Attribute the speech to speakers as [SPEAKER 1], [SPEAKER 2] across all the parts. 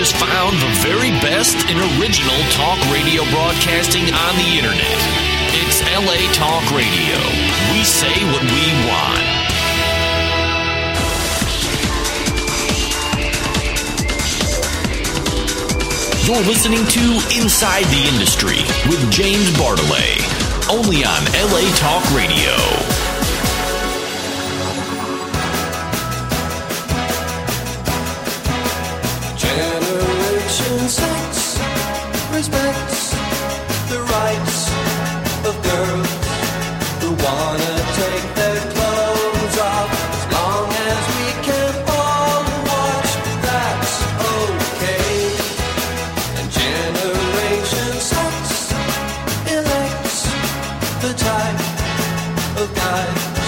[SPEAKER 1] has found the very best in original talk radio broadcasting on the internet. It's LA Talk Radio. We say what we want. You're listening to Inside the Industry with James Bartolet, only on LA Talk Radio.
[SPEAKER 2] Generation sex respects the rights of girls who wanna take their clothes off. As long as we can all watch, that's okay. And Generation sex elects the type of guys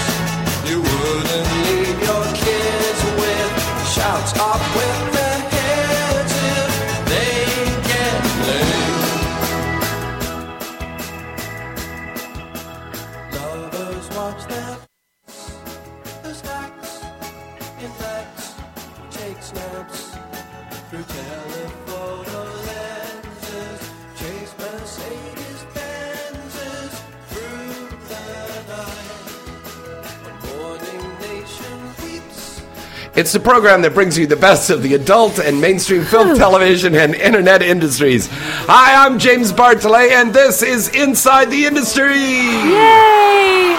[SPEAKER 2] you wouldn't leave your kids with. Shouts up with their heads if they get laid. Lovers watch their the stacks in facts, take snaps through telephoto lenses, chase Mercedes Benzes through the night. Morning Nation weeps.
[SPEAKER 3] It's the program that brings you the best of the adult and mainstream film, television, and internet industries. Hi, I'm James Bartolet, and this is Inside the Industry.
[SPEAKER 4] Yay!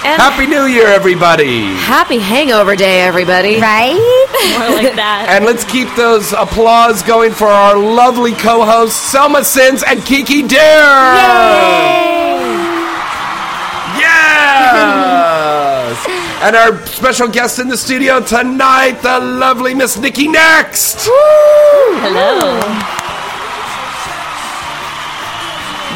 [SPEAKER 4] And happy,
[SPEAKER 3] Happy New Year, everybody.
[SPEAKER 4] hangover day, everybody.
[SPEAKER 5] Right?
[SPEAKER 6] More like that.
[SPEAKER 3] And let's keep those applause going for our lovely co hosts, Selma Sins and Kiki Dare. Yes! and our special guest in the studio tonight, the lovely Miss Nikki Next.
[SPEAKER 6] Hello.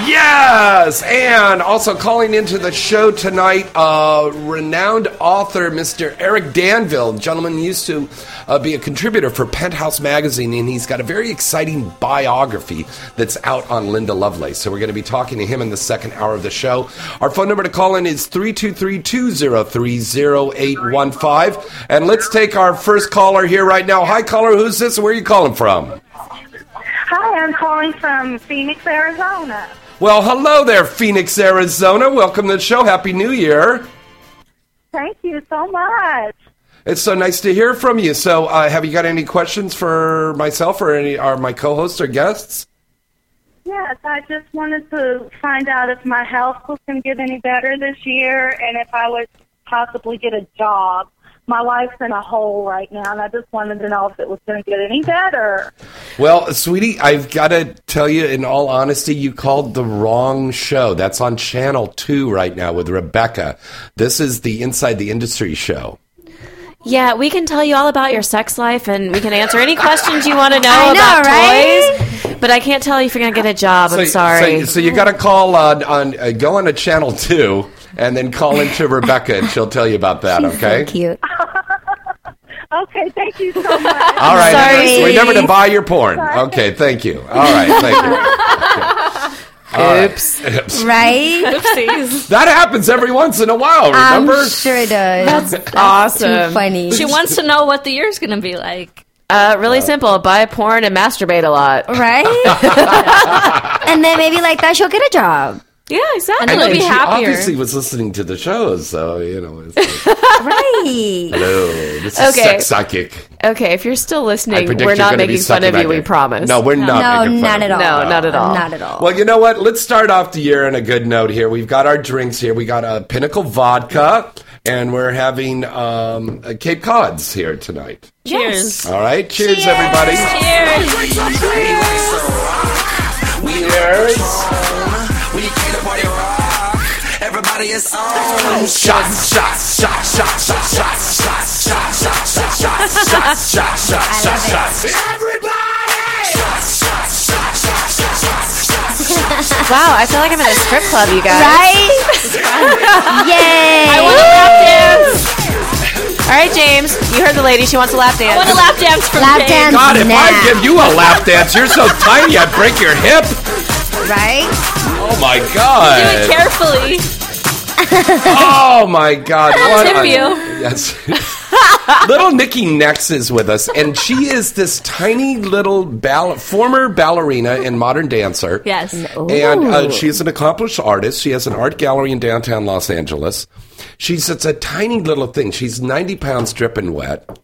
[SPEAKER 3] Yes, and also calling into the show tonight, uh, renowned author Mr. Eric Danville. Gentleman used to uh, be a contributor for Penthouse magazine, and he's got a very exciting biography that's out on Linda Lovelace. So we're going to be talking to him in the second hour of the show. Our phone number to call in is 323-203-0815. and let's take our first caller here right now. Hi, caller, who's this? and Where are you calling from?
[SPEAKER 7] Hi, I'm calling from Phoenix, Arizona.
[SPEAKER 3] Well, hello there, Phoenix, Arizona. Welcome to the show. Happy New Year.
[SPEAKER 7] Thank you so much.
[SPEAKER 3] It's so nice to hear from you. So, uh, have you got any questions for myself or any or my co-hosts or guests?
[SPEAKER 7] Yes, I just wanted to find out if my health was going to get any better this year and if I would possibly get a job. My life's in a hole right now, and I just wanted to know if it was going to get any better.
[SPEAKER 3] Well, sweetie, I've got to tell you, in all honesty, you called the wrong show. That's on Channel Two right now with Rebecca. This is the Inside the Industry show.
[SPEAKER 4] Yeah, we can tell you all about your sex life and we can answer any questions you want to know
[SPEAKER 5] I know,
[SPEAKER 4] about
[SPEAKER 5] right?
[SPEAKER 4] toys. But I can't tell you if you're going to get a job. I'm
[SPEAKER 3] so,
[SPEAKER 4] sorry.
[SPEAKER 3] So, so you got to call on on uh, go on to Channel Two and then call into Rebecca, and she'll tell you about that. okay.
[SPEAKER 5] So cute.
[SPEAKER 7] Okay, thank you so much.
[SPEAKER 3] All right.
[SPEAKER 4] Sorry.
[SPEAKER 3] Remember to buy your porn. Okay, thank you. All right, thank you. Oops.
[SPEAKER 5] Right?
[SPEAKER 3] That happens every once in a while, remember?
[SPEAKER 5] I'm sure it does. That's
[SPEAKER 4] awesome.
[SPEAKER 5] Too funny.
[SPEAKER 6] She wants to know what the year's going to be like.
[SPEAKER 4] Uh, really simple. Buy porn and masturbate a lot.
[SPEAKER 5] Right? and then maybe like that, she'll get a job.
[SPEAKER 4] Yeah, exactly.
[SPEAKER 6] And
[SPEAKER 4] You'll be
[SPEAKER 3] she
[SPEAKER 4] happier.
[SPEAKER 3] obviously was listening to the shows, so, you know, it's like,
[SPEAKER 5] Right.
[SPEAKER 3] oh, this is
[SPEAKER 4] Okay.
[SPEAKER 3] sex psychic.
[SPEAKER 4] Okay, if you're still
[SPEAKER 3] I
[SPEAKER 4] listening,
[SPEAKER 3] predict
[SPEAKER 4] we're
[SPEAKER 3] you're
[SPEAKER 4] not
[SPEAKER 3] gonna be
[SPEAKER 4] making fun
[SPEAKER 3] sucking
[SPEAKER 4] of you.
[SPEAKER 3] back
[SPEAKER 4] We
[SPEAKER 3] there.
[SPEAKER 4] promise.
[SPEAKER 3] No, we're not.
[SPEAKER 5] no,
[SPEAKER 3] making fun
[SPEAKER 5] not at
[SPEAKER 3] of
[SPEAKER 5] all.
[SPEAKER 3] you.
[SPEAKER 4] No, not at all.
[SPEAKER 5] Not at all.
[SPEAKER 3] Well, you know what? Let's start off the year on a good note here. We've got our drinks here. We got a Pinnacle Vodka, and we're having um, a Cape Cod's here tonight.
[SPEAKER 6] Cheers.
[SPEAKER 3] All right. Cheers, everybody.
[SPEAKER 6] Cheers.
[SPEAKER 3] Cheers.
[SPEAKER 2] We came to party rock. Everybody is on.
[SPEAKER 3] Shots, shots, shots, shots, shots, shots, shots, shots, shots, shots, shots, shots, shots, shots, shots, shots.
[SPEAKER 4] Wow, I feel like I'm in a strip club, you guys.
[SPEAKER 5] Right? Yay.
[SPEAKER 4] I want a lap dance. All right, James, you heard the lady. She wants a lap dance.
[SPEAKER 6] I want a lap dance from
[SPEAKER 5] Lap
[SPEAKER 6] Jane.
[SPEAKER 5] dance
[SPEAKER 3] God, if
[SPEAKER 5] now.
[SPEAKER 3] I give you a lap dance, you're so tiny I break your hip.
[SPEAKER 5] Right?
[SPEAKER 3] Oh my
[SPEAKER 6] Do it
[SPEAKER 3] God.
[SPEAKER 6] carefully.
[SPEAKER 3] Oh my God! What
[SPEAKER 6] tip
[SPEAKER 3] a-
[SPEAKER 6] you.
[SPEAKER 3] Yes. little Nikki Nex is with us, and she is this tiny little ball- former ballerina and modern dancer.
[SPEAKER 6] Yes.
[SPEAKER 3] And uh, she's an accomplished artist. She has an art gallery in downtown Los Angeles. She's it's a tiny little thing. She's ninety pounds dripping wet,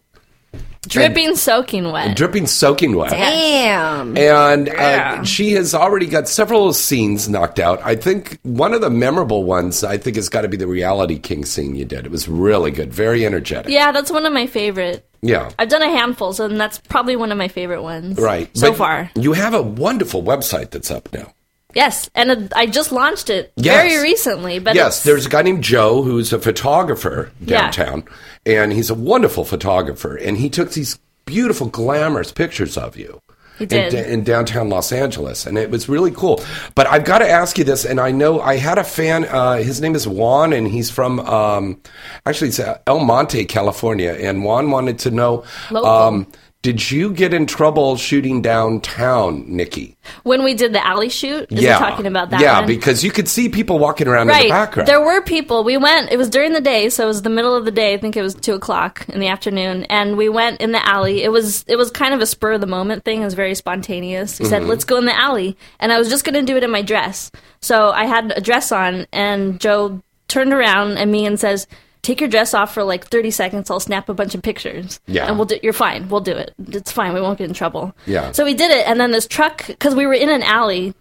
[SPEAKER 6] Dripping, soaking wet.
[SPEAKER 3] dripping soaking wet.
[SPEAKER 5] Damn.
[SPEAKER 3] And uh, she has already got several scenes knocked out. I think one of the memorable ones, I think, has got to be the Reality King scene you did. It was really good, very energetic.
[SPEAKER 6] yeah, that's one of my favorite.
[SPEAKER 3] Yeah.
[SPEAKER 6] I've done a handful, so that's probably one of my favorite ones.
[SPEAKER 3] Right.
[SPEAKER 6] So
[SPEAKER 3] But
[SPEAKER 6] far.
[SPEAKER 3] You have a wonderful website that's up now.
[SPEAKER 6] Yes, and uh, I just launched it
[SPEAKER 3] Yes.
[SPEAKER 6] very recently. But
[SPEAKER 3] yes,
[SPEAKER 6] it's-
[SPEAKER 3] there's a guy named Joe who's a photographer
[SPEAKER 6] Yeah.
[SPEAKER 3] downtown, and he's a wonderful photographer, and he took these beautiful, glamorous pictures of you. He
[SPEAKER 6] did.
[SPEAKER 3] In, in downtown Los Angeles, and it was really cool. But I've got to ask you this, and I know I had a fan. Uh, his name is Juan, and he's from um, actually it's uh, El Monte, California. And Juan wanted to know, um,
[SPEAKER 6] Local.
[SPEAKER 3] did you get in trouble shooting downtown, Nikki?
[SPEAKER 6] when we did the alley shoot, is
[SPEAKER 3] yeah,
[SPEAKER 6] it talking about that?
[SPEAKER 3] Yeah,
[SPEAKER 6] one?
[SPEAKER 3] because you could see people walking around in the
[SPEAKER 6] right.
[SPEAKER 3] background.
[SPEAKER 6] there were people. We went. It was during the day, so it was the middle of the day. I think it was two o'clock in the afternoon, and we went in the alley. It was it was kind of a spur of the moment thing. It was very spontaneous. We said,
[SPEAKER 3] Mm-hmm.
[SPEAKER 6] "Let's go in the alley," and I was just going to do it in my dress. So I had a dress on, and Joe turned around at me and says. Take your dress off for like 30 seconds. I'll snap a bunch of pictures.
[SPEAKER 3] Yeah.
[SPEAKER 6] And we'll do, you're fine. We'll do it. It's fine. We won't get in trouble.
[SPEAKER 3] Yeah.
[SPEAKER 6] So we did it. And then this truck, because we were in an alley,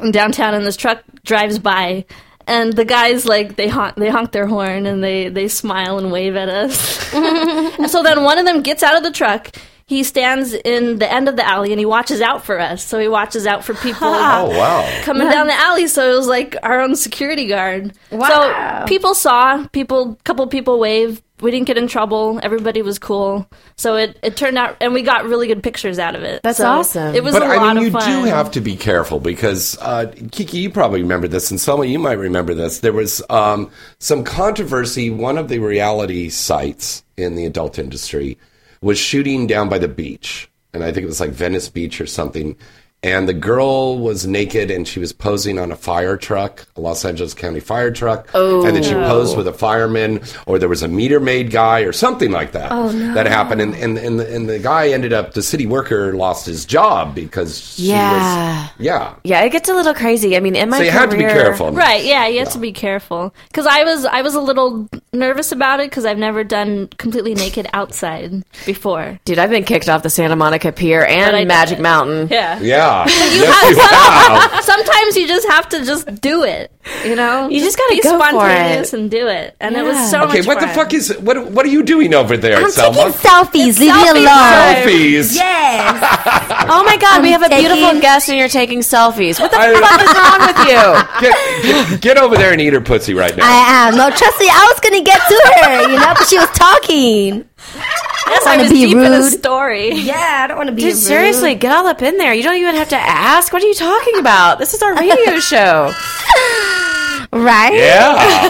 [SPEAKER 6] in downtown and this truck drives by and the guys like they honk they honk their horn and they they smile and wave at us And so then one of them gets out of the truck he stands in the end of the alley and he watches out for us so he watches out for people
[SPEAKER 3] Oh wow!
[SPEAKER 6] coming down the alley so it was like our own security guard
[SPEAKER 5] Wow.
[SPEAKER 6] so people saw people couple people waved we didn't get in trouble everybody was cool so it, it turned out and we got really good pictures out of it
[SPEAKER 4] That's
[SPEAKER 6] So
[SPEAKER 4] awesome.
[SPEAKER 6] it was
[SPEAKER 3] But
[SPEAKER 6] a
[SPEAKER 3] I
[SPEAKER 6] lot
[SPEAKER 3] mean,
[SPEAKER 6] of
[SPEAKER 3] you
[SPEAKER 6] fun
[SPEAKER 3] do have to be careful because uh, Kiki, you probably remember this, and Selma, you might remember this. There was um, some controversy. One of the reality sites in the adult industry was shooting down by the beach, and I think it was like Venice Beach or something. And the girl was naked, and she was posing on a fire truck, a Los Angeles County fire truck, oh. and then she posed with a fireman, or there was a meter maid guy, or something like that. Oh, no. That happened, and and and the, and the guy ended up. The city worker lost his job because she
[SPEAKER 4] Yeah.
[SPEAKER 3] was, yeah.
[SPEAKER 4] Yeah, it gets a little crazy. I mean, in my
[SPEAKER 3] So you have to be
[SPEAKER 4] career-
[SPEAKER 3] careful,
[SPEAKER 6] Right. Yeah, you have to be careful because I was I was a little nervous about it because I've never done completely naked outside before.
[SPEAKER 4] dude. I've been kicked off the Santa Monica Pier
[SPEAKER 6] But I did
[SPEAKER 4] and Magic
[SPEAKER 6] it.
[SPEAKER 4] Mountain.
[SPEAKER 6] Yeah.
[SPEAKER 3] Yeah, Yes,
[SPEAKER 6] have
[SPEAKER 3] you have.
[SPEAKER 6] Sometimes you just have to just do it. You know,
[SPEAKER 4] You just gotta
[SPEAKER 6] be
[SPEAKER 4] go for
[SPEAKER 6] spontaneous
[SPEAKER 4] it.
[SPEAKER 6] and do it. And it was
[SPEAKER 4] Yeah.
[SPEAKER 6] so
[SPEAKER 3] Okay,
[SPEAKER 6] much
[SPEAKER 3] what the
[SPEAKER 6] fun.
[SPEAKER 3] fuck is what? What are you doing over there,
[SPEAKER 5] I'm
[SPEAKER 3] Selma?
[SPEAKER 5] taking selfies. Leave
[SPEAKER 6] selfie
[SPEAKER 5] me alone.
[SPEAKER 6] time.
[SPEAKER 3] Selfies.
[SPEAKER 5] Yes.
[SPEAKER 4] Oh my God, we have a
[SPEAKER 5] taking-
[SPEAKER 4] beautiful guest, and you're taking selfies. What the
[SPEAKER 3] I-
[SPEAKER 4] fuck is wrong with you?
[SPEAKER 3] Get, get, get over there and eat her pussy right now.
[SPEAKER 5] I am. No, trust me, I was going to get to her, you know, but she was talking. I
[SPEAKER 6] I
[SPEAKER 5] don't want
[SPEAKER 6] was
[SPEAKER 5] to be
[SPEAKER 6] deep in a
[SPEAKER 5] rude.
[SPEAKER 6] story.
[SPEAKER 5] Yeah, I don't want to be
[SPEAKER 4] Dude,
[SPEAKER 5] rude.
[SPEAKER 4] seriously, get all up in there. You don't even have to ask. What are you talking about? This is our radio show.
[SPEAKER 5] Right?
[SPEAKER 3] Yeah,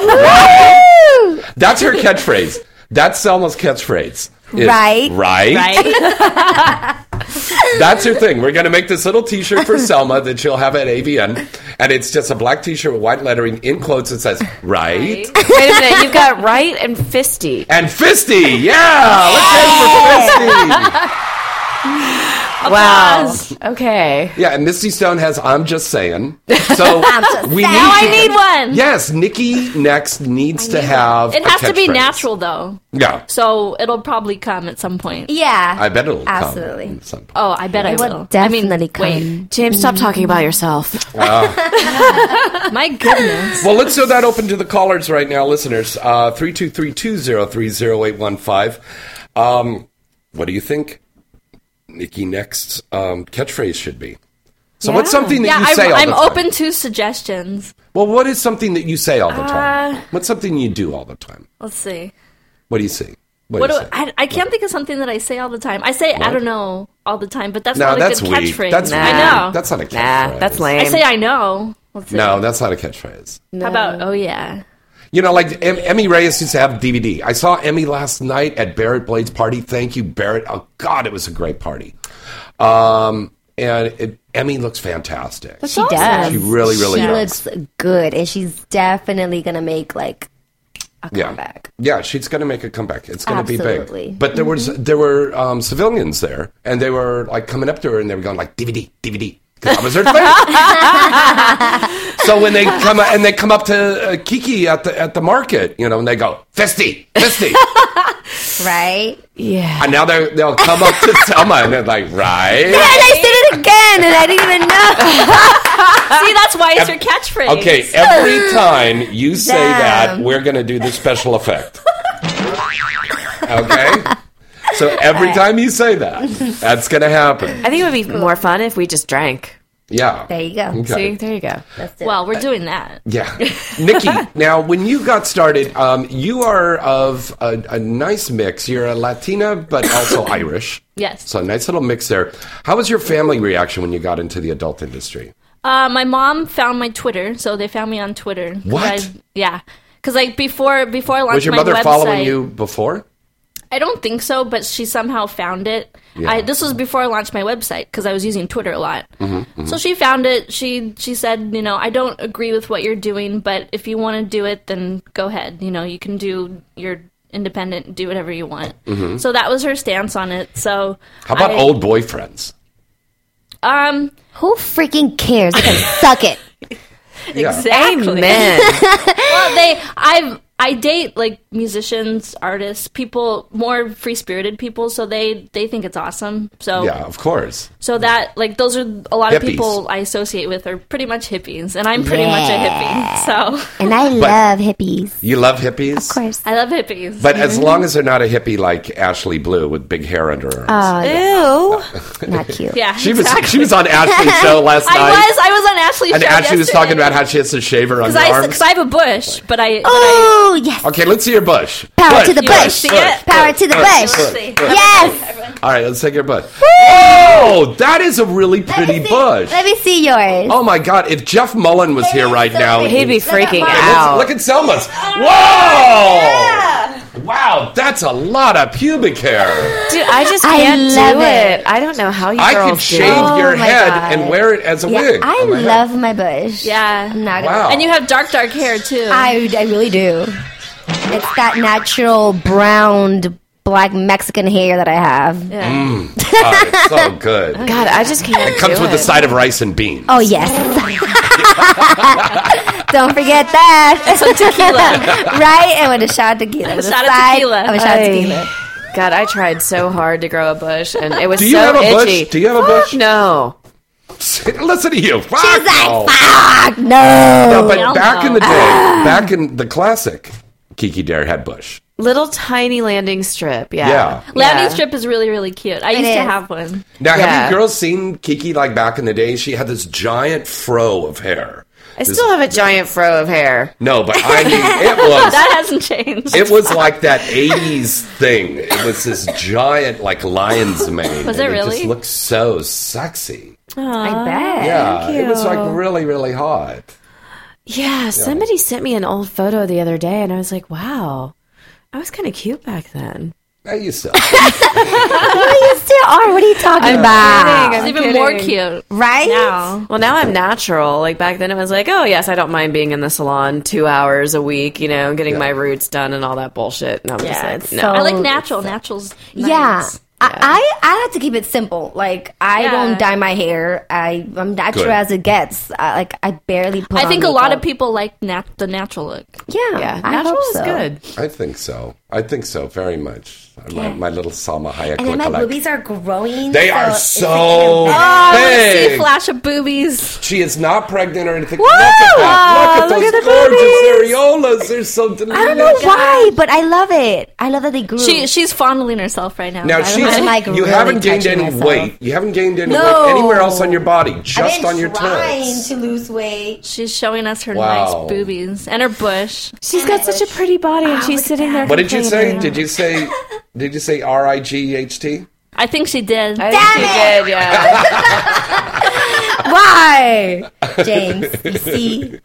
[SPEAKER 5] Woo!
[SPEAKER 3] that's her catchphrase. That's Selma's catchphrase. Is,
[SPEAKER 5] Right.
[SPEAKER 3] Right.
[SPEAKER 6] Right?
[SPEAKER 3] That's her thing. We're going to make this little T-shirt for Selma that she'll have at AVN, and it's just a black T-shirt with white lettering in quotes that says "right"
[SPEAKER 4] Wait a minute, you've got right and fisty.
[SPEAKER 3] and "fisty." Yeah, let's head for fisty.
[SPEAKER 4] Wow. Okay.
[SPEAKER 3] Yeah, and Misty Stone has "I'm just saying." So we
[SPEAKER 5] just saying.
[SPEAKER 3] need.
[SPEAKER 5] Now
[SPEAKER 6] Oh, I need one.
[SPEAKER 3] Yes, Nikki next needs to have.
[SPEAKER 6] It
[SPEAKER 3] a
[SPEAKER 6] has to be
[SPEAKER 3] catchphrase.
[SPEAKER 6] natural though,
[SPEAKER 3] Yeah,
[SPEAKER 6] so it'll probably come at some point.
[SPEAKER 5] Yeah.
[SPEAKER 3] I bet it'll
[SPEAKER 5] Absolutely.
[SPEAKER 3] come. at some point.
[SPEAKER 6] Oh, I bet I will. I
[SPEAKER 5] Definitely
[SPEAKER 6] mean,
[SPEAKER 5] come.
[SPEAKER 6] wait,
[SPEAKER 4] James, stop talking about yourself.
[SPEAKER 6] my goodness.
[SPEAKER 3] uh, Well, let's throw that open to the callers right now, listeners. Uh, Three two three two zero three zero eight one five. Um, What do you think Nikki next um, catchphrase should be? So, what's something that
[SPEAKER 6] yeah,
[SPEAKER 3] you say
[SPEAKER 6] I'm,
[SPEAKER 3] all
[SPEAKER 6] I'm
[SPEAKER 3] the time?
[SPEAKER 6] open to suggestions.
[SPEAKER 3] Well, what is something that you say all the
[SPEAKER 6] Uh,
[SPEAKER 3] time? what's something you do all the time?
[SPEAKER 6] Let's see.
[SPEAKER 3] What do you say?
[SPEAKER 6] What
[SPEAKER 3] do
[SPEAKER 6] do
[SPEAKER 3] you
[SPEAKER 6] I,
[SPEAKER 3] say?
[SPEAKER 6] I, can't think of something that I say all the time. I say I don't know all the time, but that's
[SPEAKER 3] no,
[SPEAKER 6] not a
[SPEAKER 3] that's
[SPEAKER 6] good
[SPEAKER 3] weak.
[SPEAKER 6] catchphrase.
[SPEAKER 3] That's
[SPEAKER 6] I
[SPEAKER 3] weak.
[SPEAKER 6] know.
[SPEAKER 3] That's not a catchphrase.
[SPEAKER 4] Nah, that's lame.
[SPEAKER 6] I say I know. Let's see.
[SPEAKER 3] No, that's not a catchphrase.
[SPEAKER 6] How about oh yeah?
[SPEAKER 3] You know, like em- Emmy Reyes used to have DVD. I saw Emmy last night at Barrett Blade's party. Thank you, Barrett. Oh God, it was a great party. Um, and it, Emmy looks fantastic.
[SPEAKER 5] She
[SPEAKER 4] awesome.
[SPEAKER 5] does.
[SPEAKER 3] She really, really
[SPEAKER 5] She
[SPEAKER 3] does.
[SPEAKER 5] looks good, and she's definitely gonna make like a
[SPEAKER 3] yeah.
[SPEAKER 5] comeback.
[SPEAKER 3] Yeah, she's going to make a comeback. It's going to be
[SPEAKER 5] Absolutely.
[SPEAKER 3] big. But there
[SPEAKER 4] Mm-hmm.
[SPEAKER 3] was there were um, civilians there, and they were like coming up to her, and they were going like DVD, DVD. 'cause I was her fan. so when they come and they come up to uh, Kiki at the at the market, you know, and they go Fisty, Fisty,
[SPEAKER 5] Right?
[SPEAKER 4] Yeah.
[SPEAKER 3] and now they they'll come up to Selma and they're like, right,
[SPEAKER 5] And I said it again, and I didn't even know.
[SPEAKER 6] See, that's why it's your catchphrase.
[SPEAKER 3] okay. Every time you say that,
[SPEAKER 5] Damn.
[SPEAKER 3] we're going to do the special effect. Okay. So every time you say that, that's going to happen.
[SPEAKER 4] I think it would be more fun if we just drank.
[SPEAKER 3] Yeah.
[SPEAKER 5] There you go.
[SPEAKER 4] See,
[SPEAKER 3] Okay.
[SPEAKER 4] there you go.
[SPEAKER 6] Well, we're doing that.
[SPEAKER 3] Yeah. Nikki, now when you got started, um, you are of a, a nice mix. You're a Latina, but also Irish.
[SPEAKER 6] Yes.
[SPEAKER 3] So a nice little mix there. How was your family reaction when you got into the adult industry?
[SPEAKER 6] Uh, my mom found my Twitter, so they found me on Twitter. 'Cause
[SPEAKER 3] What?
[SPEAKER 6] I- yeah, because like before, before I launched
[SPEAKER 3] Was your
[SPEAKER 6] my
[SPEAKER 3] mother
[SPEAKER 6] website,
[SPEAKER 3] following you before?
[SPEAKER 6] I don't think so, but she somehow found it. I, this was before I launched my website because I was using Twitter a lot.
[SPEAKER 3] Mm-hmm.
[SPEAKER 6] So she found it. She she said, you know, I don't agree with what you're doing, but if you want to do it, then go ahead. You know, you can do your independent, do whatever you want. So that was her stance on it. So
[SPEAKER 3] Mm-hmm. How about
[SPEAKER 6] I-
[SPEAKER 3] old boyfriends?
[SPEAKER 6] Um,
[SPEAKER 5] Who freaking cares? They can suck it.
[SPEAKER 6] exactly.
[SPEAKER 4] Amen.
[SPEAKER 6] well, they I've I date like musicians, artists, people more free spirited people, so they they think it's awesome. So
[SPEAKER 3] Yeah, of course.
[SPEAKER 6] so that like those are a lot
[SPEAKER 3] Hippies.
[SPEAKER 6] of people I associate with are pretty much hippies, and I'm pretty much a hippie. So
[SPEAKER 5] And I love hippies.
[SPEAKER 3] You love hippies? Of
[SPEAKER 5] course. Mm-hmm.
[SPEAKER 6] I love hippies.
[SPEAKER 3] But as long as they're not a hippie like Ashley Blue with big hair under her.
[SPEAKER 5] Oh,
[SPEAKER 3] arms.
[SPEAKER 4] Ew.
[SPEAKER 5] Not cute.
[SPEAKER 6] yeah,
[SPEAKER 3] she was
[SPEAKER 6] exactly.
[SPEAKER 3] she was on Ashley's show last
[SPEAKER 6] I
[SPEAKER 3] night.
[SPEAKER 6] was I was on Ashley's
[SPEAKER 3] and
[SPEAKER 6] show.
[SPEAKER 3] Ashley was talking
[SPEAKER 6] yesterday.
[SPEAKER 3] about how she has to shave her
[SPEAKER 6] Because
[SPEAKER 3] under
[SPEAKER 6] I,
[SPEAKER 3] arms.
[SPEAKER 6] because I have a bush, but I. but I-
[SPEAKER 5] Oh yes.
[SPEAKER 3] Okay, let's see your bush.
[SPEAKER 5] Power to the
[SPEAKER 6] You wanna
[SPEAKER 5] bush.
[SPEAKER 6] see it?
[SPEAKER 5] Power to the
[SPEAKER 6] Let's
[SPEAKER 5] bush.
[SPEAKER 6] see.
[SPEAKER 5] Yes.
[SPEAKER 3] All right, let's take your bush. Oh, that is a really pretty
[SPEAKER 5] Let me see-
[SPEAKER 3] bush.
[SPEAKER 5] Let me see yours.
[SPEAKER 3] Oh my God! If Jeff Mullen was here right now,
[SPEAKER 4] He'd be freaking
[SPEAKER 5] mine.
[SPEAKER 4] out.
[SPEAKER 3] Look at Selma's. Whoa! Oh Wow, that's a lot of pubic hair.
[SPEAKER 4] Dude, I just
[SPEAKER 5] I
[SPEAKER 4] can't
[SPEAKER 5] love
[SPEAKER 4] do
[SPEAKER 5] it.
[SPEAKER 4] it. I don't know how you
[SPEAKER 3] I
[SPEAKER 4] girls
[SPEAKER 3] could shave
[SPEAKER 4] do. it.
[SPEAKER 3] your
[SPEAKER 5] Oh my
[SPEAKER 3] head
[SPEAKER 5] God.
[SPEAKER 3] and wear it as a
[SPEAKER 5] Yeah,
[SPEAKER 3] wig.
[SPEAKER 5] I
[SPEAKER 3] on my head.
[SPEAKER 5] love my bush.
[SPEAKER 6] Yeah.
[SPEAKER 5] I'm not gonna
[SPEAKER 3] Wow.
[SPEAKER 6] And you have dark, dark hair too.
[SPEAKER 5] I, I really do. It's that natural brown black Mexican hair that I have.
[SPEAKER 3] Oh, it's so good. It
[SPEAKER 4] God, I just can't. It
[SPEAKER 3] comes
[SPEAKER 4] do
[SPEAKER 3] with
[SPEAKER 4] it.
[SPEAKER 3] a side of rice and beans.
[SPEAKER 5] Oh yes. Don't forget that.
[SPEAKER 6] Some tequila.
[SPEAKER 5] right? And with a shot of tequila. With
[SPEAKER 6] shot of
[SPEAKER 5] side
[SPEAKER 6] tequila.
[SPEAKER 5] Of a shot of
[SPEAKER 4] Ay.
[SPEAKER 5] tequila.
[SPEAKER 4] God, I tried so hard to grow a bush, and it was
[SPEAKER 3] Do you
[SPEAKER 4] so
[SPEAKER 3] have a bush?
[SPEAKER 4] itchy.
[SPEAKER 3] Do you have a bush?
[SPEAKER 4] No.
[SPEAKER 3] Listen to you. Fuck
[SPEAKER 5] She's like,
[SPEAKER 3] no.
[SPEAKER 5] fuck, no.
[SPEAKER 3] No, but
[SPEAKER 6] Hell
[SPEAKER 3] back
[SPEAKER 6] no.
[SPEAKER 3] in the day, back in the classic, Kiki Dare had bush.
[SPEAKER 4] Little tiny landing strip. Yeah.
[SPEAKER 3] Yeah.
[SPEAKER 6] Landing strip is really, really cute. I used
[SPEAKER 5] is.
[SPEAKER 6] to have one.
[SPEAKER 3] Now,
[SPEAKER 4] Yeah.
[SPEAKER 3] have you girls seen Kiki like back in the day? She had this giant fro of hair.
[SPEAKER 4] I still have a giant fro of hair.
[SPEAKER 3] No, but I mean, it was
[SPEAKER 6] That hasn't changed.
[SPEAKER 3] it was like that '80s thing. It was this giant like lion's mane.
[SPEAKER 6] Was it
[SPEAKER 3] and It just
[SPEAKER 6] really?
[SPEAKER 3] looked so sexy.
[SPEAKER 5] I bet.
[SPEAKER 3] Yeah, it was like really, really hot.
[SPEAKER 4] Yeah. Somebody sent me an old photo the other day, and I was like, wow, I was kind of cute back then.
[SPEAKER 3] Now you suck.
[SPEAKER 5] You still are. What are you talking about?
[SPEAKER 4] Kidding, I'm
[SPEAKER 6] It's even more
[SPEAKER 4] kidding.
[SPEAKER 6] cute.
[SPEAKER 5] Right?
[SPEAKER 6] Now.
[SPEAKER 4] Well, now I'm natural. Like back then, it was like, oh yes, I don't mind being in the salon two hours a week, you know, getting my roots done and all that bullshit. And I'm
[SPEAKER 6] Yeah,
[SPEAKER 4] just
[SPEAKER 6] it's
[SPEAKER 4] like, no.
[SPEAKER 5] so-
[SPEAKER 6] I like natural. Natural's nice.
[SPEAKER 5] Yeah. I, I I have to keep it simple. Like I
[SPEAKER 6] Yeah.
[SPEAKER 5] don't dye my hair. I I'm natural
[SPEAKER 3] Good.
[SPEAKER 5] as it gets. I, like I barely put.
[SPEAKER 6] I
[SPEAKER 5] on
[SPEAKER 6] think a lot of
[SPEAKER 5] makeup.
[SPEAKER 6] people like nat- the natural look.
[SPEAKER 5] Yeah,
[SPEAKER 4] yeah,
[SPEAKER 5] I
[SPEAKER 4] natural
[SPEAKER 5] hope
[SPEAKER 4] is
[SPEAKER 5] so.
[SPEAKER 4] good.
[SPEAKER 3] I think so. I think so very much. My, my little Salma Hayek
[SPEAKER 5] And then my
[SPEAKER 3] lookalike.
[SPEAKER 5] boobies are growing.
[SPEAKER 3] They
[SPEAKER 5] so
[SPEAKER 3] are
[SPEAKER 5] it's
[SPEAKER 3] so
[SPEAKER 5] like-
[SPEAKER 6] Oh, See
[SPEAKER 3] big.
[SPEAKER 6] flash of boobies.
[SPEAKER 3] She is not pregnant or anything. Look at that! Look at
[SPEAKER 4] Look
[SPEAKER 3] those
[SPEAKER 4] at the
[SPEAKER 3] gorgeous areolas. They're so delicious.
[SPEAKER 5] I don't know why, but I love it. I love that they grew.
[SPEAKER 6] Oh She she's fondling herself right now.
[SPEAKER 3] Now
[SPEAKER 6] by the
[SPEAKER 3] she's
[SPEAKER 6] way.
[SPEAKER 5] I'm, like,
[SPEAKER 3] you
[SPEAKER 5] really
[SPEAKER 3] haven't gained
[SPEAKER 5] touching
[SPEAKER 3] any
[SPEAKER 5] myself.
[SPEAKER 3] weight. You haven't gained any
[SPEAKER 5] No.
[SPEAKER 3] weight anywhere else on your body,
[SPEAKER 5] I've
[SPEAKER 3] just
[SPEAKER 5] been
[SPEAKER 3] on your
[SPEAKER 5] trying
[SPEAKER 3] toes.
[SPEAKER 5] to lose weight.
[SPEAKER 6] she's showing us her
[SPEAKER 3] Wow.
[SPEAKER 6] nice boobies and her bush.
[SPEAKER 4] She's got such a pretty body,
[SPEAKER 5] Oh,
[SPEAKER 4] and she's sitting there.
[SPEAKER 3] What did you say?
[SPEAKER 4] complaining.
[SPEAKER 3] Did you say? Did you say R I G H T?
[SPEAKER 6] I think she did.
[SPEAKER 4] I think
[SPEAKER 5] Damn
[SPEAKER 4] she
[SPEAKER 5] it!
[SPEAKER 4] did, yeah.
[SPEAKER 5] Why, James? You see,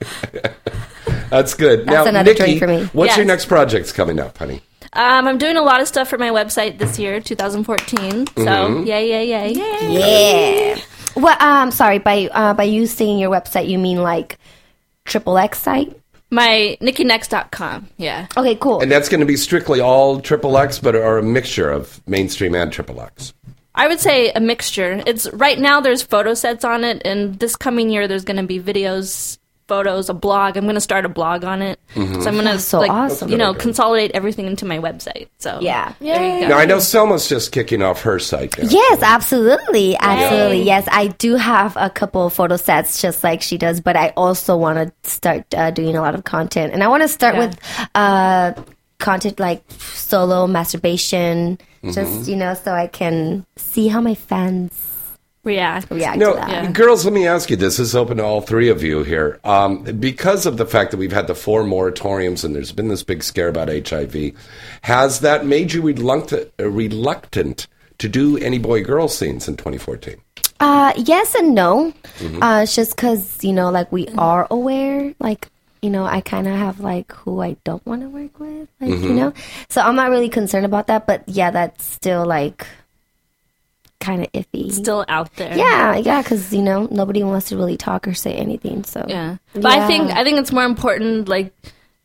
[SPEAKER 3] That's good. That's now,
[SPEAKER 5] another
[SPEAKER 3] Nikki,
[SPEAKER 5] drink for me.
[SPEAKER 3] What's your
[SPEAKER 6] Yes.
[SPEAKER 3] next project's coming up, honey?
[SPEAKER 6] Um, I'm doing a lot of
[SPEAKER 3] Mm-hmm.
[SPEAKER 6] stuff for my website this year, 2014. So yay, yay, yay!
[SPEAKER 5] yeah. Well, um, sorry. By uh, by you saying your website, you mean like triple X site?
[SPEAKER 6] My nickynex.com. Yeah.
[SPEAKER 5] Okay, cool.
[SPEAKER 3] And that's going to be strictly all triple X, but or a mixture of mainstream and triple X.
[SPEAKER 6] I would say a mixture. It's right now there's photo sets on it, and this coming year there's going to be videos, photos, a blog. I'm going to start a blog on it, so I'm going to
[SPEAKER 5] so
[SPEAKER 6] like
[SPEAKER 5] awesome.
[SPEAKER 6] you know consolidate everything into my website. So
[SPEAKER 5] Yeah.
[SPEAKER 6] there you go.
[SPEAKER 3] Now I know Selma's just kicking off her site. Now.
[SPEAKER 5] Yes, absolutely. Absolutely. Yes, I do have a couple of photo sets just like she does, but I also want to start uh, doing a lot of content. And I want to start
[SPEAKER 6] Yeah.
[SPEAKER 5] with uh, content like solo masturbation, just, you know, so I can see how my fans
[SPEAKER 6] Yeah.
[SPEAKER 5] react
[SPEAKER 3] No,
[SPEAKER 5] to that.
[SPEAKER 3] girls, let me ask you this. This is open to all three of you here. Um, because of the fact that we've had the four moratoriums and there's been this big scare about HIV, has that made you reluctant, reluctant to do any boy girl scenes in 2014?
[SPEAKER 5] Uh, yes and no. Uh, it's just because, you know, like
[SPEAKER 6] Mm-hmm.
[SPEAKER 5] we are aware, like, you know, I kind of have like who I don't want to work with, like, you know? So I'm not really concerned about that, but yeah, that's still like kind of iffy.
[SPEAKER 6] Still out there.
[SPEAKER 5] yeah, yeah, because, you know, nobody wants to really talk or say anything, so.
[SPEAKER 6] Yeah. But I think
[SPEAKER 5] Yeah.
[SPEAKER 6] I think it's more important like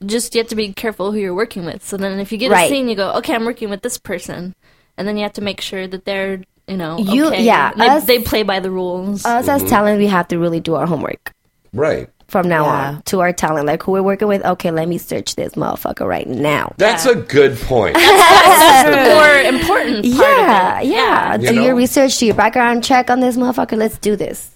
[SPEAKER 6] just you have to be careful who you're working with. So then if you get
[SPEAKER 5] Right.
[SPEAKER 6] a scene you go, Okay, I'm working with this person and then you have to make sure that they're you know,
[SPEAKER 5] You-
[SPEAKER 6] okay.
[SPEAKER 5] yeah,
[SPEAKER 6] They,
[SPEAKER 5] us-
[SPEAKER 6] they play by the rules.
[SPEAKER 5] Us as talent, we have to really do our homework
[SPEAKER 3] Right.
[SPEAKER 5] from now on to our talent. Like, who we're working with, okay, let me search this motherfucker right now.
[SPEAKER 3] That's a good point.
[SPEAKER 6] more important part
[SPEAKER 5] yeah,
[SPEAKER 6] of it.
[SPEAKER 5] yeah.
[SPEAKER 3] You
[SPEAKER 5] Do
[SPEAKER 3] know?
[SPEAKER 5] your research, do your background check on this motherfucker. Let's do this.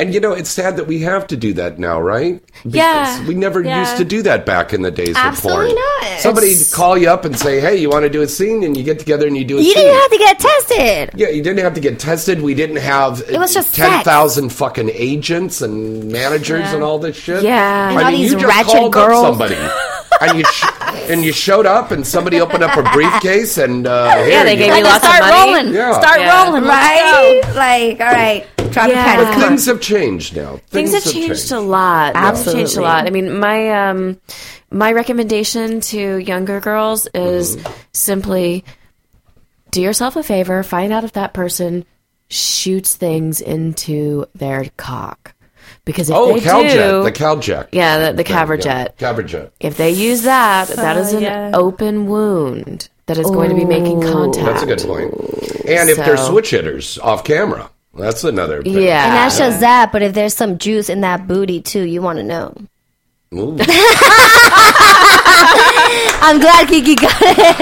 [SPEAKER 3] and you know, it's sad that we have to do that now, right? Because
[SPEAKER 6] Yeah.
[SPEAKER 3] We never
[SPEAKER 6] Yeah.
[SPEAKER 3] used to do that back in the days
[SPEAKER 5] Absolutely
[SPEAKER 3] of porn.
[SPEAKER 5] not.
[SPEAKER 3] Somebody call you up and say, "Hey, you want to do a scene?" and you get together and you do a scene.
[SPEAKER 5] You didn't have to get tested.
[SPEAKER 3] Yeah, you didn't have to get tested. We didn't have it
[SPEAKER 5] was just
[SPEAKER 3] ten thousand fucking agents and managers
[SPEAKER 6] Yeah.
[SPEAKER 3] and all this shit.
[SPEAKER 4] Yeah.
[SPEAKER 5] And all these
[SPEAKER 3] you just
[SPEAKER 5] ratchet
[SPEAKER 3] called up
[SPEAKER 5] girls.
[SPEAKER 3] somebody, and you sh- and you showed up, and somebody opened up a briefcase, and uh,
[SPEAKER 4] Yeah,
[SPEAKER 3] here
[SPEAKER 4] they
[SPEAKER 3] you
[SPEAKER 4] gave
[SPEAKER 3] go.
[SPEAKER 4] me lots of
[SPEAKER 6] Start
[SPEAKER 4] money.
[SPEAKER 6] rolling.
[SPEAKER 3] Yeah.
[SPEAKER 6] Start
[SPEAKER 4] Yeah.
[SPEAKER 6] rolling.
[SPEAKER 5] Right? Like, all right. Drop
[SPEAKER 4] Yeah.
[SPEAKER 5] your
[SPEAKER 4] But
[SPEAKER 5] panties.
[SPEAKER 3] Things have changed now.
[SPEAKER 4] Things have changed a lot. Things have changed a
[SPEAKER 5] Absolutely.
[SPEAKER 4] lot. I mean, my um, my recommendation to younger girls is simply do yourself a favor, find out if that person shoots things into their cock, because if
[SPEAKER 3] Oh,
[SPEAKER 4] they
[SPEAKER 3] Caljet,
[SPEAKER 4] do,
[SPEAKER 3] the Caljet.
[SPEAKER 4] yeah, the, the caverjet.
[SPEAKER 3] Caverjet.
[SPEAKER 4] If they use that, that
[SPEAKER 5] Uh,
[SPEAKER 4] is an
[SPEAKER 6] yeah.
[SPEAKER 4] open wound that is going to be making contact.
[SPEAKER 3] That's a good point. And if they're
[SPEAKER 4] So-
[SPEAKER 3] switch hitters off camera, that's another. Thing.
[SPEAKER 4] Yeah.
[SPEAKER 5] And that's just that, but if there's some juice in that booty too, you want to know.
[SPEAKER 3] Ooh.
[SPEAKER 5] I'm glad Kiki got it.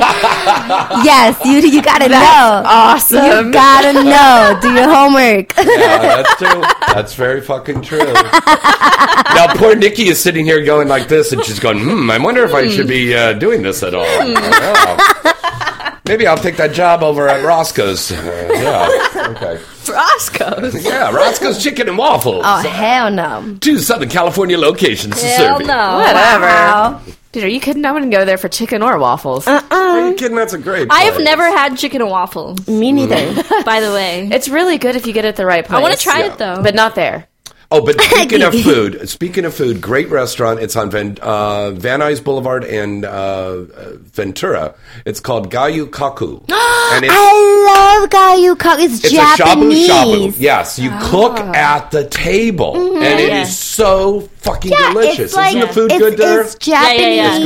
[SPEAKER 5] yes, you you gotta know.
[SPEAKER 4] Awesome.
[SPEAKER 5] You gotta know. Do your homework.
[SPEAKER 3] Yeah, that's true. That's very fucking true. now, poor Nikki is sitting here going like this, and she's going, "Hmm, I wonder if I should be uh, doing this at all." Yeah. Maybe I'll take that job over at Roscoe's. Uh, yeah, okay.
[SPEAKER 4] Roscoe's.
[SPEAKER 3] Yeah, Roscoe's Chicken and Waffles.
[SPEAKER 5] oh hell no.
[SPEAKER 3] Two Southern California locations to
[SPEAKER 6] Hell
[SPEAKER 3] serve you.
[SPEAKER 6] no.
[SPEAKER 4] Whatever.
[SPEAKER 5] Wow.
[SPEAKER 4] Dude, are you kidding? I wouldn't go there for chicken or waffles.
[SPEAKER 3] Are you kidding? That's a great.
[SPEAKER 6] Uh-uh. I have
[SPEAKER 3] place. Mm-hmm.
[SPEAKER 6] never had chicken and waffle,
[SPEAKER 5] Me neither.
[SPEAKER 6] by the way.
[SPEAKER 4] It's really good if you get it at the right place.
[SPEAKER 6] I want to try it though.
[SPEAKER 4] but not there.
[SPEAKER 3] Oh, but speaking of food, speaking of food, great restaurant. It's on Van, uh, Van Nuys Boulevard and uh, uh, Ventura. It's called Gayu Kaku, and it's,
[SPEAKER 5] I love Gayuka. It's,
[SPEAKER 3] it's a shabu
[SPEAKER 5] Japanese. Ah. Mm-hmm.
[SPEAKER 3] shabu. Yes, you cook at the table, and it
[SPEAKER 6] Yeah.
[SPEAKER 3] is so fucking
[SPEAKER 5] Yeah,
[SPEAKER 3] delicious.
[SPEAKER 5] it's like
[SPEAKER 3] Isn't the food
[SPEAKER 5] it's,
[SPEAKER 3] good there?
[SPEAKER 5] It's Japanese
[SPEAKER 6] yeah, yeah.
[SPEAKER 3] It's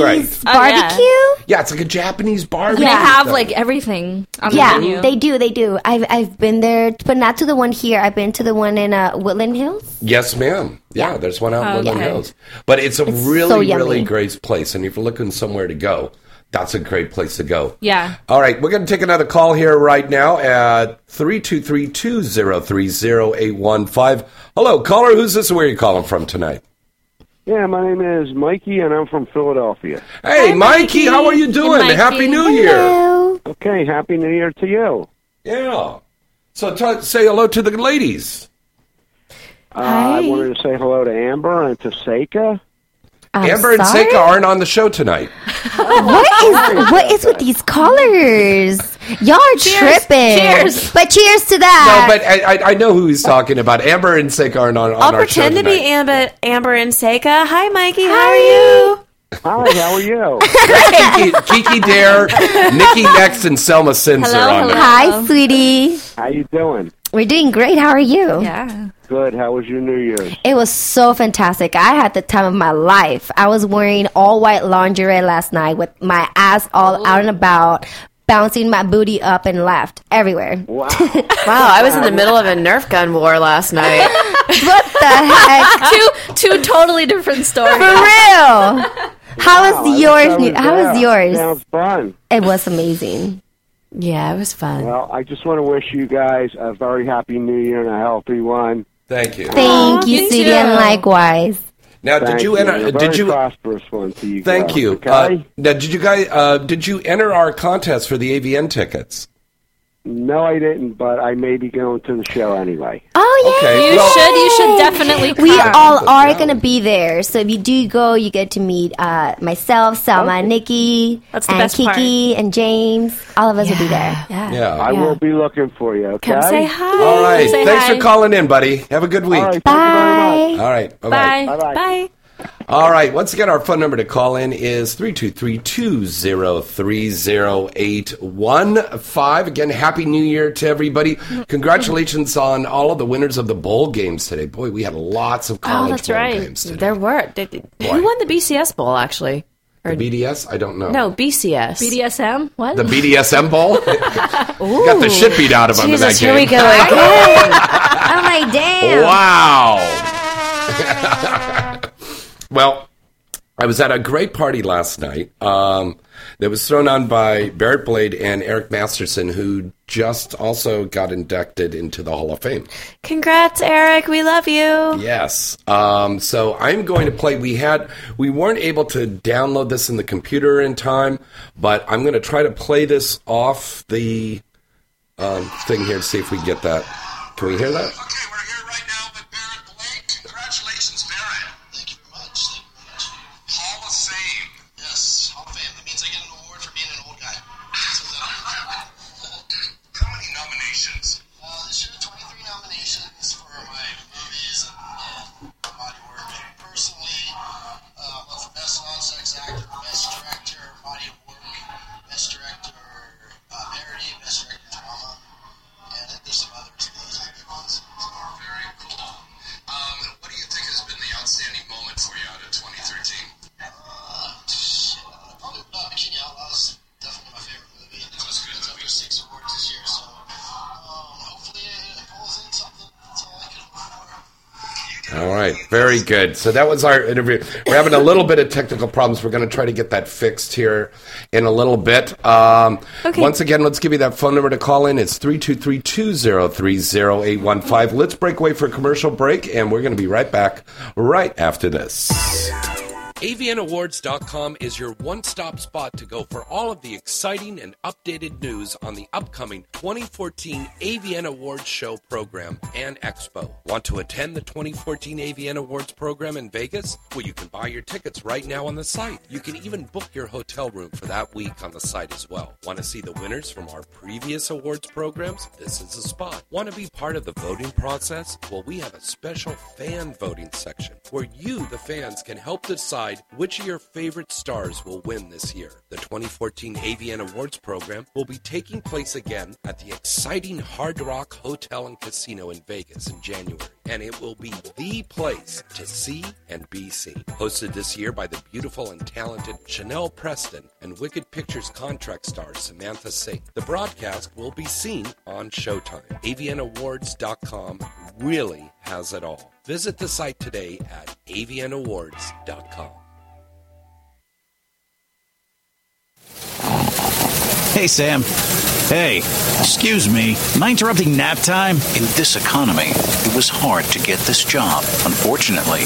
[SPEAKER 6] Oh,
[SPEAKER 3] great.
[SPEAKER 6] yeah.
[SPEAKER 5] barbecue.
[SPEAKER 3] yeah, it's like a Japanese barbecue.
[SPEAKER 6] they have
[SPEAKER 3] thing.
[SPEAKER 6] like everything on
[SPEAKER 5] Yeah,
[SPEAKER 6] the menu.
[SPEAKER 5] they do. They do. I've I've been there, but not to the one here. I've been to the one in uh, Woodland Hills.
[SPEAKER 3] Yes, ma'am. Yeah, there's one out in Woodland
[SPEAKER 6] Oh, Okay.
[SPEAKER 3] Hills. But it's a really,
[SPEAKER 5] so yummy.
[SPEAKER 3] really great place. And if you're looking somewhere to go, that's a great place to go.
[SPEAKER 6] Yeah.
[SPEAKER 3] All right, we're going to take another call here right now at 323-203-0815. Hello, caller. Who's this? and Where are you calling from tonight?
[SPEAKER 8] Yeah, my name is Mikey, and I'm from Philadelphia.
[SPEAKER 3] Hey, Mikey, how are you doing?
[SPEAKER 6] Mikey.
[SPEAKER 3] Happy New Year.
[SPEAKER 5] Hello.
[SPEAKER 8] Okay, happy New Year to you.
[SPEAKER 3] Yeah. So t- say hello to the ladies.
[SPEAKER 8] Uh, I wanted to say hello to Amber and to Seika.
[SPEAKER 5] I'm
[SPEAKER 3] Amber and
[SPEAKER 5] sorry?
[SPEAKER 3] Seika aren't on the show tonight.
[SPEAKER 6] Oh,
[SPEAKER 5] What is what is with these colors? Y'all are tripping.
[SPEAKER 4] Cheers.
[SPEAKER 5] But cheers to
[SPEAKER 3] No,
[SPEAKER 5] that.
[SPEAKER 3] but I, I, I know who he's talking about. Amber and Seika aren't on, on
[SPEAKER 4] I'll
[SPEAKER 3] our show
[SPEAKER 4] pretend to be
[SPEAKER 3] tonight.
[SPEAKER 4] Amber, Amber and Seika. Hi, Mikey. How are you?
[SPEAKER 8] Hi, how are you?
[SPEAKER 3] Kiki, Kiki Dare, Nikki Next, and Selma Sins
[SPEAKER 6] Hello,
[SPEAKER 3] are on
[SPEAKER 6] hello.
[SPEAKER 3] there.
[SPEAKER 5] Hi, sweetie.
[SPEAKER 8] How you doing?
[SPEAKER 5] We're doing great. How are you?
[SPEAKER 6] Yeah.
[SPEAKER 8] Good. How was your New Year's?
[SPEAKER 5] It was so fantastic. I had the time of my life. I was wearing all white lingerie last night with my ass all out and about, bouncing my booty up and left everywhere.
[SPEAKER 8] Wow.
[SPEAKER 4] Wow, I was in the middle of a Nerf gun war last night.
[SPEAKER 5] What the heck?
[SPEAKER 6] two two totally different stories.
[SPEAKER 5] For real? How was yours?
[SPEAKER 8] Sounds-
[SPEAKER 5] New- How was
[SPEAKER 8] yeah,
[SPEAKER 5] yours?
[SPEAKER 8] Sounds fun.
[SPEAKER 5] It was amazing.
[SPEAKER 4] yeah, it was fun.
[SPEAKER 8] Well, I just want to wish you guys a very happy New Year and a healthy one.
[SPEAKER 3] Thank you.
[SPEAKER 5] Thank you,
[SPEAKER 6] thank
[SPEAKER 5] sweetie,
[SPEAKER 6] you.
[SPEAKER 5] and likewise.
[SPEAKER 3] Now, did
[SPEAKER 8] Thank
[SPEAKER 3] you
[SPEAKER 8] and
[SPEAKER 3] enter?
[SPEAKER 8] a
[SPEAKER 3] Did
[SPEAKER 8] very
[SPEAKER 3] you?
[SPEAKER 8] prosperous one to you?
[SPEAKER 3] Thank
[SPEAKER 8] guys,
[SPEAKER 3] you.
[SPEAKER 8] Okay.
[SPEAKER 3] Uh, now, did you guys? Uh, did you enter our contest for the AVN tickets?
[SPEAKER 8] no, I didn't, but I may be going to the show anyway.
[SPEAKER 5] Oh yeah.
[SPEAKER 3] Okay.
[SPEAKER 6] You
[SPEAKER 3] well,
[SPEAKER 6] should you should definitely
[SPEAKER 5] We
[SPEAKER 6] come.
[SPEAKER 5] all are going to be there. So if you do go, you get to meet uh, myself, Selma, Nikki,
[SPEAKER 6] That's the
[SPEAKER 5] and
[SPEAKER 6] best part.
[SPEAKER 5] Kiki, and James. All of us will be there. Yeah.
[SPEAKER 3] Yeah.
[SPEAKER 8] I will be looking for you. Okay.
[SPEAKER 6] Come say hi.
[SPEAKER 3] All right.
[SPEAKER 6] Say
[SPEAKER 3] Thanks
[SPEAKER 6] hi.
[SPEAKER 3] for calling in, buddy. Have a good week.
[SPEAKER 8] All right. Thank you very much.
[SPEAKER 5] Bye.
[SPEAKER 3] All right. Bye-bye.
[SPEAKER 6] Bye.
[SPEAKER 8] Bye-bye.
[SPEAKER 6] Bye.
[SPEAKER 3] All right. Once again, our phone number to call in is 323-203-0815. Again, Happy New Year to everybody. Congratulations on all of the winners of the bowl games today. Boy, we had lots
[SPEAKER 4] Oh,
[SPEAKER 3] of college
[SPEAKER 6] Oh, that's
[SPEAKER 3] bowl
[SPEAKER 6] right.
[SPEAKER 3] games today.
[SPEAKER 4] There were. Did, who won the BCS Bowl, actually?
[SPEAKER 3] The BDS? I don't know.
[SPEAKER 4] No, BCS.
[SPEAKER 6] BDSM? What?
[SPEAKER 3] Oh. The BDSM bowl? Got the shit beat out of them in that
[SPEAKER 4] Jesus,
[SPEAKER 3] game.
[SPEAKER 4] here we go again.
[SPEAKER 5] Oh my damn.
[SPEAKER 3] Wow. well, I was at a great party last night um, that was thrown on by Barrett Blade and Eric Masterson, who just also got inducted into the Hall of Fame.
[SPEAKER 4] Congrats, Eric. We love you.
[SPEAKER 3] Yes. Um, so I'm going to play. We had we weren't able to download this in the computer in time, but I'm going to try to play this off the um, thing here to see if we can get that. Can we hear that?
[SPEAKER 9] Okay, we're here right now with Barrett Blake. Congratulations, Barrett. Thank you very much. Thank you very much. Hall of Fame. Yes, Hall of Fame. That means I get an award for being an old guy. How many nominations? Uh, this year, 23 nominations for my movies and uh, body work. Personally, uh, well, for Best Non-Sex Actor, Best Director, Body of Work, Best Director, uh, Parody, Best Director, Drama. Yeah, I think there's some others. Those are good ones. Very cool. Um, what do you think has been the outstanding moment for you out of 2013? Uh, shit. uh, Probably uh, Bikini Outlaws. Definitely my favorite movie. That was good. It's up for six awards this year, so um, hopefully it pulls in something. That's all I can hope for.
[SPEAKER 3] All right, very good. So that was our interview. We're having a little bit of technical problems. We're going to try to get that fixed here in a little bit. Um, Once again, let's give you that phone number to call in. It's 323-203-0815. Let's break away for a commercial break, and we're going to be right back right after this. AVNAwards.com is your one stop spot to go for all of the exciting and updated news on the upcoming 2014 AVN Awards Show program and Expo. Want to attend the 2014 AVN Awards program in Vegas? Well, you can buy your tickets right now on the site. You can even book your hotel room for that week on the site as well. Want to see the winners from our previous awards programs? This is the spot. Want to be part of the voting process? Well, we have a special fan voting section where you, the fans, can help decide which of your favorite stars will win this year. The 2014 AVN Awards program will be taking place again at the exciting Hard Rock Hotel and Casino in Vegas in January, and it will be the place to see and be seen. Hosted this year by the beautiful and talented Chanel Preston and Wicked Pictures contract star Samantha Singh, the broadcast will be seen on Showtime. AVNAwards.com really has it all. Visit the site today at avnawards.com.
[SPEAKER 10] Hey, Sam. Hey, excuse me. Am I interrupting nap time? In this economy, it was hard to get this job. Unfortunately,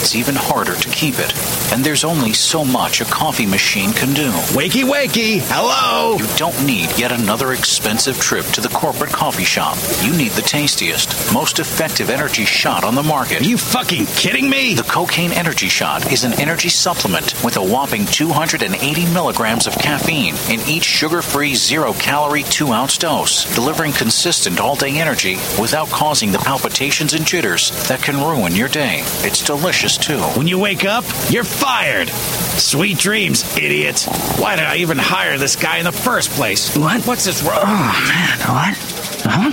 [SPEAKER 10] it's even harder to keep it. And there's only so much a coffee machine can do. Wakey, wakey. Hello. You don't need yet another expensive trip to the corporate coffee shop. You need the tastiest, most effective energy shot on the market. you fucking kidding me? The Cocaine Energy Shot is an energy supplement with a whopping 280 milligrams of caffeine in each sugar free, zero calorie, two ounce dose, delivering consistent all day energy without causing the palpitations and jitters that can ruin your day. It's delicious too. When you wake up, you're fired. Sweet dreams, idiot. Why did I even hire this guy in the first place? What? What's this? Ro- oh, man. What? Huh?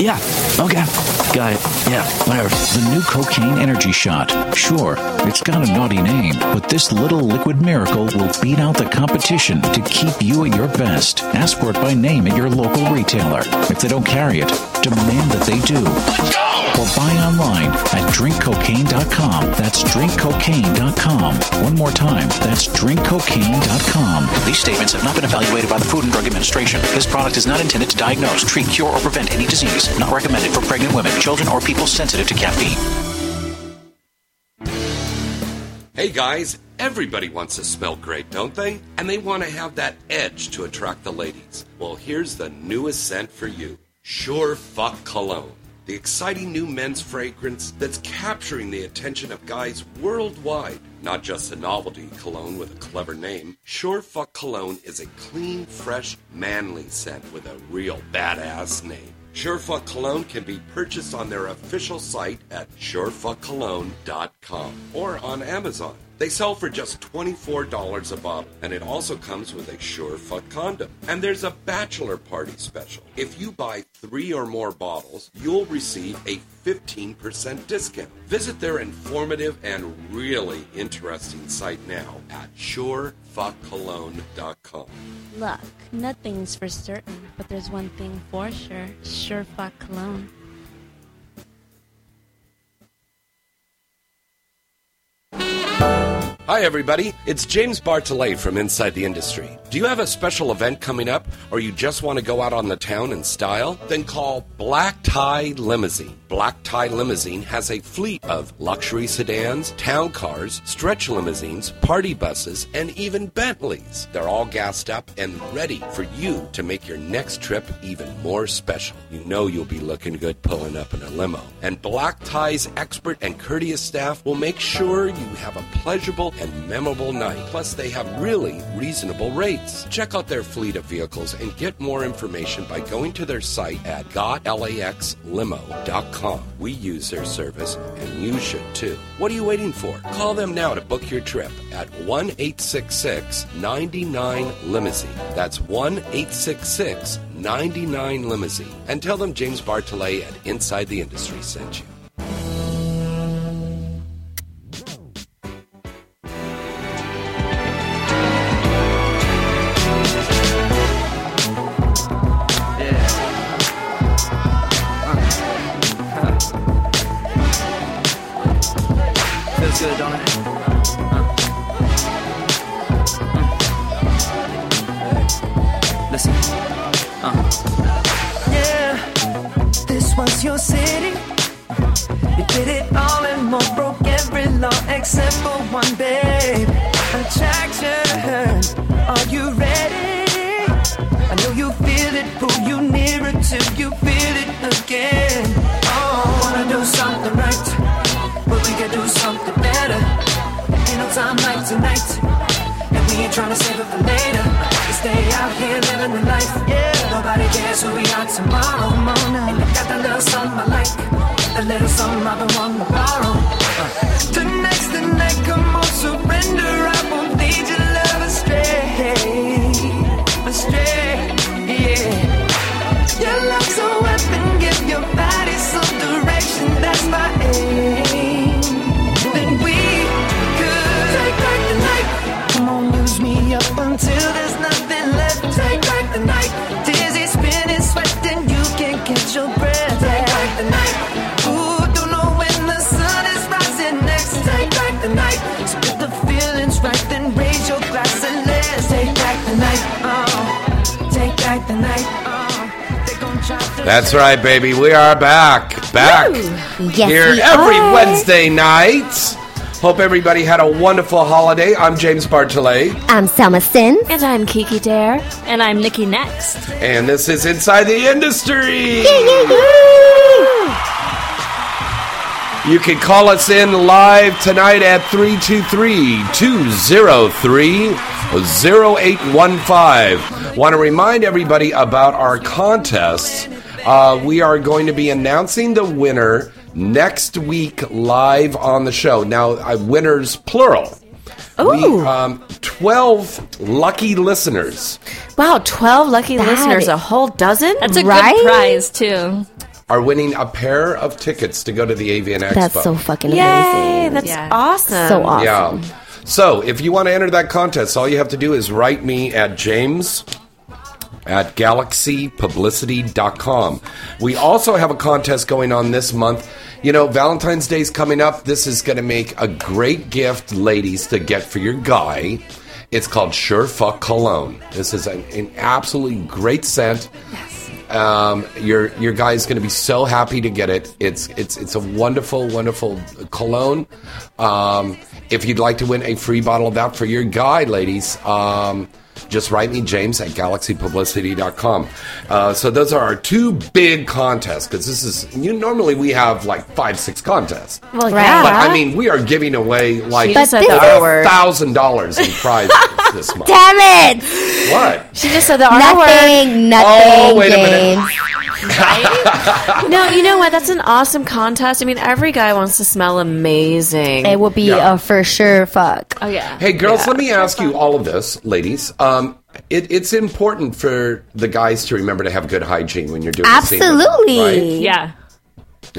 [SPEAKER 10] Yeah. Okay. Got it. Yeah. Whatever. The new cocaine energy shot. Sure, it's got a naughty name, but this little liquid miracle will beat out the competition to keep you at your best. Ask for it by name at your local retailer. If they don't carry it, demand that they do. Or buy online at drinkcocaine.com. That's drinkcocaine.com. One more time, that's drinkcocaine.com. These statements have not been evaluated by the Food and Drug Administration. This product is not intended to diagnose, treat, cure, or prevent any disease. Not recommended for pregnant women, children, or people sensitive to caffeine.
[SPEAKER 3] Hey guys, everybody wants to smell great, don't they? And they want to have that edge to attract the ladies. Well, here's the newest scent for you Sure Fuck Cologne. The exciting new men's fragrance that's capturing the attention of guys worldwide. Not just a novelty cologne with a clever name, Sure Fuck Cologne is a clean, fresh, manly scent with a real badass name. Surefuck Cologne can be purchased on their official site at surefuckcologne.com or on Amazon. They sell for just $24 a bottle, and it also comes with a Surefuck condom. And there's a bachelor party special. If you buy three or more bottles, you'll receive a 15% discount. Visit their informative and really interesting site now at surefuckcologne.com.
[SPEAKER 11] Look, nothing's for certain, but there's one thing for sure. Sure fuck cologne.
[SPEAKER 3] Hi, everybody. It's James Bartolet from Inside the Industry. Do you have a special event coming up, or you just want to go out on the town in style? Then call Black Tie Limousine. Black Tie Limousine has a fleet of luxury sedans, town cars, stretch limousines, party buses, and even Bentleys. They're all gassed up and ready for you to make your next trip even more special. You know you'll be looking good pulling up in a limo. And Black Tie's expert and courteous staff will make sure you have a pleasurable and memorable night. Plus, they have really reasonable rates. Check out their fleet of vehicles and get more information by going to their site at gotlaxlimo.com. We use their service and you should too. What are you waiting for? Call them now to book your trip at 1 866 99 Limousine. That's 1 866 99 Limousine. And tell them James Bartolet at Inside the Industry sent you.
[SPEAKER 12] Feels good, don't it? Uh. Mm. Listen.
[SPEAKER 3] Uh-huh.
[SPEAKER 12] Uh.
[SPEAKER 13] Yeah, this was your city. You did it all and more, broke every law except for one, babe. Attraction, are you ready? I know you feel it, pull you nearer till you feel it again. Oh, wanna do something right, but we can do something better. Ain't no time like tonight, and we ain't tryna save it for later. We stay out here living the life, yeah. Nobody cares who we are tomorrow. And I got that little something I like, that little something I've been wanting to borrow. Tonight's the night, come on, surrender. I won't lead your love astray, astray, yeah. Your love's a weapon, give your body some direction. That's my aim. Then we could take back the night. Come on, use me up until there's nothing left. Take back the night. Dizzy, spinning, sweating, you can't catch your breath. Take back the night. Ooh, don't know when the sun is rising next. Take back the night. Split the feelings right, then raise your glass and let's take back the night. Oh, take back the night. Oh, they gon' try to
[SPEAKER 3] That's right, baby. We are back. Back
[SPEAKER 5] Yes,
[SPEAKER 3] here
[SPEAKER 5] we
[SPEAKER 3] every
[SPEAKER 5] are.
[SPEAKER 3] Wednesday night. Hope everybody had a wonderful holiday. I'm James Bartolet,
[SPEAKER 5] I'm Selma Sin.
[SPEAKER 4] And I'm Kiki Dare.
[SPEAKER 6] And I'm Nikki next.
[SPEAKER 3] and this is Inside the Industry. You can call us in live tonight at 323 203 0815. Want to remind everybody about our contests. Uh, we are going to be announcing the winner next week live on the show. Now, uh, winners plural. We, um, 12 lucky listeners
[SPEAKER 4] Wow, 12 lucky
[SPEAKER 6] That
[SPEAKER 4] listeners,
[SPEAKER 6] is-
[SPEAKER 4] a whole dozen?
[SPEAKER 6] That's a
[SPEAKER 4] Right?
[SPEAKER 6] good prize too.
[SPEAKER 3] are winning a pair of tickets to go to the Avian Expo.
[SPEAKER 5] That's so fucking
[SPEAKER 4] Yay,
[SPEAKER 5] amazing.
[SPEAKER 4] that's awesome.
[SPEAKER 5] So awesome.
[SPEAKER 3] Yeah. So if you want to enter that contest, all you have to do is write me at James at galaxypublicity.com. We also have a contest going on this month. You know, Valentine's Day's coming up. This is going to make a great gift, ladies, to get for your guy. It's called Sure Fuck Cologne. This is an, an absolutely great scent. Yes. Um, your your guy is going to be so happy to get it. It's it's it's a wonderful wonderful cologne. Um, if you'd like to win a free bottle of that for your guy, ladies, um, just write me james at galaxypublicity.com uh, so those are our two big contests because this is you normally we have like five six contests
[SPEAKER 4] Well,
[SPEAKER 5] yeah.
[SPEAKER 3] but i mean we are giving away like
[SPEAKER 4] She just said the R word.
[SPEAKER 3] thousand dollars in prizes this month
[SPEAKER 5] Damn it!
[SPEAKER 3] what
[SPEAKER 4] She just said the R
[SPEAKER 5] Nothing,
[SPEAKER 4] word.
[SPEAKER 5] nothing.
[SPEAKER 3] Oh, wait a minute.
[SPEAKER 5] James.
[SPEAKER 4] No, you know what? That's an awesome contest. I mean, every guy wants to smell amazing.
[SPEAKER 5] It would be
[SPEAKER 3] Yeah.
[SPEAKER 5] a for sure fuck.
[SPEAKER 4] Oh, yeah.
[SPEAKER 3] hey girls let me ask you all of this ladies um, it, it's important for the guys to remember to have good hygiene when you're doing a scene with them,
[SPEAKER 5] Absolutely.
[SPEAKER 3] right?
[SPEAKER 6] Yeah.
[SPEAKER 5] Are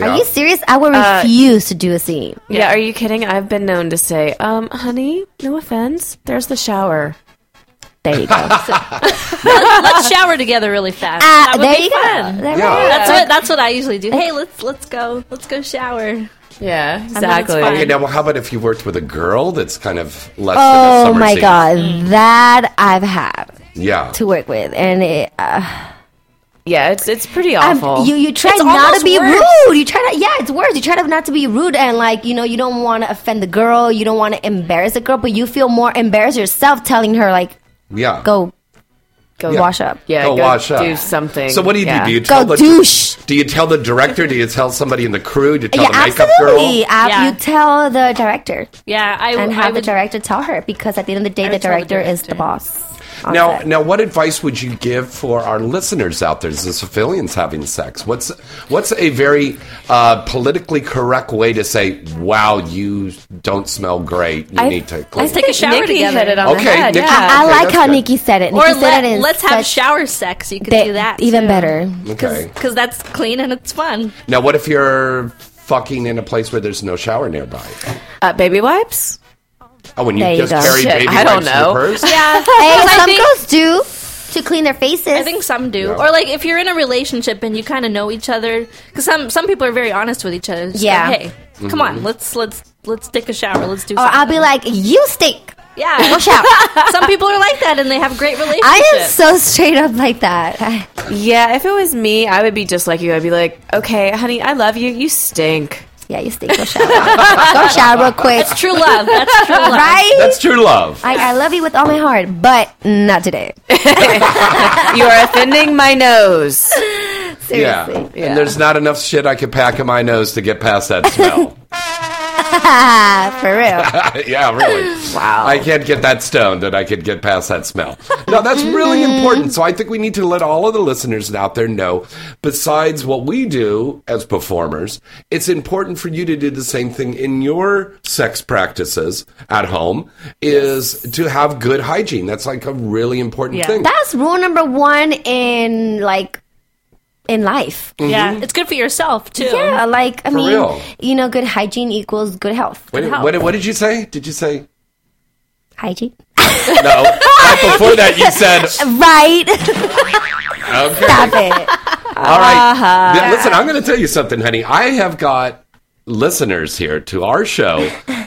[SPEAKER 3] Yeah.
[SPEAKER 5] you serious? I would refuse to do a scene.
[SPEAKER 4] Uh, Yeah. are you kidding? I've been known to say, um, honey, no offense, there's the shower.
[SPEAKER 5] There you go.
[SPEAKER 6] Let's shower together really fast. that would
[SPEAKER 5] Uh, there
[SPEAKER 6] be
[SPEAKER 5] you go.
[SPEAKER 6] fun.
[SPEAKER 5] There
[SPEAKER 3] Yeah. we go.
[SPEAKER 6] That's what that's what I usually do. Hey, let's let's go. Let's go shower.
[SPEAKER 4] Yeah,
[SPEAKER 6] exactly.
[SPEAKER 3] Okay, now well, how about if you worked with a girl that's kind of less than a
[SPEAKER 5] Oh
[SPEAKER 3] summer
[SPEAKER 5] my
[SPEAKER 3] scene?
[SPEAKER 5] god,
[SPEAKER 4] Mm.
[SPEAKER 5] that I've had
[SPEAKER 3] Yeah.
[SPEAKER 5] to work with, and it, uh,
[SPEAKER 4] Yeah, it's it's pretty
[SPEAKER 5] I'm-
[SPEAKER 4] awful.
[SPEAKER 5] you you try
[SPEAKER 6] It's
[SPEAKER 5] not to
[SPEAKER 6] almost
[SPEAKER 5] be
[SPEAKER 6] worse.
[SPEAKER 5] rude. You try to yeah, it's worse. You try to not to be rude, and like you know, you don't want to offend the girl, you don't want to embarrass the girl, but you feel more embarrassed yourself telling her like
[SPEAKER 3] Yeah.
[SPEAKER 5] go
[SPEAKER 4] go
[SPEAKER 3] Yeah.
[SPEAKER 5] wash up,
[SPEAKER 4] yeah,
[SPEAKER 3] go, wash up.
[SPEAKER 4] do something.
[SPEAKER 3] So what do you
[SPEAKER 4] Yeah.
[SPEAKER 3] do? Do you
[SPEAKER 5] go
[SPEAKER 3] tell the
[SPEAKER 5] douche.
[SPEAKER 3] Do you tell the director? Do you tell somebody in the crew? Do you tell
[SPEAKER 5] Yeah,
[SPEAKER 3] the makeup
[SPEAKER 5] absolutely.
[SPEAKER 3] girl?
[SPEAKER 5] Ab-
[SPEAKER 6] Yeah.
[SPEAKER 5] You tell the director
[SPEAKER 6] Yeah, I,
[SPEAKER 5] and
[SPEAKER 6] I
[SPEAKER 5] have the
[SPEAKER 6] would
[SPEAKER 5] director tell her because at the end of the day, the
[SPEAKER 6] would tell the
[SPEAKER 5] director, is the boss. on
[SPEAKER 3] Now,
[SPEAKER 5] set.
[SPEAKER 3] now, what advice would you give for our listeners out there, the civilians having sex? What's what's a very uh, politically correct way to say, "Wow, you don't smell great. You
[SPEAKER 4] I-
[SPEAKER 3] need to clean."
[SPEAKER 4] I think
[SPEAKER 6] a shower
[SPEAKER 4] Nikki
[SPEAKER 6] together.
[SPEAKER 4] hit it on the
[SPEAKER 3] Okay,
[SPEAKER 4] head.
[SPEAKER 3] Nikki-
[SPEAKER 4] Yeah.
[SPEAKER 5] I
[SPEAKER 3] Okay,
[SPEAKER 5] like
[SPEAKER 3] that's
[SPEAKER 5] how
[SPEAKER 3] good.
[SPEAKER 5] Nikki said it. Nikki
[SPEAKER 6] or
[SPEAKER 5] said it
[SPEAKER 6] let,
[SPEAKER 5] in
[SPEAKER 6] let's have
[SPEAKER 5] such-
[SPEAKER 6] shower sex. You could
[SPEAKER 5] that-
[SPEAKER 6] do that
[SPEAKER 5] even better.
[SPEAKER 3] okay.
[SPEAKER 6] because that's clean and it's fun.
[SPEAKER 3] Now, what if you're fucking in a place where there's no shower nearby?
[SPEAKER 4] Uh, baby wipes.
[SPEAKER 3] Oh, and you
[SPEAKER 5] There you
[SPEAKER 3] just
[SPEAKER 5] go.
[SPEAKER 3] carry
[SPEAKER 4] Shit,
[SPEAKER 3] baby
[SPEAKER 4] I don't
[SPEAKER 3] wipes in your
[SPEAKER 4] know.
[SPEAKER 3] purse?
[SPEAKER 6] Yeah,
[SPEAKER 5] Hey,
[SPEAKER 6] I
[SPEAKER 5] some
[SPEAKER 6] think-
[SPEAKER 5] girls do to clean their faces.
[SPEAKER 6] I think some do.
[SPEAKER 3] Yeah.
[SPEAKER 6] Or like if you're in a relationship and you kind of know each other, because some some people are very honest with each other. Just go,
[SPEAKER 5] Yeah.
[SPEAKER 6] hey, come
[SPEAKER 3] Mm-hmm.
[SPEAKER 6] on, let's let's let's take a shower. Let's do.
[SPEAKER 5] or
[SPEAKER 6] something.
[SPEAKER 5] I'll be like, you stink.
[SPEAKER 6] yeah.
[SPEAKER 5] Go shower.
[SPEAKER 6] some people are like that and they have great relationships.
[SPEAKER 5] I am so straight up like that. I-
[SPEAKER 4] Yeah, if it was me, I would be just like you. I'd be like, okay, honey, I love you. You stink.
[SPEAKER 5] yeah, you stink. Go shower. Go shower real quick.
[SPEAKER 6] That's true love. That's true love.
[SPEAKER 5] Right?
[SPEAKER 3] That's true love.
[SPEAKER 5] I, I love you with all my heart, but not today.
[SPEAKER 4] You are offending my nose.
[SPEAKER 5] Seriously.
[SPEAKER 3] Yeah. And there's not enough shit I could pack in my nose to get past that smell.
[SPEAKER 5] For real.
[SPEAKER 3] yeah, really. Wow. I can't get that stoned and I could get past that smell. No, that's really important. So I think we need to let all of the listeners out there know, besides what we do as performers, it's important for you to do the same thing in your sex practices at home is to have good hygiene. That's like a really important thing.
[SPEAKER 5] That's rule number one in like in life.
[SPEAKER 6] Yeah, it's good for yourself too.
[SPEAKER 5] Yeah, like I mean,
[SPEAKER 3] Mm-hmm. real.
[SPEAKER 5] you know, good hygiene equals good health.
[SPEAKER 3] What, what, what did you say? Did you say?
[SPEAKER 5] Hygiene,
[SPEAKER 3] No. Right before that, you said,
[SPEAKER 5] right?
[SPEAKER 3] okay.
[SPEAKER 5] Stop it.
[SPEAKER 3] All right. Now, listen, I'm going to tell you something, honey. I have got listeners here to our show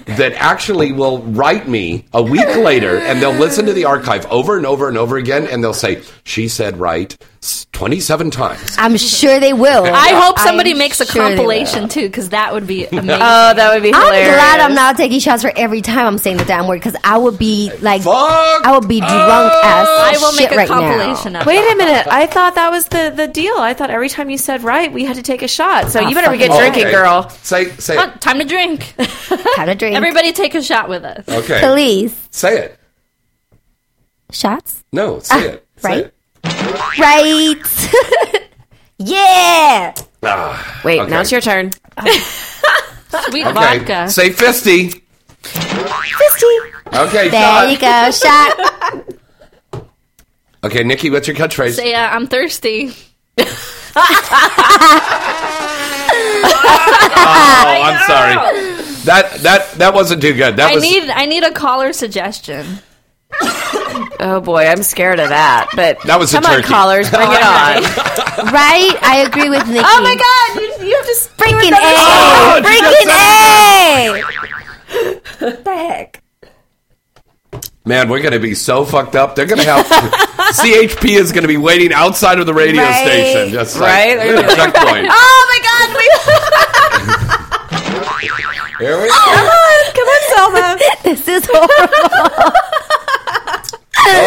[SPEAKER 3] that actually will write me a week later and they'll listen to the archive over and over and over again and they'll say, She said right s- 27 times.
[SPEAKER 5] I'm sure they will.
[SPEAKER 6] I hope somebody
[SPEAKER 5] I'm
[SPEAKER 6] makes a
[SPEAKER 5] sure they will.
[SPEAKER 6] compilation too, because that would be amazing.
[SPEAKER 4] Oh, that would be
[SPEAKER 5] I'm
[SPEAKER 4] hilarious.
[SPEAKER 5] glad I'm not taking shots for every time I'm saying the damn word because I would be like,
[SPEAKER 3] Fuck!
[SPEAKER 5] I would be drunk as
[SPEAKER 6] I will
[SPEAKER 5] shit
[SPEAKER 6] make a
[SPEAKER 5] right
[SPEAKER 6] compilation
[SPEAKER 5] now.
[SPEAKER 6] of.
[SPEAKER 4] Wait a minute. I thought that was the, the deal. I thought every time you said right, we had to take a shot. So you better
[SPEAKER 5] fuck
[SPEAKER 4] get
[SPEAKER 5] it.
[SPEAKER 4] drinking,
[SPEAKER 3] Okay.
[SPEAKER 4] girl.
[SPEAKER 3] Say, say
[SPEAKER 6] Oh,
[SPEAKER 3] it.
[SPEAKER 6] time to drink.
[SPEAKER 5] Kind of drink.
[SPEAKER 6] Everybody take a shot with us.
[SPEAKER 3] Okay.
[SPEAKER 5] Please,
[SPEAKER 3] Say it.
[SPEAKER 5] shots,
[SPEAKER 3] No, say it. Say
[SPEAKER 5] right?
[SPEAKER 3] it.
[SPEAKER 5] right? yeah.
[SPEAKER 3] Ah,
[SPEAKER 4] Wait,
[SPEAKER 3] okay.
[SPEAKER 4] now it's your turn.
[SPEAKER 6] Sweet
[SPEAKER 3] Okay.
[SPEAKER 6] vodka.
[SPEAKER 3] Say fisty.
[SPEAKER 5] Fisty.
[SPEAKER 3] Okay,
[SPEAKER 5] There
[SPEAKER 3] shot.
[SPEAKER 5] you go. Shot.
[SPEAKER 3] Okay, Nikki, what's your catchphrase?
[SPEAKER 6] Say, uh, I'm thirsty.
[SPEAKER 3] oh, I'm sorry. That that that wasn't too good. That
[SPEAKER 6] I
[SPEAKER 3] was
[SPEAKER 6] need I need a caller suggestion.
[SPEAKER 4] Oh boy, I'm scared of that. But
[SPEAKER 3] That was a
[SPEAKER 4] come on,
[SPEAKER 3] turkey.
[SPEAKER 4] callers, bring it on.
[SPEAKER 5] right? I agree with Nikki.
[SPEAKER 4] Oh my
[SPEAKER 6] God, you, you have to
[SPEAKER 5] freaking
[SPEAKER 4] with
[SPEAKER 3] Oh,
[SPEAKER 5] A.
[SPEAKER 4] us.
[SPEAKER 5] freaking A.
[SPEAKER 4] What the heck?
[SPEAKER 3] man, we're gonna be so fucked up. They're gonna have CHP is gonna be waiting outside of the radio
[SPEAKER 4] Right.
[SPEAKER 3] station. Just like,
[SPEAKER 4] Right?
[SPEAKER 3] we're at a checkpoint.
[SPEAKER 4] Oh my God!
[SPEAKER 3] Here we
[SPEAKER 4] come
[SPEAKER 3] go.
[SPEAKER 2] Oh,
[SPEAKER 4] on, come on, Selma.
[SPEAKER 5] This is horrible.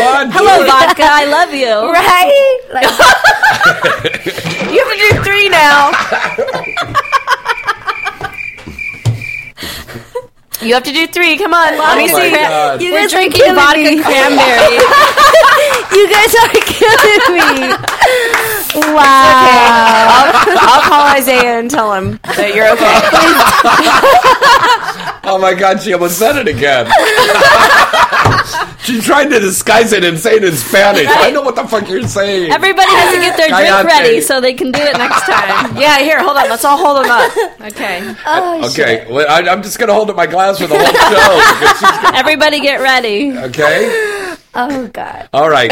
[SPEAKER 3] on,
[SPEAKER 6] Hello,
[SPEAKER 3] do it.
[SPEAKER 6] vodka. I love you.
[SPEAKER 5] Right?
[SPEAKER 4] You have to do three now. You have to do three. Come on, let me
[SPEAKER 5] Oh my
[SPEAKER 4] see.
[SPEAKER 5] God.
[SPEAKER 4] You
[SPEAKER 5] We're
[SPEAKER 4] guys are
[SPEAKER 5] drinking
[SPEAKER 4] killing
[SPEAKER 5] vodka
[SPEAKER 4] me.
[SPEAKER 5] cranberry. you guys are killing me. Wow.
[SPEAKER 4] I'll, I'll call Isaiah and tell him that you're okay.
[SPEAKER 3] Oh my god, she almost said it again. She's trying to disguise it and say it in Spanish. I know what the fuck you're saying.
[SPEAKER 6] Everybody has to get their
[SPEAKER 3] Callate.
[SPEAKER 6] drink ready so they can do it next time.
[SPEAKER 4] yeah, here, hold on. Let's all hold them up.
[SPEAKER 6] Okay.
[SPEAKER 5] Oh,
[SPEAKER 3] okay, well, I, I'm just gonna hold up my glass for the whole show. because she's-
[SPEAKER 6] Everybody get ready.
[SPEAKER 3] okay.
[SPEAKER 5] Oh God.
[SPEAKER 3] All right.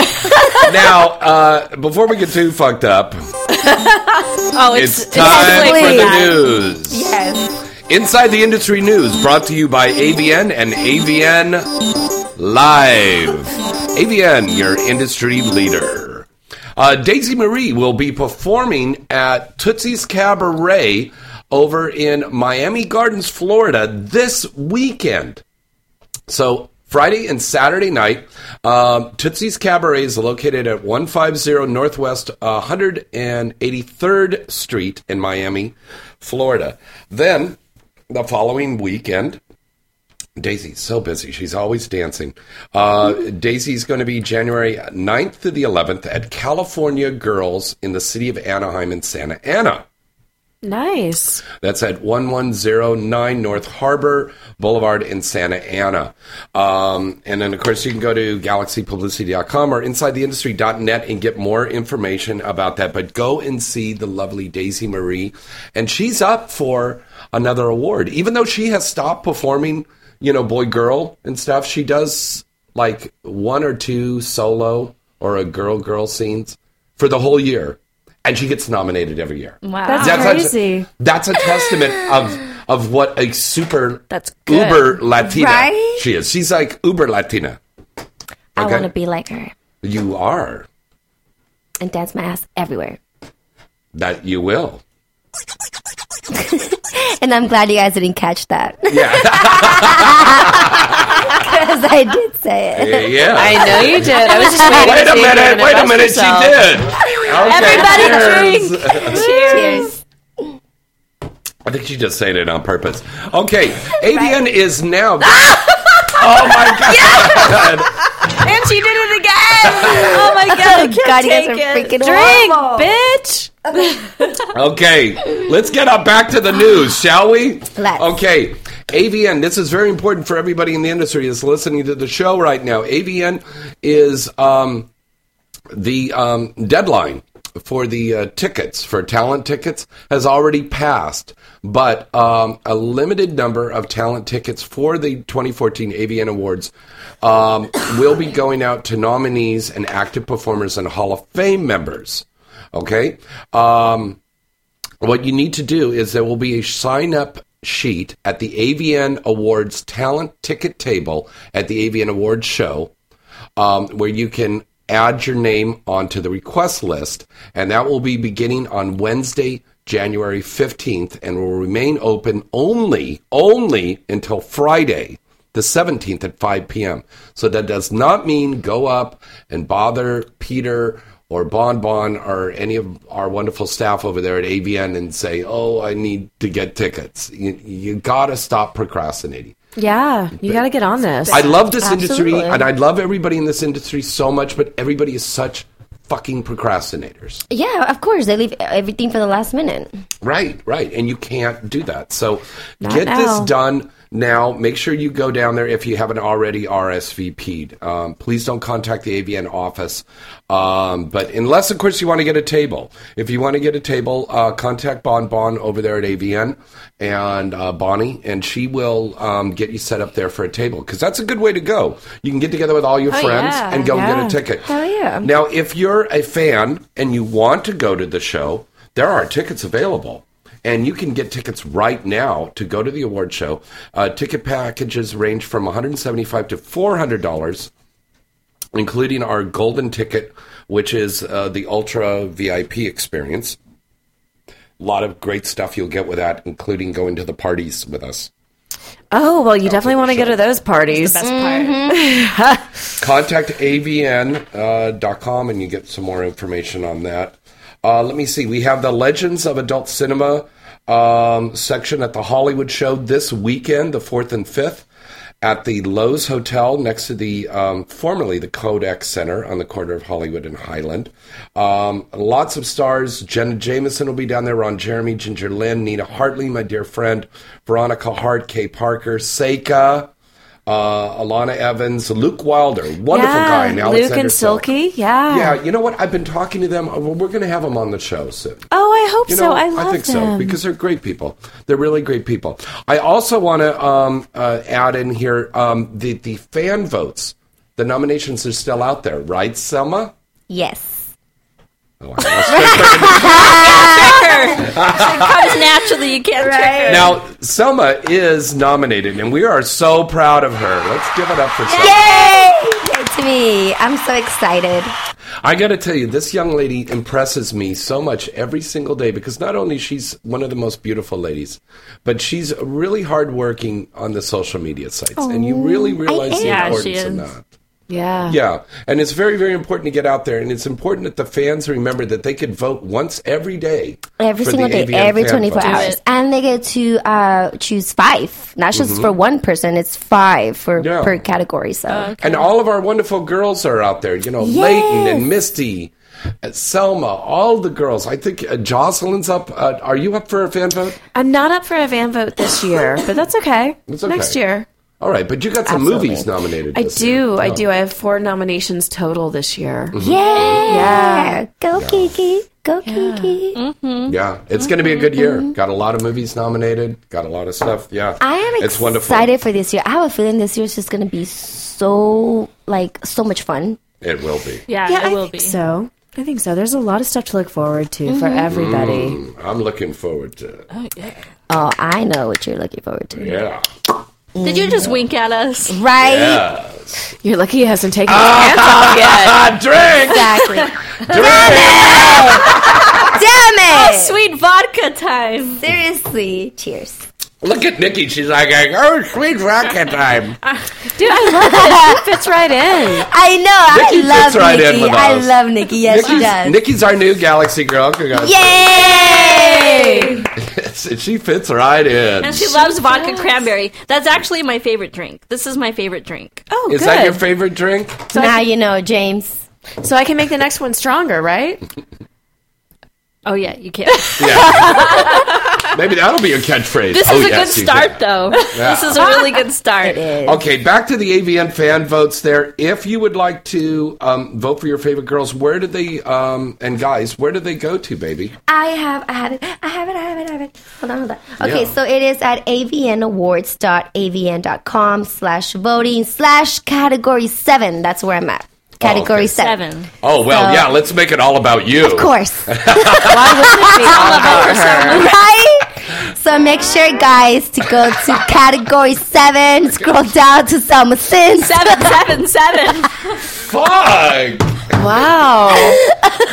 [SPEAKER 3] now, uh, before we get too fucked up,
[SPEAKER 6] oh,
[SPEAKER 3] it's, time for the news.
[SPEAKER 6] Yes.
[SPEAKER 3] Inside the Industry News, brought to you by AVN and AVN Live. AVN, your industry leader. Uh, Daisy Marie will be performing at Tootsie's Cabaret over in Miami Gardens, Florida this weekend. So Friday and Saturday night, um, Tootsie's Cabaret is located at 150 Northwest uh, 183rd Street in Miami, Florida. Then the following weekend, Daisy's so busy. She's always dancing. Uh, Daisy's going to be January 9th to the 11th at California Girls in the city of Anaheim in Santa Ana.
[SPEAKER 4] Nice.
[SPEAKER 3] That's at 1109 North Harbor Boulevard in Santa Ana. Um, and then, of course, you can go to galaxypublicity.com or insidetheindustry.net and get more information about that. But go and see the lovely Daisy Marie. And she's up for another award. Even though she has stopped performing, you know, boy girl and stuff, she does like one or two solo or a girl girl scenes for the whole year. And she gets nominated every year.
[SPEAKER 6] Wow.
[SPEAKER 4] That's
[SPEAKER 3] That's actually-
[SPEAKER 4] crazy.
[SPEAKER 3] That's a testament of of what a super
[SPEAKER 4] That's good.
[SPEAKER 3] uber Latina
[SPEAKER 5] Right?
[SPEAKER 3] she is. She's like uber Latina.
[SPEAKER 5] I
[SPEAKER 3] Okay.
[SPEAKER 5] want to be like her
[SPEAKER 3] You are
[SPEAKER 5] and dance my ass everywhere.
[SPEAKER 3] that. You will.
[SPEAKER 5] And I'm glad you guys didn't catch that.
[SPEAKER 3] Yeah.
[SPEAKER 5] Because I did say it.
[SPEAKER 3] yeah.
[SPEAKER 4] I know you did. I was just waiting.
[SPEAKER 3] Wait
[SPEAKER 4] to
[SPEAKER 3] a
[SPEAKER 4] see if you were
[SPEAKER 3] minute.
[SPEAKER 4] gonna
[SPEAKER 3] Wait a
[SPEAKER 4] bust yourself.
[SPEAKER 3] minute. She did. Okay, cheers.
[SPEAKER 4] Everybody drink. Cheers.
[SPEAKER 3] I think she just said it on purpose. Okay. AVN is now. oh my god.
[SPEAKER 6] And she did it again. Oh my god, I can't
[SPEAKER 5] God, you guys
[SPEAKER 6] take
[SPEAKER 5] are
[SPEAKER 6] it.
[SPEAKER 5] freaking
[SPEAKER 6] Drink,
[SPEAKER 5] horrible.
[SPEAKER 6] bitch.
[SPEAKER 3] Okay, let's get up back to the news, shall we?
[SPEAKER 5] Let's.
[SPEAKER 3] Okay, AVN, this is very important for everybody in the industry that's listening to the show right now. AVN is um, the um, deadline for the uh, tickets, for talent tickets, has already passed, but um, a limited number of talent tickets for the 2014 AVN Awards um, will be going out to nominees and active performers and Hall of Fame members. Okay? Um, what you need to do is there will be a sign up sheet at the AVN Awards talent ticket table at the AVN Awards show um, where you can add your name onto the request list. And that will be beginning on Wednesday, January 15th, and will remain open only, only until Friday. The 17th at 5 p.m. So that does not mean go up and bother Peter or Bon Bon or any of our wonderful staff over there at AVN and say, oh, I need to get tickets. You, you got to stop procrastinating.
[SPEAKER 4] Yeah, you got to get on this.
[SPEAKER 3] I love this industry,
[SPEAKER 4] Absolutely.
[SPEAKER 3] and I love everybody in this industry so much, but everybody is such fucking procrastinators.
[SPEAKER 5] Yeah, of course. They leave everything for the last minute.
[SPEAKER 3] Right, right. And you can't do that. So
[SPEAKER 5] Not
[SPEAKER 3] get
[SPEAKER 5] now.
[SPEAKER 3] this done. Now, make sure you go down there if you haven't already RSVP'd. Um, please don't contact the AVN office. Um, but unless, of course, you want to get a table. If you want to get a table, uh, contact Bon Bon over there at AVN and uh, Bonnie, and she will um, get you set up there for a table because that's a good way to go. You can get together with all your
[SPEAKER 4] Oh,
[SPEAKER 3] friends
[SPEAKER 4] yeah.
[SPEAKER 3] and go
[SPEAKER 4] Yeah.
[SPEAKER 3] and get a ticket.
[SPEAKER 4] Hell, yeah.
[SPEAKER 3] Now, if you're a fan and you want to go to the show, there are tickets available. And you can get tickets right now to go to the award show. Uh, ticket packages range from $175 to $400, including our golden ticket, which is uh, the Ultra VIP experience. A lot of great stuff you'll get with that, including going to the parties with us.
[SPEAKER 4] Oh well, you definitely want to go to those parties. Mm-hmm. That's the best part.
[SPEAKER 3] contact avn.com uh, and you get some more information on that. Uh, let me see. We have the Legends of Adult Cinema um, section at the Hollywood Show this weekend, the 4th and 5th, at the Lowe's Hotel next to the um, formerly the Codex Center on the corner of Hollywood and Highland. Um, lots of stars. Jenna Jameson will be down there. Ron Jeremy, Ginger Lynn, Nina Hartley, my dear friend, Veronica Hart, Kay Parker, Seika uh, Alana Evans, Luke Wilder, wonderful
[SPEAKER 4] yeah,
[SPEAKER 3] guy, and Alexander
[SPEAKER 4] Luke and
[SPEAKER 3] Silk.
[SPEAKER 4] Silky. Yeah.
[SPEAKER 3] Yeah, you know what? I've been talking to them. Uh, well, We're going to have them on the show soon.
[SPEAKER 4] Oh, I hope
[SPEAKER 3] You
[SPEAKER 4] so.
[SPEAKER 3] know,
[SPEAKER 4] I love
[SPEAKER 3] think so
[SPEAKER 4] them.
[SPEAKER 3] because they're great people. They're really great people. I also want to um, uh, add in here um, the the fan votes. The nominations are still out there, right, Selma?
[SPEAKER 5] Yes.
[SPEAKER 6] it comes naturally. You can't trick her.
[SPEAKER 3] Now, Selma is nominated, and we are so proud of her. Let's give it up for Selma.
[SPEAKER 5] Yay! Yay to me. I'm so excited.
[SPEAKER 3] I got to tell you, this young lady impresses me so much every single day because not only she's one of the most beautiful ladies, but she's really hardworking on the social media sites, and you really realize
[SPEAKER 4] am.
[SPEAKER 3] the
[SPEAKER 4] Yeah, she
[SPEAKER 3] importance of
[SPEAKER 4] is.
[SPEAKER 3] that.
[SPEAKER 4] Yeah.
[SPEAKER 3] Yeah, and it's very, very important to get out there, and it's important that the fans remember that they could vote once every day,
[SPEAKER 5] Every
[SPEAKER 3] for the
[SPEAKER 5] single day,
[SPEAKER 3] AVN
[SPEAKER 5] every
[SPEAKER 3] fan
[SPEAKER 5] 24
[SPEAKER 3] vote.
[SPEAKER 5] hours. And they get to uh, choose five, not just
[SPEAKER 3] Mhm.
[SPEAKER 5] for one person, it's five for
[SPEAKER 3] Yeah.
[SPEAKER 5] per category. So
[SPEAKER 4] Oh,
[SPEAKER 3] And all of our wonderful girls are out there. You know,
[SPEAKER 5] Yes.
[SPEAKER 3] Leighton and Misty, uh, Selma, all the girls. I think uh, Jocelyn's up. Uh, are you up for a fan vote?
[SPEAKER 4] I'm not up for a van vote this year, but that's okay.
[SPEAKER 3] It's okay.
[SPEAKER 4] Next year.
[SPEAKER 3] All right, but you got some
[SPEAKER 4] Absolutely.
[SPEAKER 3] movies nominated.
[SPEAKER 4] I
[SPEAKER 3] this
[SPEAKER 4] do.
[SPEAKER 3] year.
[SPEAKER 4] I
[SPEAKER 3] Oh.
[SPEAKER 4] do. I have four nominations total this year.
[SPEAKER 3] Mhm.
[SPEAKER 5] Yeah.
[SPEAKER 4] Yeah.
[SPEAKER 5] Go Kiki. Go Kiki.
[SPEAKER 6] Mm-hmm.
[SPEAKER 3] Yeah, it's going to be a good year. Got a lot of movies nominated. Got a lot of stuff. Yeah,
[SPEAKER 5] I am
[SPEAKER 3] It's wonderful.
[SPEAKER 5] excited for this year. I have a feeling this year is just going to be so, like, so much fun.
[SPEAKER 3] It will be.
[SPEAKER 6] Yeah,
[SPEAKER 4] I will think be. Mm-hmm. so. I think so. There's a lot of stuff to look forward to for
[SPEAKER 5] Mhm.
[SPEAKER 4] everybody.
[SPEAKER 3] Mm, I'm looking forward to it.
[SPEAKER 5] Oh, I know what you're looking forward to.
[SPEAKER 3] Yeah.
[SPEAKER 6] Did you just wink at us?
[SPEAKER 5] Mm. Right.
[SPEAKER 4] You're lucky he hasn't taken his pants off yet.
[SPEAKER 3] Ah, Drink.
[SPEAKER 5] Exactly. Damn it!
[SPEAKER 6] Oh, sweet vodka time.
[SPEAKER 5] Seriously. Cheers.
[SPEAKER 3] Look at Nikki. She's like, oh, sweet rocket time.
[SPEAKER 4] Dude, I love it. It fits right in.
[SPEAKER 5] I know.
[SPEAKER 3] Nikki
[SPEAKER 5] I love
[SPEAKER 3] fits right in
[SPEAKER 5] Nikki.
[SPEAKER 3] with
[SPEAKER 5] I
[SPEAKER 3] us.
[SPEAKER 5] love Nikki. Yes, she
[SPEAKER 3] Nikki's-
[SPEAKER 5] does.
[SPEAKER 3] Nikki's our new Galaxy girl. Congrats.
[SPEAKER 5] Yay!
[SPEAKER 3] she fits right in.
[SPEAKER 6] And she loves vodka cranberry. That's actually my favorite drink. This is my favorite drink.
[SPEAKER 4] Oh,
[SPEAKER 3] Is that your favorite drink?
[SPEAKER 5] now you know, James.
[SPEAKER 4] So I can make the next one stronger, right?
[SPEAKER 6] Oh yeah, you can. this
[SPEAKER 3] Maybe that'll be your catchphrase. Oh,
[SPEAKER 6] is a
[SPEAKER 3] yes,
[SPEAKER 6] good
[SPEAKER 3] you can.
[SPEAKER 6] start, though.
[SPEAKER 3] Yeah.
[SPEAKER 6] This is a really good start.
[SPEAKER 3] Okay, back to the AVN fan votes there. If you would like to um, vote for your favorite girls, where did they, um, and guys, where did they go to, baby?
[SPEAKER 5] I have, I have it, I have it, I have it, I have it. Hold on, hold on. Okay,
[SPEAKER 3] Yeah.
[SPEAKER 5] so it is at avnawards.avn.com slash voting slash category seven. That's where I'm at. Category
[SPEAKER 3] okay.
[SPEAKER 5] seven.
[SPEAKER 3] Oh, well,
[SPEAKER 5] So-
[SPEAKER 3] yeah, let's make it all about you.
[SPEAKER 5] Of course.
[SPEAKER 3] her.
[SPEAKER 5] right? So make sure, guys, to go to category seven, scroll down to Selma Sin.
[SPEAKER 6] Seven, seven, seven.
[SPEAKER 3] Fuck!
[SPEAKER 4] Wow.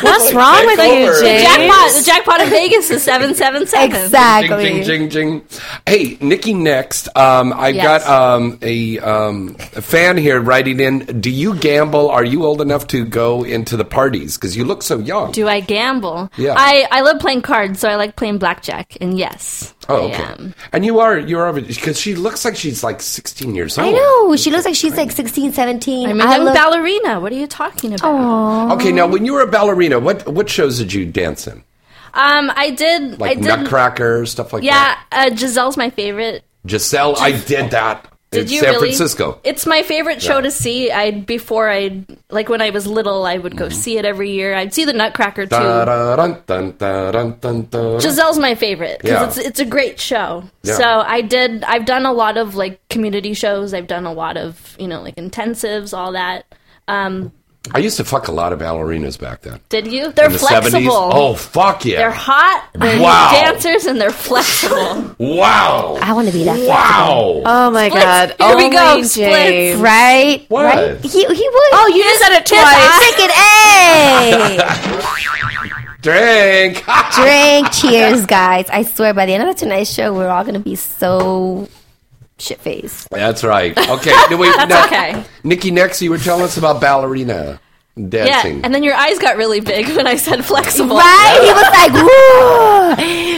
[SPEAKER 4] What's wrong with you,
[SPEAKER 3] Takeover.
[SPEAKER 6] The
[SPEAKER 4] James?
[SPEAKER 6] jackpot, the jackpot of Vegas is seven, seven, seven.
[SPEAKER 3] Jing, jing, jing, jing. Hey, Nikki, next. Um, I've
[SPEAKER 6] Yes.
[SPEAKER 3] got um, a, um, a fan here writing in Do you gamble? Are you old enough to go into the parties? Because you look so young.
[SPEAKER 6] Do I gamble?
[SPEAKER 3] Yeah.
[SPEAKER 6] I, I love playing cards, so I like playing blackjack. And yes,
[SPEAKER 3] Oh,
[SPEAKER 6] I
[SPEAKER 3] okay.
[SPEAKER 6] am.
[SPEAKER 3] And you are you are because she looks like she's like 16 years old.
[SPEAKER 5] I know. She looks like she's like 16, 17.
[SPEAKER 6] I'm a young ballerina. What are you talking about?
[SPEAKER 3] Okay, now when you were a ballerina, what what shows did you dance in?
[SPEAKER 6] Um, I did. I
[SPEAKER 3] Like
[SPEAKER 6] did.
[SPEAKER 3] Nutcracker, stuff like
[SPEAKER 6] yeah, uh, Giselle's my favorite
[SPEAKER 3] Giselle, I did that in
[SPEAKER 6] Did you
[SPEAKER 3] San
[SPEAKER 6] really?
[SPEAKER 3] Francisco.
[SPEAKER 6] It's my favorite show
[SPEAKER 3] Yeah.
[SPEAKER 6] to see. I before I like when I was little, I would go
[SPEAKER 3] Mm-hmm.
[SPEAKER 6] see it every year. I'd see the Nutcracker too.
[SPEAKER 3] Da-da-dun, dun, da-dun, dun, dun.
[SPEAKER 6] Giselle's my favorite because
[SPEAKER 3] Yeah.
[SPEAKER 6] it's it's a great show.
[SPEAKER 3] Yeah.
[SPEAKER 6] So I did. I've done a lot of like community shows. I've done a lot of you know like intensives, all that. Um,
[SPEAKER 3] I used to fuck a lot of ballerinas back then.
[SPEAKER 6] did you? They're
[SPEAKER 3] In the
[SPEAKER 6] flexible.
[SPEAKER 3] 70s. Oh fuck yeah!
[SPEAKER 6] They're hot. They're
[SPEAKER 3] Wow.
[SPEAKER 6] dancers and they're flexible.
[SPEAKER 3] Wow.
[SPEAKER 5] I want to be that.
[SPEAKER 3] Wow.
[SPEAKER 4] Oh my
[SPEAKER 6] Splits.
[SPEAKER 4] god.
[SPEAKER 6] Here we go.
[SPEAKER 4] Only
[SPEAKER 6] Splits.
[SPEAKER 4] James.
[SPEAKER 5] Right?
[SPEAKER 3] What?
[SPEAKER 5] Right? He, he would. Oh,
[SPEAKER 4] you just said it
[SPEAKER 5] his
[SPEAKER 4] twice.
[SPEAKER 5] Freaking A!
[SPEAKER 3] Drink.
[SPEAKER 5] Drink. Cheers, guys. I swear by the end of tonight's show, we're all going to be so shit faced.
[SPEAKER 3] That's right. Okay. No, wait,
[SPEAKER 6] That's
[SPEAKER 3] no.
[SPEAKER 6] okay.
[SPEAKER 3] Nikki, next you were telling us about ballerina dancing.
[SPEAKER 6] Yeah, and then your eyes got really big when I said flexible.
[SPEAKER 5] Right? He was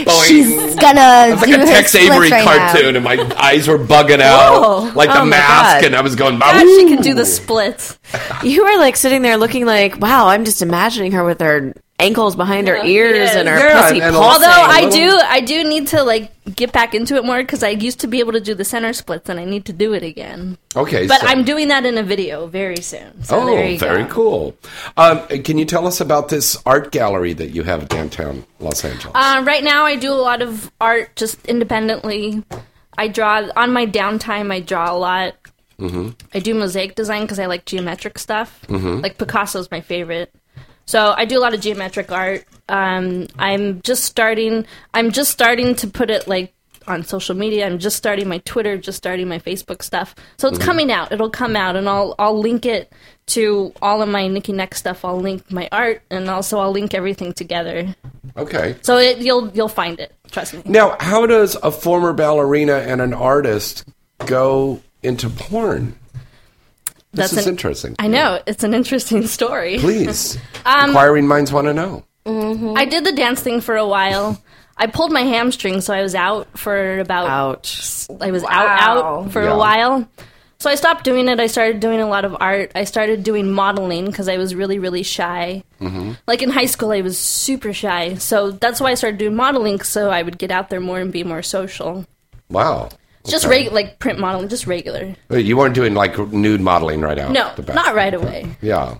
[SPEAKER 5] like, woo!
[SPEAKER 3] Boing.
[SPEAKER 5] She's gonna
[SPEAKER 3] It's like
[SPEAKER 5] do
[SPEAKER 3] a
[SPEAKER 5] her
[SPEAKER 3] Tex
[SPEAKER 5] splits
[SPEAKER 3] Avery
[SPEAKER 5] right now.
[SPEAKER 3] cartoon, and my eyes were bugging out
[SPEAKER 4] Whoa.
[SPEAKER 3] like the
[SPEAKER 4] Oh my
[SPEAKER 3] mask,
[SPEAKER 4] God.
[SPEAKER 3] and I was going.
[SPEAKER 6] God,
[SPEAKER 3] "Ooh."
[SPEAKER 6] she can do the splits.
[SPEAKER 4] You were like sitting there looking like, wow, I'm just imagining her with her ankles behind her ears and her
[SPEAKER 3] Yeah,
[SPEAKER 4] pussy
[SPEAKER 3] and- and a-
[SPEAKER 4] pulsing.
[SPEAKER 6] Although I
[SPEAKER 3] Little-
[SPEAKER 6] do, I do need to like get back into it more because I used to be able to do the center splits, and I need to do it again.
[SPEAKER 3] Okay,
[SPEAKER 6] but
[SPEAKER 3] so-
[SPEAKER 6] I'm doing that in a video very soon. So
[SPEAKER 3] oh,
[SPEAKER 6] there you
[SPEAKER 3] very
[SPEAKER 6] go.
[SPEAKER 3] cool. Um, can you tell us about this art gallery that you have downtown Los Angeles?
[SPEAKER 6] Uh, right now, I do a lot of art just independently. I draw on my downtime. I draw a lot.
[SPEAKER 3] hmm
[SPEAKER 6] I do mosaic design because I like geometric stuff.
[SPEAKER 3] Mhm.
[SPEAKER 6] Like Picasso's my favorite. So I do a lot of geometric art. Um, I'm just starting. I'm just starting to put it like on social media. I'm just starting my Twitter. Just starting my Facebook stuff. So it's
[SPEAKER 4] Mhm.
[SPEAKER 6] coming out. It'll come out, and I'll I'll link it to all of my Nikki Next stuff. I'll link my art, and also I'll link everything together.
[SPEAKER 3] Okay.
[SPEAKER 6] So it, you'll you'll find it. Trust me.
[SPEAKER 3] Now, how does a former ballerina and an artist go into porn? This
[SPEAKER 6] That's
[SPEAKER 3] is
[SPEAKER 6] an-
[SPEAKER 3] interesting.
[SPEAKER 6] I know it's an interesting story.
[SPEAKER 3] Please,
[SPEAKER 6] Um,
[SPEAKER 3] inquiring minds want to know.
[SPEAKER 6] Mm-hmm. I did the dance thing for a while. I pulled my hamstring, so I was out for about.
[SPEAKER 4] Ouch.
[SPEAKER 6] I was out out for
[SPEAKER 4] Yeah.
[SPEAKER 6] a while. So I stopped doing it. I started doing a lot of art. I started doing modeling because I was really really shy.
[SPEAKER 3] Mm-hmm.
[SPEAKER 6] Like in high school, I was super shy. So that's why I started doing modeling, so I would get out there more and be more social.
[SPEAKER 3] Wow.
[SPEAKER 6] It's Just
[SPEAKER 3] Okay.
[SPEAKER 6] reg- like print modeling, just regular.
[SPEAKER 3] Wait, You weren't doing like nude modeling right out.
[SPEAKER 6] no,
[SPEAKER 3] the bat.
[SPEAKER 6] not right away.
[SPEAKER 3] Yeah.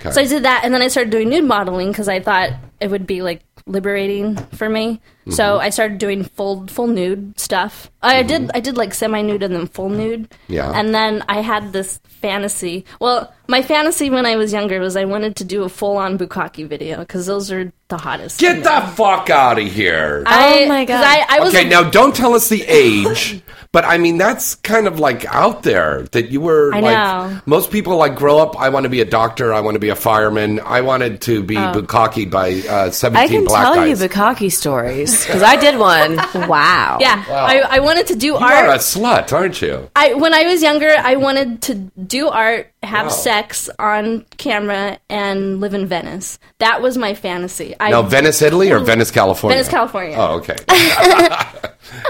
[SPEAKER 3] Okay.
[SPEAKER 6] So I did that, and then I started doing nude modeling because I thought it would be like liberating for me. So
[SPEAKER 4] Mhm.
[SPEAKER 3] Mm-hmm.
[SPEAKER 6] I started doing full full nude stuff. I did I did like semi nude and then full nude.
[SPEAKER 4] Yeah.
[SPEAKER 6] And then I had this fantasy. Well, my fantasy when I was younger was I wanted to do a full on bukkake video because those are the hottest.
[SPEAKER 3] Get the fuck out of here.
[SPEAKER 6] I, Oh my god! I, I was
[SPEAKER 3] okay, now don't tell us the age, but I mean that's kind of like out there that you were
[SPEAKER 6] I
[SPEAKER 3] like
[SPEAKER 6] know.
[SPEAKER 3] most people like grow up. I want to be a doctor. I want to be a fireman. I wanted to be
[SPEAKER 4] Oh.
[SPEAKER 3] bukkakeed by uh,
[SPEAKER 4] I
[SPEAKER 3] seventeen
[SPEAKER 4] can
[SPEAKER 3] black
[SPEAKER 4] tell
[SPEAKER 3] guys.
[SPEAKER 4] you Bukaki stories because I did one. wow.
[SPEAKER 6] yeah. I, I wanted to do
[SPEAKER 3] you
[SPEAKER 6] art.
[SPEAKER 3] are a slut, aren't you?
[SPEAKER 6] I when I was younger, I wanted to do art, have
[SPEAKER 3] Wow.
[SPEAKER 6] sex on camera, and live in Venice. That was my fantasy. I,
[SPEAKER 3] no, Venice, Italy, or Venice, California?
[SPEAKER 6] Venice, California.
[SPEAKER 3] Oh, okay.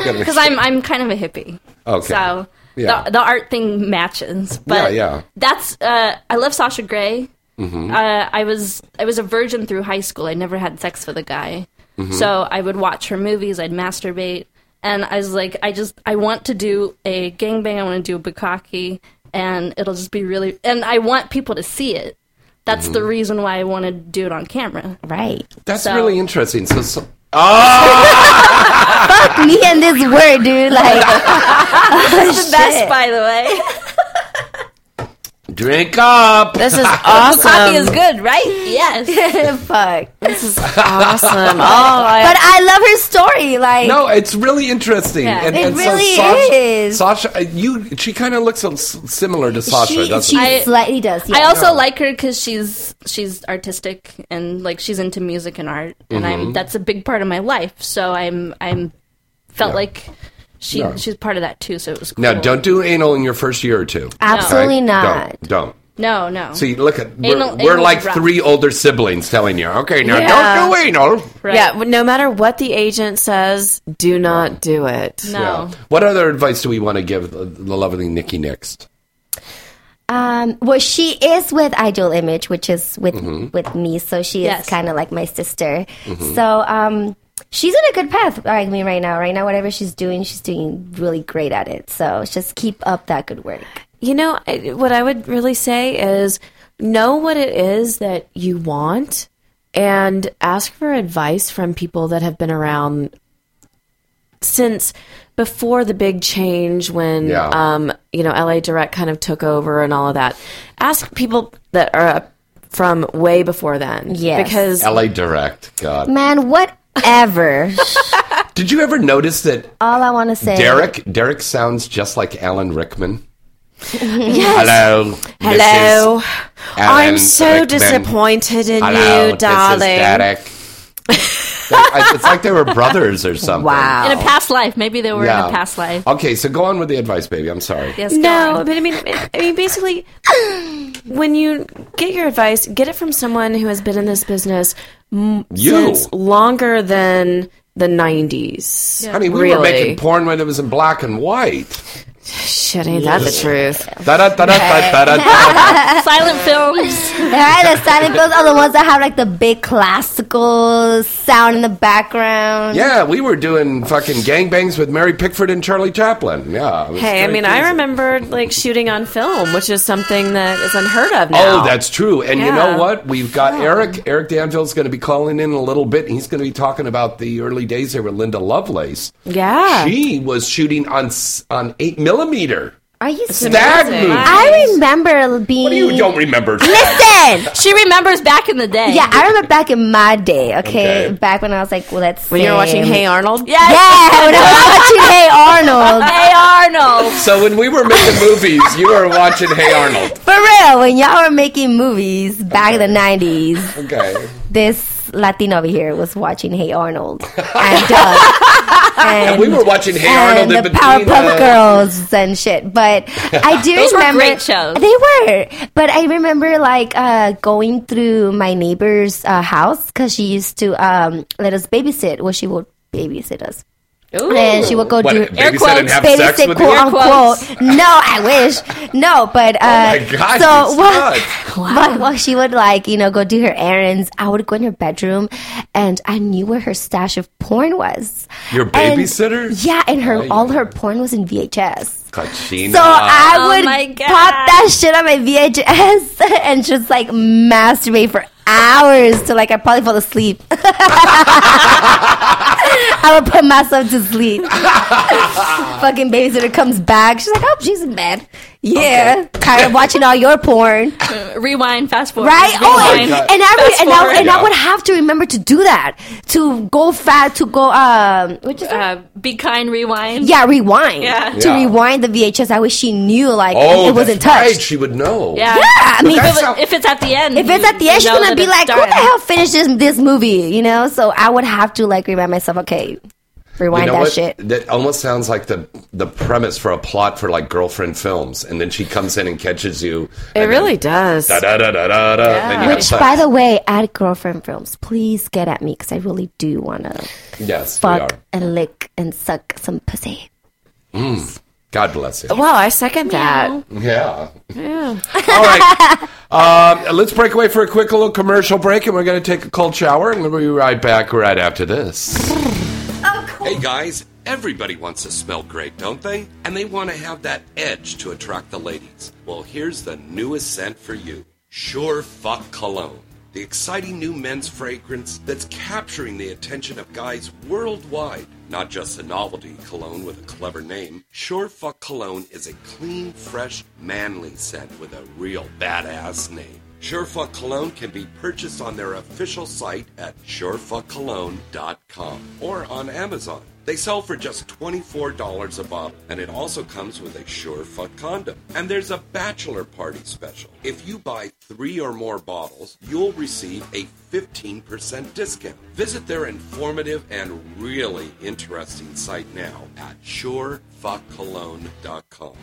[SPEAKER 6] because I'm I'm kind of a hippie.
[SPEAKER 3] Okay.
[SPEAKER 6] So
[SPEAKER 3] Yeah.
[SPEAKER 6] the the art thing matches, but
[SPEAKER 3] yeah,
[SPEAKER 6] that's uh, I love Sasha Grey.
[SPEAKER 3] yeah. hmm
[SPEAKER 2] Mm-hmm.
[SPEAKER 6] Uh, I was I was a virgin through high school. I never had sex with a guy,
[SPEAKER 3] Mhm.
[SPEAKER 6] so I would watch her movies. I'd masturbate, and I was like, I just I want to do a gangbang. I want to do a bukkake, and it'll just be really. And I want people to see it. That's the
[SPEAKER 3] Mhm.
[SPEAKER 6] reason why I want to do it on camera.
[SPEAKER 5] Right.
[SPEAKER 3] That's really interesting. So, so oh,
[SPEAKER 5] Fuck me and this word, dude. Like,
[SPEAKER 6] That's the best,
[SPEAKER 5] shit.
[SPEAKER 6] by the way.
[SPEAKER 3] drink up.
[SPEAKER 4] This is
[SPEAKER 6] Bukkake
[SPEAKER 4] awesome.
[SPEAKER 6] is good, right? Yes.
[SPEAKER 5] Fuck.
[SPEAKER 4] This is awesome. Oh, I,
[SPEAKER 5] but I love her story. Like,
[SPEAKER 3] no, it's really interesting.
[SPEAKER 5] Yeah.
[SPEAKER 3] And,
[SPEAKER 5] It
[SPEAKER 3] and
[SPEAKER 5] really
[SPEAKER 3] so Sasha,
[SPEAKER 5] is.
[SPEAKER 3] Sasha, uh, you she kind of looks a- s- similar to Sasha,
[SPEAKER 5] she,
[SPEAKER 3] doesn't
[SPEAKER 5] she
[SPEAKER 3] she?
[SPEAKER 5] slightly does.
[SPEAKER 6] I
[SPEAKER 5] yeah.
[SPEAKER 6] also like her because she's she's artistic and like she's into music and art, and I'm
[SPEAKER 3] Mhm.
[SPEAKER 6] that's a big part of my life. So I'm I'm felt
[SPEAKER 3] Yeah.
[SPEAKER 6] like she
[SPEAKER 3] Yeah.
[SPEAKER 6] she's part of that too. So it was cool.
[SPEAKER 3] Now, don't do anal in your first year or two.
[SPEAKER 6] Absolutely
[SPEAKER 5] not.
[SPEAKER 3] Don't. don't.
[SPEAKER 6] no no
[SPEAKER 3] See, look at we're,
[SPEAKER 6] Anal-
[SPEAKER 3] we're
[SPEAKER 6] anal
[SPEAKER 3] like
[SPEAKER 6] is rough.
[SPEAKER 3] three older siblings telling you, okay, now
[SPEAKER 4] Yeah.
[SPEAKER 3] don't do anal.
[SPEAKER 4] yeah, well, no matter what the agent says, do not do it.
[SPEAKER 3] Yeah. What other advice do we want to give the, the lovely Nikki next?
[SPEAKER 5] Um, well, she is with Ideal Image, which is with
[SPEAKER 3] Mhm.
[SPEAKER 5] with me, so she
[SPEAKER 6] Yes.
[SPEAKER 5] is kind of like my sister.
[SPEAKER 3] Mhm.
[SPEAKER 5] So, um, she's in a good path. I mean, right now, right now, whatever she's doing, she's doing really great at it. So just keep up that good work.
[SPEAKER 4] You know, I- what I would really say is know what it is that you want and ask for advice from people that have been around since before the big change when
[SPEAKER 14] Yeah.
[SPEAKER 4] um, you know LA Direct kind of took over and all of that. Ask people that are up from way before then.
[SPEAKER 5] Yes.
[SPEAKER 4] Because
[SPEAKER 3] LA Direct. God.
[SPEAKER 5] Man, whatever.
[SPEAKER 3] Did you ever notice that
[SPEAKER 5] All I want to say,
[SPEAKER 3] Derek Derek sounds just like Alan Rickman?
[SPEAKER 4] Yes.
[SPEAKER 3] Hello.
[SPEAKER 4] Hello.
[SPEAKER 3] Mrs. Alan
[SPEAKER 4] I'm so
[SPEAKER 3] Rickman.
[SPEAKER 4] disappointed in
[SPEAKER 3] Hello,
[SPEAKER 4] you, darling.
[SPEAKER 3] This is Derek. They- it's like they were brothers or something.
[SPEAKER 6] In a past life. Maybe they were in
[SPEAKER 3] Yeah.
[SPEAKER 6] a past life.
[SPEAKER 3] Okay, so go on with the advice, baby. I'm sorry.
[SPEAKER 6] Yes,
[SPEAKER 4] no, but I mean, I mean, basically, when you get your advice, get it from someone who has been in this business m-
[SPEAKER 3] You.
[SPEAKER 4] since longer than the '90s.
[SPEAKER 3] I mean, we
[SPEAKER 4] really.
[SPEAKER 3] were making porn when it was in black and white.
[SPEAKER 4] Shit, ain't that the truth?
[SPEAKER 6] silent films.
[SPEAKER 5] yeah, the silent films are the ones that have like the big classical sound in the background.
[SPEAKER 3] Yeah, we were doing fucking gangbangs with Mary Pickford and Charlie Chaplin. Yeah. it was
[SPEAKER 4] Hey, I
[SPEAKER 3] very
[SPEAKER 4] mean,
[SPEAKER 3] crazy.
[SPEAKER 4] I remember like shooting on film, which is something that is unheard of now.
[SPEAKER 3] Oh, that's true. And you know
[SPEAKER 4] Yeah.
[SPEAKER 3] what? We've got Eric. Eric Danville's going to be calling in in a little bit. He's going to be talking about the early days there with Linda Lovelace.
[SPEAKER 4] Yeah.
[SPEAKER 3] She was shooting on s- on eight millimeter.
[SPEAKER 5] Are you
[SPEAKER 3] Stag
[SPEAKER 5] serious?
[SPEAKER 3] movies.
[SPEAKER 5] I remember being.
[SPEAKER 3] You don't remember?
[SPEAKER 5] Listen!
[SPEAKER 6] She remembers back in the day.
[SPEAKER 5] Yeah, I remember back in my day, okay?
[SPEAKER 6] Okay.
[SPEAKER 5] Back when I was like, well, let's
[SPEAKER 4] When you were watching Hey Arnold?
[SPEAKER 5] Yeah, when I was watching Hey Arnold.
[SPEAKER 6] Hey Arnold.
[SPEAKER 3] So when we were making movies, you were watching Hey Arnold.
[SPEAKER 5] For real, when y'all were making movies back in the 90s,
[SPEAKER 3] Okay.
[SPEAKER 5] this Latino over here was watching Hey Arnold. And,
[SPEAKER 3] And we were watching Hey Arnold
[SPEAKER 5] and
[SPEAKER 3] in
[SPEAKER 5] the
[SPEAKER 3] between.
[SPEAKER 5] Powerpuff
[SPEAKER 3] uh,
[SPEAKER 5] Girls and shit. But I do
[SPEAKER 6] Those were
[SPEAKER 5] remember
[SPEAKER 6] great shows.
[SPEAKER 5] They were, but I remember like uh, going through my neighbor's uh, house because she used to um, let us babysit. Well, she would babysit us. And she would go
[SPEAKER 3] What,
[SPEAKER 5] do
[SPEAKER 3] babysit Air quotes. and have sex
[SPEAKER 5] babysit,
[SPEAKER 3] with you?
[SPEAKER 5] quote
[SPEAKER 3] Air quotes.
[SPEAKER 5] unquote. No, I wish no, but uh,
[SPEAKER 3] Oh my God,
[SPEAKER 5] so
[SPEAKER 3] you
[SPEAKER 5] what?
[SPEAKER 3] slut.
[SPEAKER 5] But well, she would like you know go do her errands. I would go in her bedroom, and I knew where her stash of porn was.
[SPEAKER 3] Your
[SPEAKER 5] And-
[SPEAKER 3] babysitter?
[SPEAKER 5] yeah, and her
[SPEAKER 3] Ay,
[SPEAKER 5] all her porn was in VHS.
[SPEAKER 3] Cochina.
[SPEAKER 5] So I
[SPEAKER 6] Oh
[SPEAKER 5] would
[SPEAKER 6] my
[SPEAKER 5] pop that shit on my VHS and just like masturbate for hours till like I probably fall asleep. I would put myself to sleep. Fucking babysitter comes back. She's like, oh, she's in bed. Yeah, tired of watching all your porn.
[SPEAKER 6] Uh, Rewind, fast forward.
[SPEAKER 5] Right? Oh, and,
[SPEAKER 6] rewind.
[SPEAKER 5] and I would,
[SPEAKER 6] Fast
[SPEAKER 5] and, I,
[SPEAKER 6] forward.
[SPEAKER 5] and I would have to remember to do that to go fat to go um which is
[SPEAKER 6] uh, be kind. Rewind.
[SPEAKER 5] yeah rewind
[SPEAKER 6] Yeah.
[SPEAKER 5] to
[SPEAKER 3] Yeah.
[SPEAKER 5] rewind the VHS. I wish she knew like
[SPEAKER 3] oh,
[SPEAKER 5] it wasn't
[SPEAKER 3] that's right.
[SPEAKER 5] touched.
[SPEAKER 3] She would know.
[SPEAKER 6] Yeah.
[SPEAKER 5] Yeah, I mean,
[SPEAKER 6] if,
[SPEAKER 5] That's
[SPEAKER 6] it-
[SPEAKER 5] how-
[SPEAKER 6] if it's at the end,
[SPEAKER 5] If it's at the
[SPEAKER 6] you
[SPEAKER 5] end, she's
[SPEAKER 6] know
[SPEAKER 5] gonna
[SPEAKER 6] that
[SPEAKER 5] be
[SPEAKER 6] it's
[SPEAKER 5] like, "Who
[SPEAKER 6] done.
[SPEAKER 5] the hell finished this, this movie?" You know. So I would have to like remind myself, okay, rewind
[SPEAKER 3] you know
[SPEAKER 5] that
[SPEAKER 3] what?
[SPEAKER 5] shit.
[SPEAKER 3] That almost sounds like the the premise for a plot for like girlfriend films, and then she comes in and catches you.
[SPEAKER 4] It really does.
[SPEAKER 3] Da da da da da da. then you have
[SPEAKER 5] Which,
[SPEAKER 3] sex.
[SPEAKER 5] by the way, at girlfriend films, please get at me because I really do want to
[SPEAKER 3] yes, we
[SPEAKER 5] fuck
[SPEAKER 3] are.
[SPEAKER 5] and lick and suck some pussy.
[SPEAKER 3] Mm. God bless you.
[SPEAKER 4] Well, I second that.
[SPEAKER 3] Yeah.
[SPEAKER 4] Yeah.
[SPEAKER 3] All right. Um, let's break away for a quick little commercial break, and we're going to take a cold shower, and we'll be right back right after this. Hey, guys. Everybody wants to smell great, don't they? And they want to have that edge to attract the ladies. Well, here's the newest scent for you Sure Fuck Cologne. The exciting new men's fragrance that's capturing the attention of guys worldwide. Not just a novelty cologne with a clever name, Sure Fuck Cologne is a clean, fresh, manly scent with a real badass name. Surefuck Cologne can be purchased on their official site at surefuckcologne.com or on Amazon. They sell for just $24 a bottle, and it also comes with a Surefuck condom. And there's a bachelor party special. If you buy three or more bottles, you'll receive a 15% discount. Visit their informative and really interesting site now at surefuckcologne.com.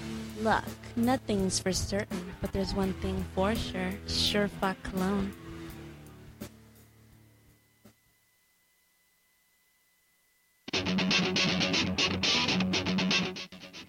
[SPEAKER 11] Look, nothing's for certain, but there's one thing for sure. Sure fuck cologne.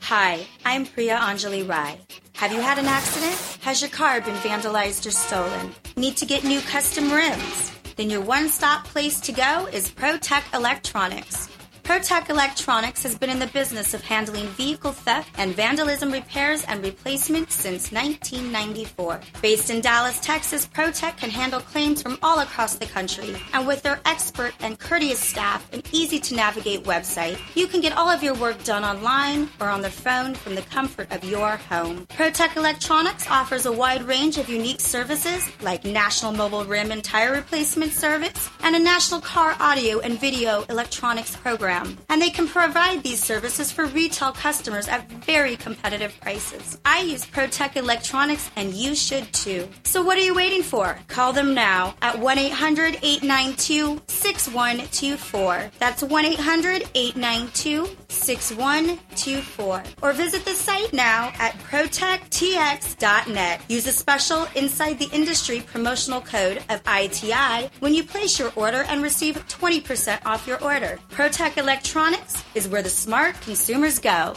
[SPEAKER 15] Hi, I'm Priya Anjali Rai. Have you had an accident? Has your car been vandalized or stolen? Need to get new custom rims? then your one stop place to go is ProTech Electronics. ProTech Electronics has been in the business of handling vehicle theft and vandalism repairs and replacement since 1994. Based in Dallas, Texas, ProTech can handle claims from all across the country. And with their expert and courteous staff and easy to navigate website, you can get all of your work done online or on the phone from the comfort of your home. ProTech Electronics offers a wide range of unique services like national mobile rim and tire replacement service and a national car audio and video electronics program. And they can provide these services for retail customers at very competitive prices. I use ProTech Electronics and you should too. So what are you waiting for? Call them now at 1 800 892 6124. That's 1 800 892 6124. Or visit the site now at protecttx.net. Use a special inside the industry promotional code of ITI when you place your order and receive 20% off your order. Protech Electronics is where the smart consumers go.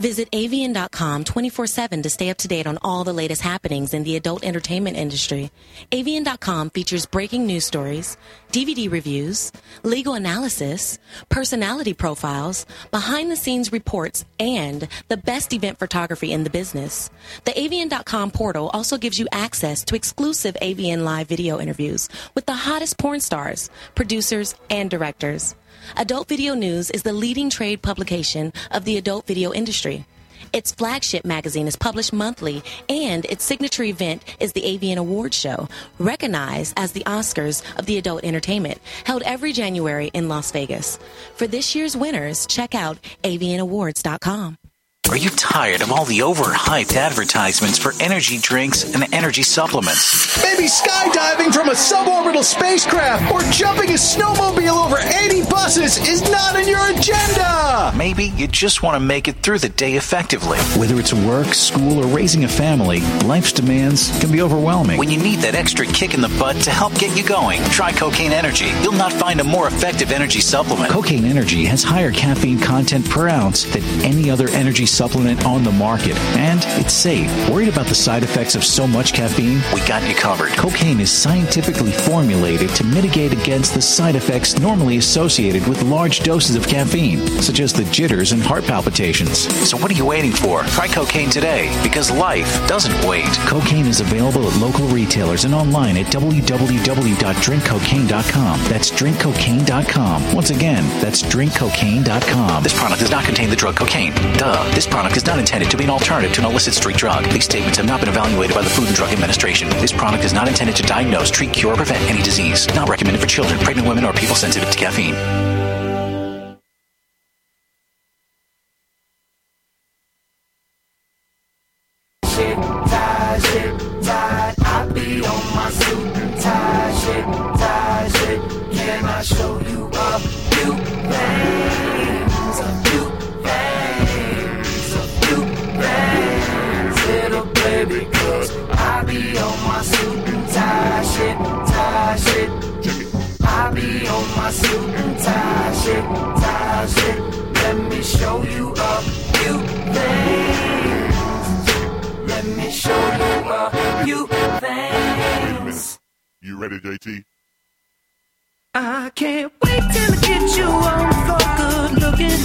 [SPEAKER 14] Visit avian.com 24 7 to stay up to date on all the latest happenings in the adult entertainment industry. avian.com features breaking news stories, DVD reviews, legal analysis, personality profiles, behind the scenes reports, and the best event photography in the business. The avian.com portal also gives you access to exclusive avian live video interviews with the hottest porn stars, producers, and directors. Adult Video News is the leading trade publication of the adult video industry. Its flagship magazine is published monthly, and its signature event is the Avian Awards Show, recognized as the Oscars of the adult entertainment, held every January in Las Vegas. For this year's winners, check out avianawards.com.
[SPEAKER 10] Are you tired of all the overhyped advertisements for energy drinks and energy supplements?
[SPEAKER 16] Maybe skydiving from a suborbital spacecraft or jumping a snowmobile over 80 buses is not in your agenda.
[SPEAKER 10] Maybe you just want to make it through the day effectively. Whether it's work, school, or raising a family, life's demands can be overwhelming. When you need that extra kick in the butt to help get you going, try Cocaine Energy. You'll not find a more effective energy supplement. Cocaine Energy has higher caffeine content per ounce than any other energy supplement on the market, and it's safe. Worried about the side effects of so much caffeine? We got you covered. Cocaine is scientifically formulated to mitigate against the side effects normally associated with large doses of caffeine, such as the jitters and heart palpitations. So, what are you waiting for? Try cocaine today because life doesn't wait. Cocaine is available at local retailers and online at www.drinkcocaine.com. That's drinkcocaine.com. Once again, that's drinkcocaine.com. This product does not contain the drug cocaine. Duh. This product is not intended to be an alternative to an illicit street drug. These statements have not been evaluated by the Food and Drug Administration. This product is not intended to diagnose, treat, cure, or prevent any disease. Not recommended for children, pregnant women, or people sensitive to caffeine.
[SPEAKER 13] Shit, tie, shit, tie. I be on my suit and tie, shit, tie, shit. Can I show you a few things? A few things, a few things, little baby, 'cause I be on my suit and tie, shit, tie, shit. I be on my suit and tie, shit, tie, shit. Let me show you a few things. Let me show you a few things.
[SPEAKER 17] You ready, JT?
[SPEAKER 13] I can't wait till I get you on the floor, good looking.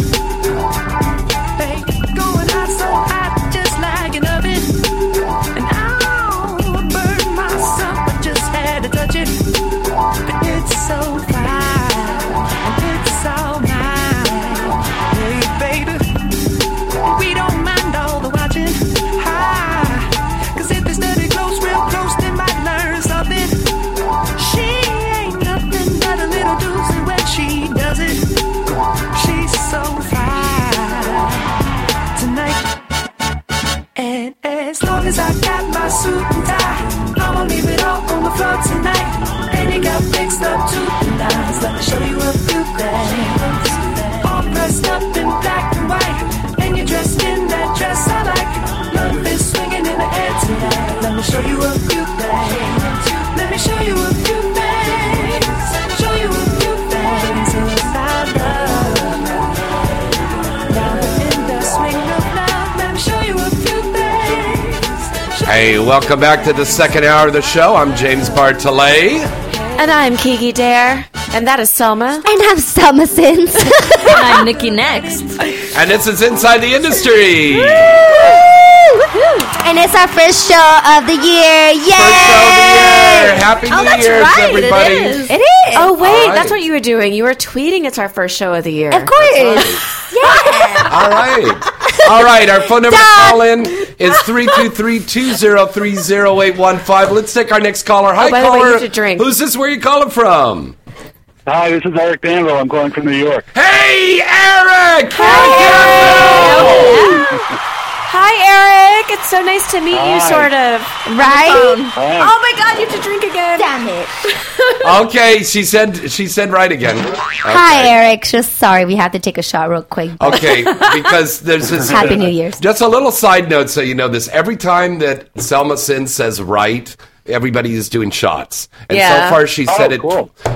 [SPEAKER 13] Hey, going out so hot, just like an oven. And I'll burn myself, I just had to touch it. But it's so fine, and it's all mine. Hey, baby, we don't mind all the watching. Hi. Cause if they study close, real close, they might learn something. She ain't nothing but a little doozy when she does it. She's so fine tonight. And as long as I got my suit and tie, I'ma leave it all on the floor tonight. And it got fixed up to the nines. Let me show you a few things. All dressed up in black and white, and you're dressed in that dress I like. Love is swinging in the air tonight. Let me show you a few things. Let me show you a few things. Show you a few things about love. Now we're in the swing of love. Let me
[SPEAKER 3] Hey, welcome back to the second hour of the show. I'm James Bartolet.
[SPEAKER 4] And I'm Kiki Dare. And that is Selma.
[SPEAKER 5] And I'm Selma Sins. and
[SPEAKER 6] I'm Nikki Next.
[SPEAKER 3] And this is Inside the Industry.
[SPEAKER 5] And it's our first show of the year. Yay!
[SPEAKER 3] Happy
[SPEAKER 4] oh,
[SPEAKER 3] New
[SPEAKER 4] that's
[SPEAKER 3] Year's,
[SPEAKER 4] right.
[SPEAKER 3] everybody.
[SPEAKER 4] It is.
[SPEAKER 5] It is.
[SPEAKER 4] Oh, wait.
[SPEAKER 3] All right.
[SPEAKER 4] That's what you were doing. You were tweeting it's our first show of the year. Of
[SPEAKER 5] course.
[SPEAKER 3] All right. All right, our phone number to call in is 323-203-0815. Let's take our next caller. Hi,
[SPEAKER 4] Oh, by the way,
[SPEAKER 3] caller.
[SPEAKER 4] you have to drink.
[SPEAKER 3] Who's this? Where you calling from?
[SPEAKER 17] Hi, this is Eric Danville. I'm calling from New York.
[SPEAKER 3] Hey, Eric!
[SPEAKER 4] Hi, Eric. It's so nice to meet you,
[SPEAKER 3] Hi.
[SPEAKER 4] sort of.
[SPEAKER 5] Right?
[SPEAKER 4] On the phone.
[SPEAKER 3] Hi.
[SPEAKER 4] Oh, my God. You have to drink again.
[SPEAKER 5] Damn it.
[SPEAKER 3] Okay, she said she said right again.
[SPEAKER 5] Hi, Eric. Just sorry, we had to take a shot real quick.
[SPEAKER 3] Okay, because there's this.
[SPEAKER 5] Happy New Year's.
[SPEAKER 3] Just a little side note, so you know this. Every time that Selma Sin says "right," everybody is doing shots, and
[SPEAKER 5] Yeah.
[SPEAKER 3] so far she
[SPEAKER 5] Oh,
[SPEAKER 3] said it.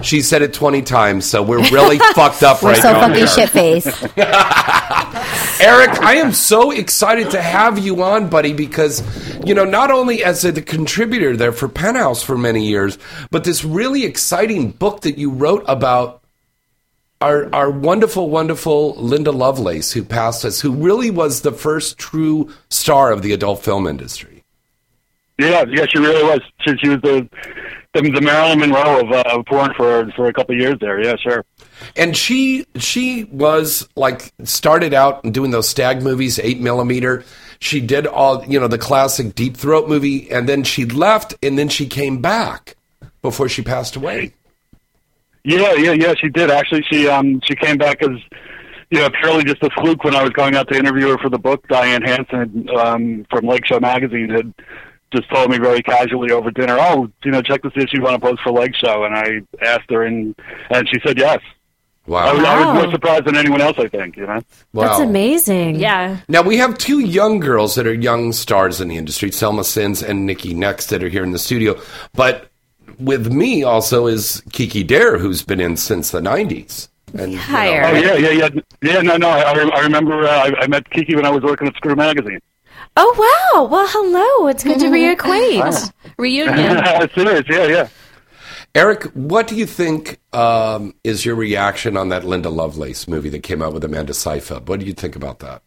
[SPEAKER 3] She said it twenty times, so we're really fucked up
[SPEAKER 5] We're
[SPEAKER 3] right
[SPEAKER 5] so
[SPEAKER 3] now.
[SPEAKER 5] fucking
[SPEAKER 3] Eric.
[SPEAKER 5] shit faced.
[SPEAKER 3] Eric, I am so excited to have you on, buddy, because, you know, not only as a contributor there for Penthouse for many years, but this really exciting book that you wrote about our, our wonderful, wonderful Linda Lovelace, who passed us, who really was the first true star of the adult film industry.
[SPEAKER 17] Yeah, yeah, she really was. She, she was the, the the Marilyn Monroe of, uh, of porn for for a couple of years there. Yeah, sure.
[SPEAKER 3] And she she was like started out doing those stag movies, eight millimeter. She did all you know the classic deep throat movie, and then she left, and then she came back before she passed away.
[SPEAKER 17] Yeah, yeah, yeah. She did actually. She um she came back as you know purely just a fluke when I was going out to interview her for the book. Diane Hansen um, from Lake Show magazine had just told me very casually over dinner, "Oh, you know, check this issue you want to post for Lake Show," and I asked her, and and she said yes.
[SPEAKER 3] Wow,
[SPEAKER 17] I was, I was
[SPEAKER 4] Wow.
[SPEAKER 17] more surprised than anyone else. I think you know.
[SPEAKER 4] That's amazing. Yeah.
[SPEAKER 3] Now we have two young girls that are young stars in the industry, Selma Sins and Nikki Next, that are here in the studio. But with me also is Kiki Dare, who's been in since the nineties. And
[SPEAKER 4] Higher.
[SPEAKER 17] Oh yeah, yeah, yeah, yeah. No, no. I, I rem- I remember uh, I, I met Kiki when I was working at Screw Magazine.
[SPEAKER 4] Oh, wow. Well, hello. It's good to reacquaint. Reunion.
[SPEAKER 17] Serious, yeah, yeah.
[SPEAKER 3] Eric, what do you think um, is your reaction on that Linda Lovelace movie that came out with Amanda Seyfried? What do you think about that?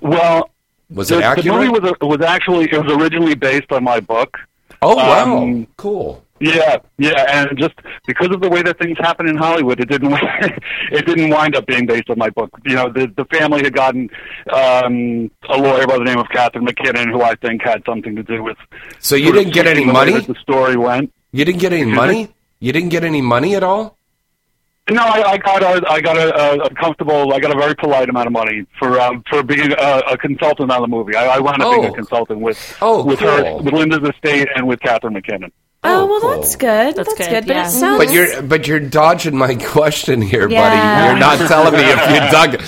[SPEAKER 17] Well,
[SPEAKER 3] Was
[SPEAKER 17] the,
[SPEAKER 3] it accurate?
[SPEAKER 17] The movie was a, was actually it was originally based on my book.
[SPEAKER 3] Oh wow,
[SPEAKER 17] Um,
[SPEAKER 3] cool.
[SPEAKER 17] Yeah, yeah, and just because of the way that things happen in Hollywood, it didn't it didn't wind up being based on my book. You know, the the family had gotten um, a lawyer by the name of Catherine McKinnon, who I think had something to do with.
[SPEAKER 3] So you
[SPEAKER 17] sort of
[SPEAKER 3] didn't get any
[SPEAKER 17] switching the way
[SPEAKER 3] money?
[SPEAKER 17] that The story went.
[SPEAKER 3] You didn't get any
[SPEAKER 17] Excuse
[SPEAKER 3] money.
[SPEAKER 17] me?
[SPEAKER 3] You didn't get any money at all.
[SPEAKER 17] No, I, I got a, I got a, a comfortable, I got a very polite amount of money for um, for being a, a consultant on the movie. I, I wound up being
[SPEAKER 3] Oh.
[SPEAKER 17] a consultant with
[SPEAKER 3] Oh,
[SPEAKER 17] with her,
[SPEAKER 3] cool.
[SPEAKER 17] with Linda's estate, and with Catherine McKinnon.
[SPEAKER 4] Oh, well, that's good. That's, good. But
[SPEAKER 6] yeah.
[SPEAKER 4] it sounds.
[SPEAKER 3] But you're but you're dodging my question here, buddy.
[SPEAKER 4] Yeah.
[SPEAKER 3] You're not telling me if you dug it.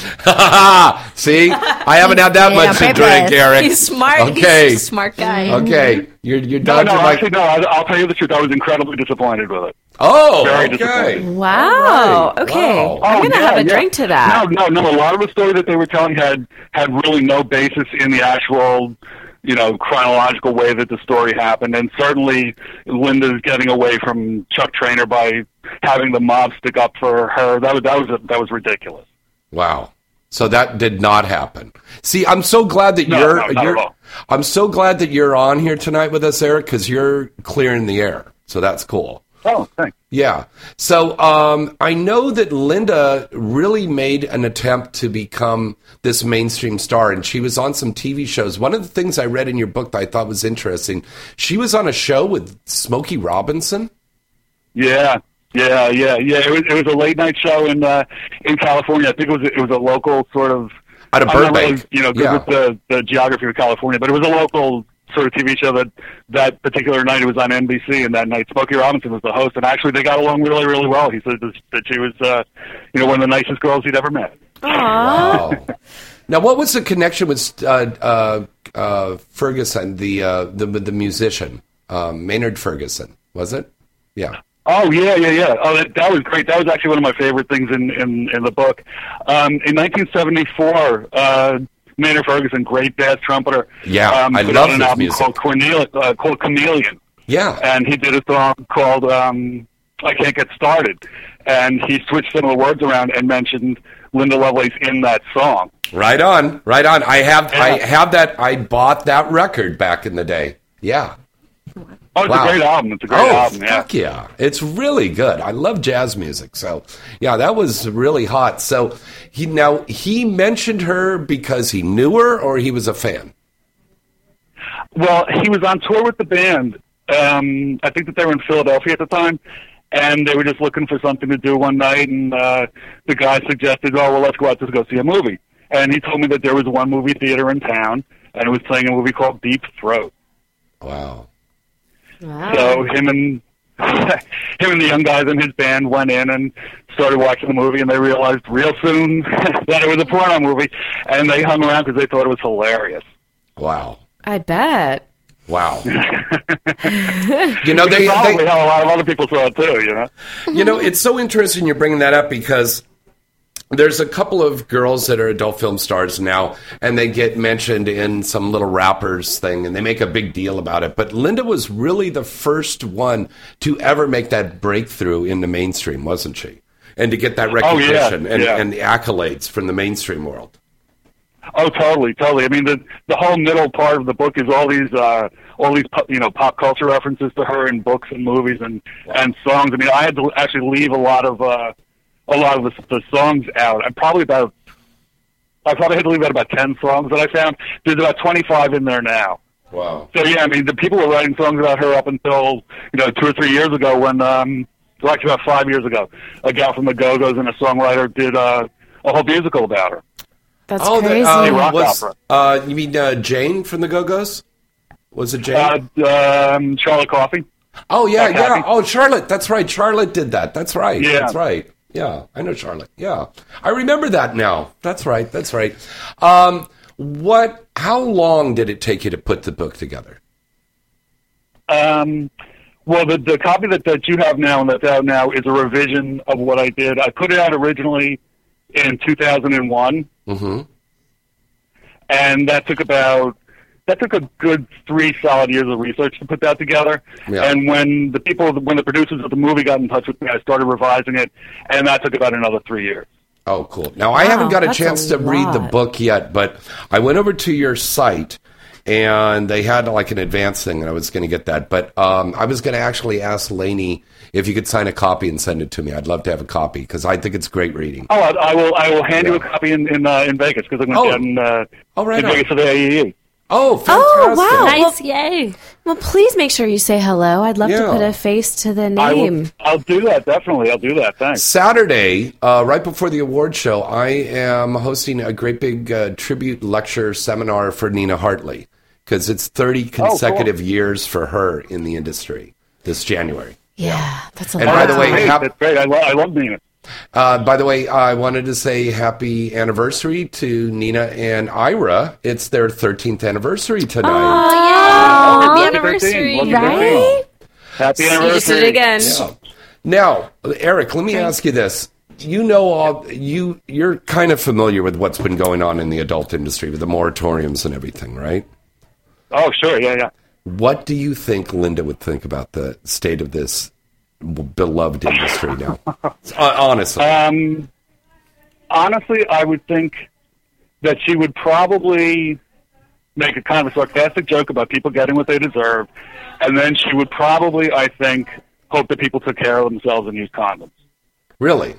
[SPEAKER 3] See, I haven't had that
[SPEAKER 6] He's
[SPEAKER 3] much to
[SPEAKER 6] doing it on
[SPEAKER 3] drink,
[SPEAKER 6] purpose.
[SPEAKER 3] Eric.
[SPEAKER 6] He's smart. He's
[SPEAKER 3] Okay,
[SPEAKER 6] a smart guy.
[SPEAKER 3] Okay, you're you're
[SPEAKER 17] No,
[SPEAKER 3] dodging
[SPEAKER 17] no,
[SPEAKER 3] my.
[SPEAKER 17] actually, no. I, I'll tell you the truth. I was incredibly disappointed with it.
[SPEAKER 3] Oh,
[SPEAKER 17] very
[SPEAKER 3] okay.
[SPEAKER 17] disappointed.
[SPEAKER 4] Wow. Okay. I'm
[SPEAKER 17] Oh,
[SPEAKER 4] going to
[SPEAKER 17] yeah,
[SPEAKER 4] have a
[SPEAKER 17] yeah.
[SPEAKER 4] drink to that.
[SPEAKER 17] No, no, no. A lot of the story that they were telling had had really no basis in the actual, you know, chronological way that the story happened. And certainly, Linda's getting away from Chuck Trainer by having the mob stick up for her. That was that was that was ridiculous.
[SPEAKER 3] Wow. So that did not happen. See, I'm so glad that
[SPEAKER 17] No,
[SPEAKER 3] you're
[SPEAKER 17] no, not at
[SPEAKER 3] you're
[SPEAKER 17] all.
[SPEAKER 3] I'm so glad that you're on here tonight with us, Eric, because you're clearing the air. So that's cool.
[SPEAKER 17] Oh, thanks.
[SPEAKER 3] Yeah. So um, I know that Linda really made an attempt to become this mainstream star, and she was on some TV shows. One of the things I read in your book that I thought was interesting, she was on a show with Smokey Robinson.
[SPEAKER 17] Yeah, yeah, yeah, yeah. It was it was a late night show in uh, in California. I think it was it was a local sort of
[SPEAKER 3] Out of
[SPEAKER 17] I'm not
[SPEAKER 3] Burbank.
[SPEAKER 17] really, you know, good
[SPEAKER 3] Yeah.
[SPEAKER 17] with the the geography of California, but it was a local sort of TV show that that particular night it was on NBC, and that night Smokey Robinson was the host, and actually they got along really really well. He said that, that she was uh, you know one of the nicest girls he'd ever met.
[SPEAKER 3] Wow. now, what was the connection with uh, uh, uh, Ferguson, the, uh, the the musician, um, Maynard Ferguson? Was it? Yeah.
[SPEAKER 17] Oh yeah, yeah, yeah. Oh, that, that was great. That was actually one of my favorite things in in, in the book. Um, in 1974, uh, Maynard Ferguson, great bass trumpeter. um,
[SPEAKER 3] Yeah, I
[SPEAKER 17] put
[SPEAKER 3] love
[SPEAKER 17] out an
[SPEAKER 3] his
[SPEAKER 17] album
[SPEAKER 3] music.
[SPEAKER 17] called, Cornel- uh, called Chameleon.
[SPEAKER 3] Yeah.
[SPEAKER 17] And he did a song called um, I Can't Get Started. And he switched some of the words around and mentioned Linda Lovelace in that song.
[SPEAKER 3] Right on, right on. I have I
[SPEAKER 17] Yeah.
[SPEAKER 3] have that. I bought that record back in the day. Yeah.
[SPEAKER 17] Oh, it's
[SPEAKER 3] Wow.
[SPEAKER 17] a great album. It's a great
[SPEAKER 3] oh,
[SPEAKER 17] album. Yeah.
[SPEAKER 3] Fuck yeah. It's really good. I love jazz music. So, yeah, that was really hot. So, he now he mentioned her because he knew her or he was a fan.
[SPEAKER 17] Well, he was on tour with the band. Um, I think that they were in Philadelphia at the time, and they were just looking for something to do one night. And uh, the guy suggested, "Oh, well, let's go out to go see a movie." And he told me that there was one movie theater in town, and it was playing a movie called Deep Throat.
[SPEAKER 3] Wow.
[SPEAKER 17] So him and him and the young guys in his band went in and started watching the movie, and they realized real soon that it was a porno movie, and they hung around because they thought it was hilarious.
[SPEAKER 3] Wow.
[SPEAKER 4] I bet.
[SPEAKER 3] Wow. you know, they,
[SPEAKER 17] probably
[SPEAKER 3] they-
[SPEAKER 17] how a lot of other people saw it too. You know.
[SPEAKER 3] you know, it's so interesting you're bringing that up because there's a couple of girls that are adult film stars now, and they get mentioned in some little rappers thing, and they make a big deal about it. But Linda was really the first one to ever make that breakthrough in the mainstream, wasn't she? And to get that
[SPEAKER 17] Oh, yeah,
[SPEAKER 3] recognition and,
[SPEAKER 17] yeah.
[SPEAKER 3] and the accolades from the mainstream world.
[SPEAKER 17] Oh, totally, totally. I mean, the the whole middle part of the book is all these uh, all these pu- you know pop culture references to her in books and movies and and songs. I mean, I had to actually leave a lot of uh, a lot of the, the songs out. I probably about I probably had to leave out about ten songs that I found. There's about twenty five in there now.
[SPEAKER 3] Wow.
[SPEAKER 17] So yeah, I mean, the people were writing songs about her up until you know two or three years ago when, um, well, actually about five years ago, a gal from the Go Go's and a songwriter did uh, a whol musical about her.
[SPEAKER 4] That's
[SPEAKER 3] oh,
[SPEAKER 17] crazy.
[SPEAKER 3] That,
[SPEAKER 17] Hey,
[SPEAKER 3] uh,
[SPEAKER 17] rock
[SPEAKER 3] was-
[SPEAKER 17] opera.
[SPEAKER 3] uh, you mean uh, Jane from the Go Go's? Was it Jane?
[SPEAKER 17] Uh, um, Charlotte Coffey.
[SPEAKER 3] Oh yeah,
[SPEAKER 17] Uh, Coffey.
[SPEAKER 3] yeah. Oh, Charlotte. That's right. Charlotte did that. That's right.
[SPEAKER 17] Yeah.
[SPEAKER 3] That's right. Yeah, I know Charlotte. Yeah, I remember that now. That's right. That's right. Um, what? How long did it take you to put the book together?
[SPEAKER 17] Um, well, the, the copy that, that you have now and that's out now is a revision of what I did. I put it out originally in 2001,
[SPEAKER 3] Mm-hmm.
[SPEAKER 17] and that took about that took a good three solid years of research to put that together.
[SPEAKER 3] Yeah.
[SPEAKER 17] And when the people, when the producers of the movie got in touch with me, I started revising it, and that took about another three years.
[SPEAKER 3] Oh, cool. Now I haven't got a chance to read the book yet, but I went over to your site and they had like an advanced thing, and I was going to get that. But um, I was going to actually ask Lainey if you could sign a copy and send it to me. I'd love to have a copy because I think it's great reading.
[SPEAKER 17] Oh, I, I will. I will hand you a copy in in, uh, in Vegas because I'm going to
[SPEAKER 3] Oh.
[SPEAKER 17] be out in, uh,
[SPEAKER 3] right
[SPEAKER 17] in
[SPEAKER 3] on.
[SPEAKER 17] Vegas for the E AEE.
[SPEAKER 3] Oh,
[SPEAKER 4] Oh, wow.
[SPEAKER 6] Nice,
[SPEAKER 4] yay. Well, please make sure you say hello. I'd love to
[SPEAKER 3] Yeah.
[SPEAKER 4] put a face to the
[SPEAKER 17] I will,
[SPEAKER 4] Oh, name.
[SPEAKER 17] I'll do that. Definitely, I'll do that. Thanks.
[SPEAKER 3] Saturday, uh, right before the award show, I am hosting a great big uh, tribute lecture seminar for Nina Hartley because it's 30
[SPEAKER 17] Oh, cool.
[SPEAKER 3] consecutive years for her in the industry this January.
[SPEAKER 4] Yeah, that's a
[SPEAKER 3] And
[SPEAKER 4] lot.
[SPEAKER 3] by the way,
[SPEAKER 17] Great,
[SPEAKER 3] hap-
[SPEAKER 17] that's great. I, lo- I love Nina.
[SPEAKER 3] Uh, by the way, I wanted to say happy anniversary to Nina and Ira. It's their 13th anniversary tonight.
[SPEAKER 6] Happy
[SPEAKER 17] Happy
[SPEAKER 6] anniversary.
[SPEAKER 17] 13. Happy 13. Happy
[SPEAKER 6] You
[SPEAKER 17] anniversary.
[SPEAKER 6] just did it again.
[SPEAKER 3] Yeah. Now, Eric, let me ask you this. You know all you you're kind of familiar with what's been going on in the adult industry with the moratoriums and everything, right?
[SPEAKER 17] Oh, sure. Yeah, yeah.
[SPEAKER 3] What do you think Linda would think about the state of this beloved industry now? Uh, Honestly.
[SPEAKER 17] Um, honestly, I would think that she would probably make a kind of sarcastic joke about people getting what they deserve, and then she would probably, I think, hope that people took care of themselves and used condoms.
[SPEAKER 3] Really?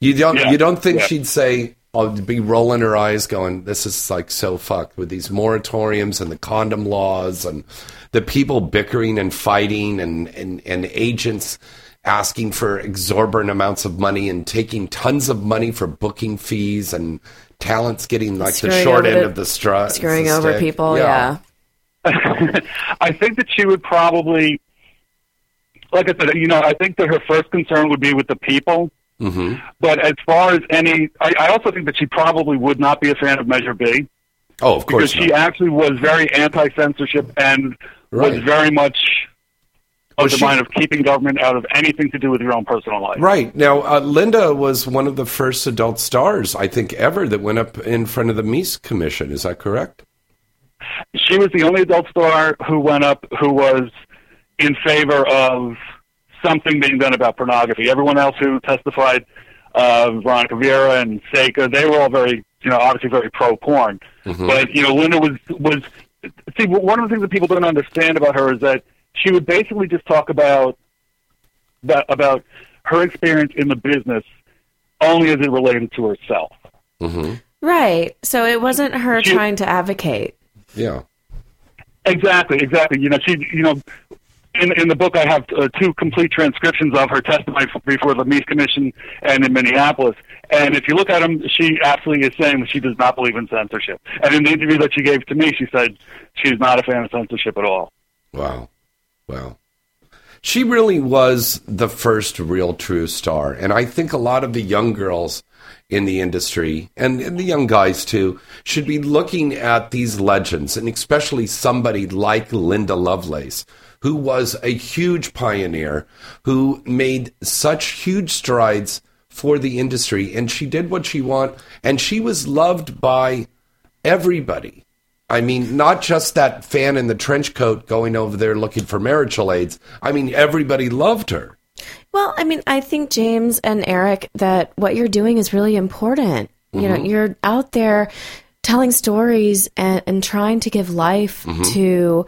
[SPEAKER 3] You don't
[SPEAKER 17] Yeah,
[SPEAKER 3] you don't think
[SPEAKER 17] yeah.
[SPEAKER 3] she'd say I'll be rolling her eyes going, This is like so fucked with these moratoriums and the condom laws and the people bickering and fighting and, and, and agents asking for exorbitant amounts of money and taking tons of money for booking fees and talents getting like the
[SPEAKER 4] Screwing
[SPEAKER 3] short
[SPEAKER 4] over
[SPEAKER 3] end
[SPEAKER 4] the-
[SPEAKER 3] of the strut. the
[SPEAKER 4] Screwing over
[SPEAKER 3] stick.
[SPEAKER 4] people, yeah.
[SPEAKER 17] I think that she would probably, like I said, you know, I think that her first concern would be with the people.
[SPEAKER 3] Mm-hmm.
[SPEAKER 17] But as far as any, I, I also think that she probably would not be a fan of Measure B.
[SPEAKER 3] Oh, of course.
[SPEAKER 17] because she
[SPEAKER 3] not.
[SPEAKER 17] actually was very anti censorship and was
[SPEAKER 3] Right.
[SPEAKER 17] very much
[SPEAKER 3] Oh,
[SPEAKER 17] with the mind of keeping government out of anything to do with your own personal life.
[SPEAKER 3] Right. Now, uh, Linda was one of the first adult stars, I think, ever that went up in front of the Mies Commission. Is that correct?
[SPEAKER 17] She was the only adult star who went up who was in favor of something being done about pornography. Everyone else who testified, uh, Veronica Vera and Seika, they were all very, you know, obviously very pro porn.
[SPEAKER 2] Mm-hmm.
[SPEAKER 3] Mm-hmm.
[SPEAKER 17] But you know, Linda was was see one of the things that people don't understand about her is that she would basically just talk about that about her experience in the business only as it related to herself.
[SPEAKER 3] Mm-hmm.
[SPEAKER 4] Right. So it wasn't her trying to advocate.
[SPEAKER 3] Yeah.
[SPEAKER 17] Exactly, exactly. You know, she, you know, in in the book I have uh, two complete transcriptions of her testimony f- before the Mies Commission and in Minneapolis. And if you look at them, she absolutely is saying that she does not believe in censorship. And in the interview that she gave to me, she said she's not a fan of censorship at all.
[SPEAKER 3] Wow. Wow. She really was the first real true star. And I think a lot of the young girls in the industry and, and the young guys too should be looking at these legends and especially somebody like Linda Lovelace, who was a huge pioneer, who made such huge strides for the industry. And she did what she wanted. And she was loved by everybody. I mean, not just that fan in the trench coat going over there looking for marital aids. I mean, everybody loved her.
[SPEAKER 4] Well, I mean, I think James and Eric that what you're doing is really important. You know,
[SPEAKER 17] Mm-hmm.
[SPEAKER 3] Mhm.
[SPEAKER 4] you're out there telling stories and, and trying to give life
[SPEAKER 17] Mm-hmm.
[SPEAKER 18] Mhm.
[SPEAKER 4] to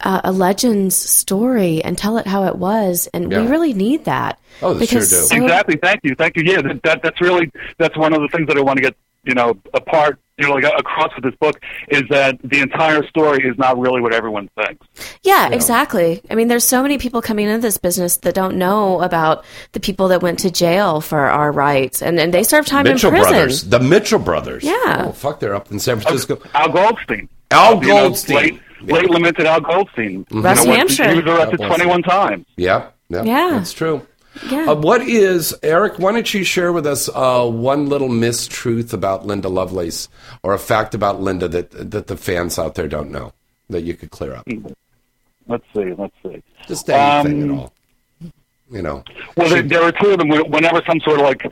[SPEAKER 4] uh, a legend's story and tell it how it was. And we
[SPEAKER 17] Yeah. Oh,
[SPEAKER 4] really need that.
[SPEAKER 3] Oh,
[SPEAKER 4] because so-
[SPEAKER 17] Exactly. Thank you. Thank you. Yeah, that, that that's really that's one of the things that I want to get you know apart. You know, like across with this book is that the entire story is not really what everyone thinks.
[SPEAKER 4] Yeah, exactly. I mean, there's so many people coming into this business that don't know about the people that went to jail for our rights, and, and they serve time
[SPEAKER 3] Mitchell
[SPEAKER 4] in prison.
[SPEAKER 3] Brothers. The Mitchell Brothers.
[SPEAKER 4] Yeah.
[SPEAKER 3] Oh, fuck, they're up in San Francisco.
[SPEAKER 17] Al Goldstein.
[SPEAKER 3] Al
[SPEAKER 17] You know,
[SPEAKER 3] Goldstein. Mm-hmm.
[SPEAKER 17] late, late lamented Al Goldstein. You
[SPEAKER 3] West
[SPEAKER 17] know, what,
[SPEAKER 3] Hampshire.
[SPEAKER 17] He was arrested
[SPEAKER 3] That was-
[SPEAKER 17] 21 times.
[SPEAKER 3] Yep. yep
[SPEAKER 17] Yeah.
[SPEAKER 3] That's true.
[SPEAKER 4] Yeah.
[SPEAKER 3] Uh, what is, Eric, why don't you share with us uh, one little mistruth about Linda Lovelace or a fact about Linda that, that the fans out there don't know that you could clear up?
[SPEAKER 17] Mm-hmm. Let's see. Let's see. Um,
[SPEAKER 3] Just anything at all. You know.
[SPEAKER 17] Well, there, there were two of them. When- Whenever some sort of like,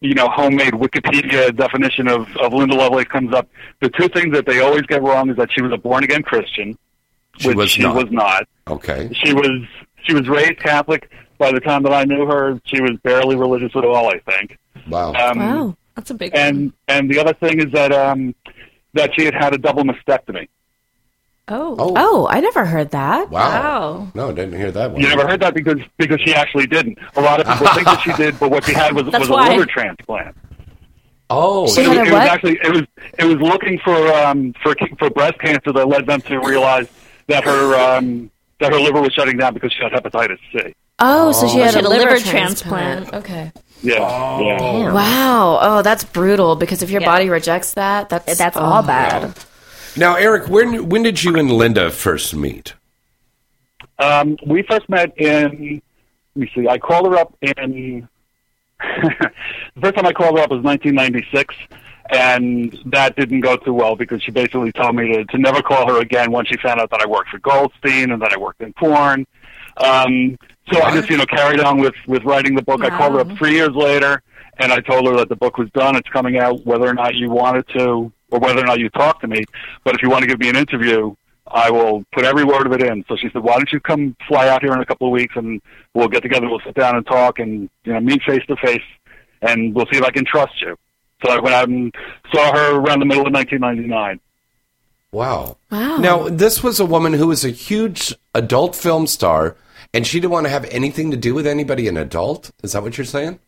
[SPEAKER 17] you know, homemade Wikipedia definition of, of Linda Lovelace comes up, the two things that they always get wrong is that she was a born again Christian,
[SPEAKER 3] She
[SPEAKER 17] which
[SPEAKER 3] was
[SPEAKER 17] she
[SPEAKER 3] not.
[SPEAKER 17] was not.
[SPEAKER 3] Okay.
[SPEAKER 17] She was she was raised Catholic. By the time that I knew her, she was barely religious at all. I think.
[SPEAKER 3] Wow.
[SPEAKER 17] Um,
[SPEAKER 6] wow, that's a big one.
[SPEAKER 17] And and the other thing is that um, that she had had a double mastectomy.
[SPEAKER 6] Oh.
[SPEAKER 4] oh, I never heard that.
[SPEAKER 3] Wow. No, I didn't hear that one.
[SPEAKER 17] You never heard that because because she actually didn't. A lot of people think that she did, but what she had was
[SPEAKER 6] That's
[SPEAKER 17] was
[SPEAKER 6] why.
[SPEAKER 17] a liver transplant.
[SPEAKER 3] Oh,
[SPEAKER 17] it, was- it was actually it was it was looking for um for for breast cancer that led them to realize that her um that her liver was shutting down because she had hepatitis C.
[SPEAKER 4] Oh, so she
[SPEAKER 6] Oh.
[SPEAKER 4] had
[SPEAKER 6] She
[SPEAKER 4] a
[SPEAKER 6] had a
[SPEAKER 4] liver,
[SPEAKER 6] liver
[SPEAKER 4] transplant. Okay.
[SPEAKER 17] Yeah.
[SPEAKER 3] Oh.
[SPEAKER 17] yeah.
[SPEAKER 4] Wow. Oh, that's brutal because if your body rejects that, that's that's all bad.
[SPEAKER 3] Now, Eric, when when did you and Linda first meet?
[SPEAKER 17] Um, we first met in, let me see, I called her up in, the first time I called her up was 1996, and that didn't go too well because she basically told me to, to never call her again once she found out that I worked for Goldstein and that I worked in porn. Um, so I just, you know, carried on with, with writing the book. I called her up three years later, and I told her that the book was done. It's coming out whether or not you wanted to or whether or not you talked to me. But if you want to give me an interview, I will put every word of it in. So she said, "Why don't you come fly out here in a couple of weeks, and we'll get together, we'll sit down and talk, and you know, meet face to face, and we'll see if I can trust you." So I went out and saw her around the middle of 1999.
[SPEAKER 3] Wow.
[SPEAKER 4] Wow.
[SPEAKER 3] Now, this was a woman who was a huge adult film star, and she didn't want to have anything to do with anybody an adult. Is that what you're saying?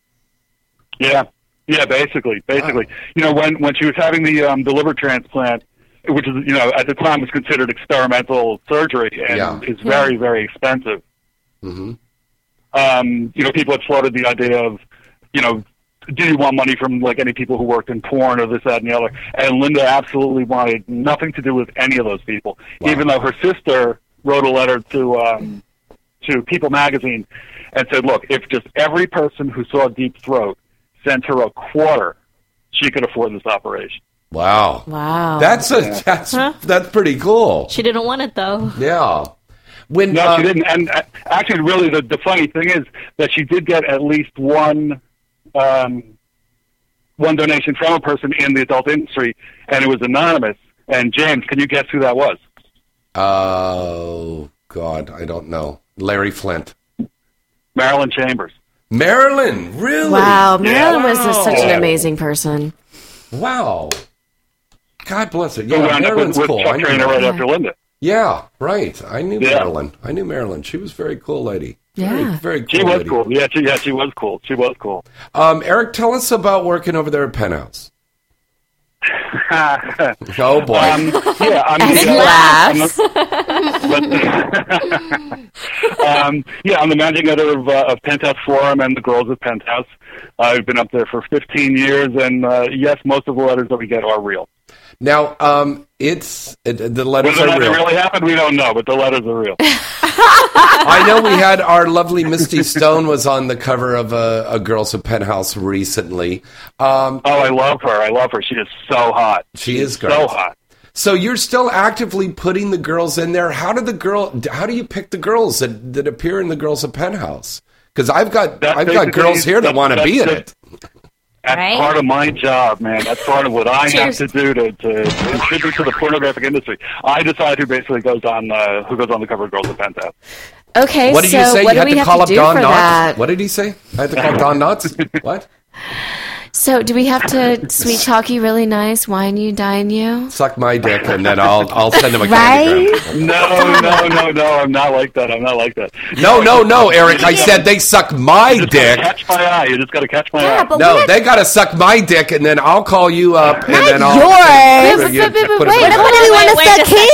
[SPEAKER 17] Yeah, yeah, basically, basically. You know, when when she was having the um, the liver transplant, which is you know at the time was considered experimental surgery and
[SPEAKER 3] Yeah.
[SPEAKER 17] is very very expensive.
[SPEAKER 3] Mm-hmm.
[SPEAKER 17] um, you know, people had floated the idea of, you know, do you want money from like any people who worked in porn or this, that, and the other? And Linda absolutely wanted nothing to do with any of those people, even though her sister wrote a letter to um, to People magazine and said, look, if just every person who saw Deep Throat sent her a quarter, she could afford this operation.
[SPEAKER 3] Wow.
[SPEAKER 4] Wow.
[SPEAKER 3] That's a
[SPEAKER 6] Yeah.
[SPEAKER 3] that's
[SPEAKER 6] Huh?
[SPEAKER 3] that's pretty cool.
[SPEAKER 6] She didn't want it though.
[SPEAKER 3] Yeah. When
[SPEAKER 17] no,
[SPEAKER 3] uh,
[SPEAKER 17] she didn't. And uh, actually, really, the, the funny thing is that she did get at least one um, one donation from a person in the adult industry, and it was anonymous. And James, can you guess who that was?
[SPEAKER 3] Oh God, I don't know. Larry Flint,
[SPEAKER 17] Marilyn Chambers.
[SPEAKER 3] Marilyn, really?
[SPEAKER 4] Wow, Marilyn was
[SPEAKER 3] Wow.
[SPEAKER 4] just such an amazing person.
[SPEAKER 3] Wow. God bless her.
[SPEAKER 17] Who
[SPEAKER 3] Yeah,
[SPEAKER 17] wound up with,
[SPEAKER 3] Marilyn's
[SPEAKER 17] with
[SPEAKER 3] cool. I
[SPEAKER 17] Chuck
[SPEAKER 3] knew
[SPEAKER 17] Trainer
[SPEAKER 3] that.
[SPEAKER 17] right after Linda.
[SPEAKER 3] Yeah, right. I knew
[SPEAKER 17] Yeah.
[SPEAKER 3] Marilyn. I knew Marilyn. She was a very cool lady.
[SPEAKER 17] Yeah.
[SPEAKER 3] Very, very cool.
[SPEAKER 17] She was
[SPEAKER 3] lady.
[SPEAKER 17] cool. Yeah, she, yeah, she was cool. She was cool.
[SPEAKER 3] Um, Eric, tell us about working over there at Penthouse. oh boy.
[SPEAKER 17] Um, yeah, I'm
[SPEAKER 3] As
[SPEAKER 17] the,
[SPEAKER 3] he
[SPEAKER 17] uh,
[SPEAKER 3] laughs.
[SPEAKER 17] I'm the- but- um, yeah, I'm the managing editor of, uh, of Penthouse Forum and the Girls of Penthouse. I've been up there for 15 years, and uh, yes, most of the letters that we get are real.
[SPEAKER 3] now, um, it's it, the letters
[SPEAKER 17] Whether or
[SPEAKER 3] are
[SPEAKER 17] not
[SPEAKER 3] real.
[SPEAKER 17] they really happened, we don't know, but the letters are real.
[SPEAKER 3] I know we had our lovely Misty Stone was on the cover of uh, a, a Girls of Penthouse recently. Um,
[SPEAKER 17] oh, I love her. I love her. She is so hot.
[SPEAKER 3] She is
[SPEAKER 17] so
[SPEAKER 3] great.
[SPEAKER 17] hot.
[SPEAKER 3] So you're still actively putting the girls in there. How do the girl? How do you pick the girls that, that appear in the Girls of Penthouse? Because I've got I've got
[SPEAKER 17] basically-
[SPEAKER 3] girls here that
[SPEAKER 17] that's-
[SPEAKER 3] want to be in
[SPEAKER 17] that's
[SPEAKER 3] it.
[SPEAKER 17] That's
[SPEAKER 3] Right?
[SPEAKER 17] part of my job, man. That's part of what I have to do to, to contribute to the pornographic industry. I decide who basically goes on uh, who goes on the cover of Girls of Penthouse.
[SPEAKER 4] Okay,
[SPEAKER 3] What did
[SPEAKER 4] so
[SPEAKER 3] you say?
[SPEAKER 4] what
[SPEAKER 3] you had
[SPEAKER 4] do
[SPEAKER 3] to
[SPEAKER 4] we
[SPEAKER 3] call
[SPEAKER 4] have
[SPEAKER 3] up
[SPEAKER 4] to do
[SPEAKER 3] Don
[SPEAKER 4] for
[SPEAKER 3] Knotts?
[SPEAKER 4] that?
[SPEAKER 3] What did he say? I had to call Don Knotts? What?
[SPEAKER 4] So, do we have to sweet talk you really nice, wine you, dine you?
[SPEAKER 3] Suck my dick, and then I'll I'll send him a
[SPEAKER 4] Right?
[SPEAKER 3] candygram.
[SPEAKER 17] No, no, no, no. I'm not like that. I'm not like that.
[SPEAKER 3] No, no, no, Eric. I said they suck my dick.
[SPEAKER 17] Catch my eye. You just got to catch my eye.
[SPEAKER 3] No, they got to suck my dick, and then I'll call you up, and then I'll.
[SPEAKER 4] yours.
[SPEAKER 3] Yeah,
[SPEAKER 4] Wait, wait,
[SPEAKER 3] put it
[SPEAKER 4] wait,
[SPEAKER 3] in.
[SPEAKER 4] wait, wait, wait, wait, just a
[SPEAKER 6] Wait a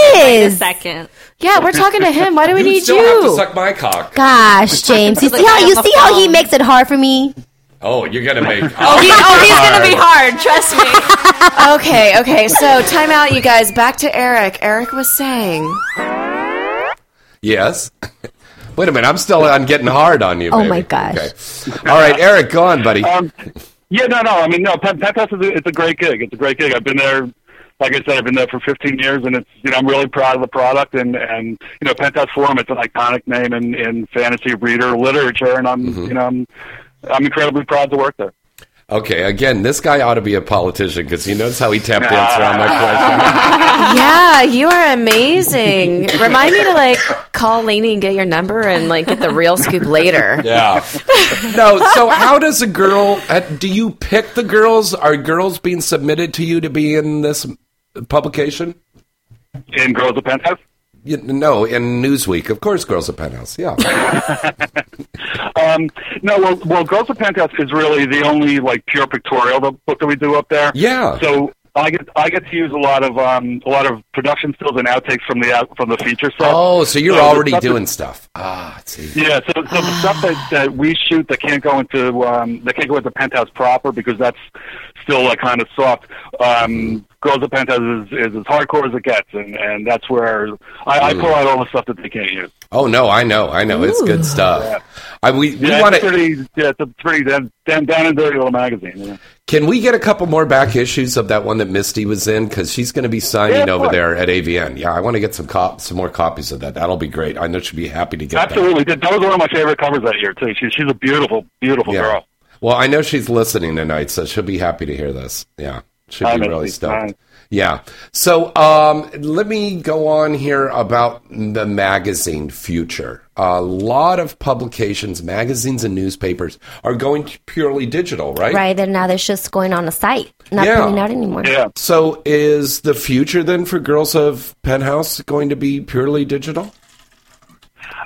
[SPEAKER 5] kids.
[SPEAKER 6] second.
[SPEAKER 4] Yeah, we're talking to him. Why do we
[SPEAKER 3] You
[SPEAKER 4] need
[SPEAKER 3] still
[SPEAKER 4] you?
[SPEAKER 3] have to suck my cock.
[SPEAKER 5] Gosh, James, you see how you see how he makes it hard for me.
[SPEAKER 3] Oh, you're gonna make.
[SPEAKER 4] Oh, he- oh, he's gonna be
[SPEAKER 6] hard. Trust
[SPEAKER 4] me. okay, okay. So, time out, you guys. Back to Eric. Eric was saying,
[SPEAKER 3] Yes. Wait a minute. I'm still on getting hard on you.
[SPEAKER 4] Oh,
[SPEAKER 3] baby.
[SPEAKER 4] my gosh.
[SPEAKER 3] Okay. All right, Eric, go on, buddy.
[SPEAKER 17] Um, yeah, no, no. I mean, no. Pen- Penthouse is a, it's a great gig. It's a great gig. I've been there, like I said, I've been there for 15 years, and it's you know I'm really proud of the product and and you know Penthouse Forum. It's an iconic name in in fantasy reader literature, and I'm
[SPEAKER 3] Mm-hmm.
[SPEAKER 17] you know I'm I'm incredibly proud to work there.
[SPEAKER 3] okay. Again, this guy ought to be a politician because he knows how he tap dances around my question.
[SPEAKER 4] "Yeah, you are amazing." Remind me to like call Lainey and get your number and like get the real scoop later.
[SPEAKER 3] Yeah. No. So, how does a girl? uh, Do you pick the girls? Are girls being submitted to you to be in this publication?
[SPEAKER 17] In Girls of Penthouse?
[SPEAKER 3] You, no, in Newsweek, of course. Girls of Penthouse. Yeah.
[SPEAKER 17] Um, no, well, well, Girls of Penthouse is really the only like pure pictorial the book that we do up there.
[SPEAKER 3] Yeah.
[SPEAKER 17] So I get I get to use a lot of um, a lot of production stills and outtakes from the out, from the feature set.
[SPEAKER 3] Oh, so you're
[SPEAKER 17] the
[SPEAKER 3] already
[SPEAKER 17] stuff that-
[SPEAKER 3] doing Ah. stuff. Ah, I see.
[SPEAKER 17] Yeah, so, so the stuff that, that we shoot that can't go into um, that can't go into penthouse proper because that's still like kind of soft. Um, Girls of Penthouse is, is as hardcore as it gets, and, and that's where I, I
[SPEAKER 3] Hmm.
[SPEAKER 17] pull out all the stuff that they can't use.
[SPEAKER 3] Oh no, I know, I know. It's good stuff. I, we we
[SPEAKER 17] Yeah,
[SPEAKER 3] want
[SPEAKER 17] it's
[SPEAKER 3] to.
[SPEAKER 17] pretty. Yeah, it's a pretty damn, damn down and dirty little magazine. You know?
[SPEAKER 3] Can we get a couple more back issues of that one that Misty was in? Because she's going to be signing
[SPEAKER 17] Yeah, of
[SPEAKER 3] over
[SPEAKER 17] course.
[SPEAKER 3] there at AVN. Yeah, I want to get some cop- some more copies of that. That'll be great. I know she'd be happy to get that.
[SPEAKER 17] Absolutely, that. that was one of my favorite covers that year too. She, she's a beautiful, beautiful
[SPEAKER 3] Yeah.
[SPEAKER 17] girl.
[SPEAKER 3] Well, I know she's listening tonight, so she'll be happy to hear this. Yeah, she'll
[SPEAKER 17] Hi,
[SPEAKER 3] be
[SPEAKER 17] Misty.
[SPEAKER 3] really stoked.
[SPEAKER 17] Hi.
[SPEAKER 3] Yeah. So um, let me go on here about the magazine future. A lot of publications, magazines, and newspapers are going purely digital, right?
[SPEAKER 5] Right, then now they're just going on a site, not
[SPEAKER 3] Yeah.
[SPEAKER 5] printing out anymore.
[SPEAKER 3] So is the future then for Girls of Penthouse going to be purely digital?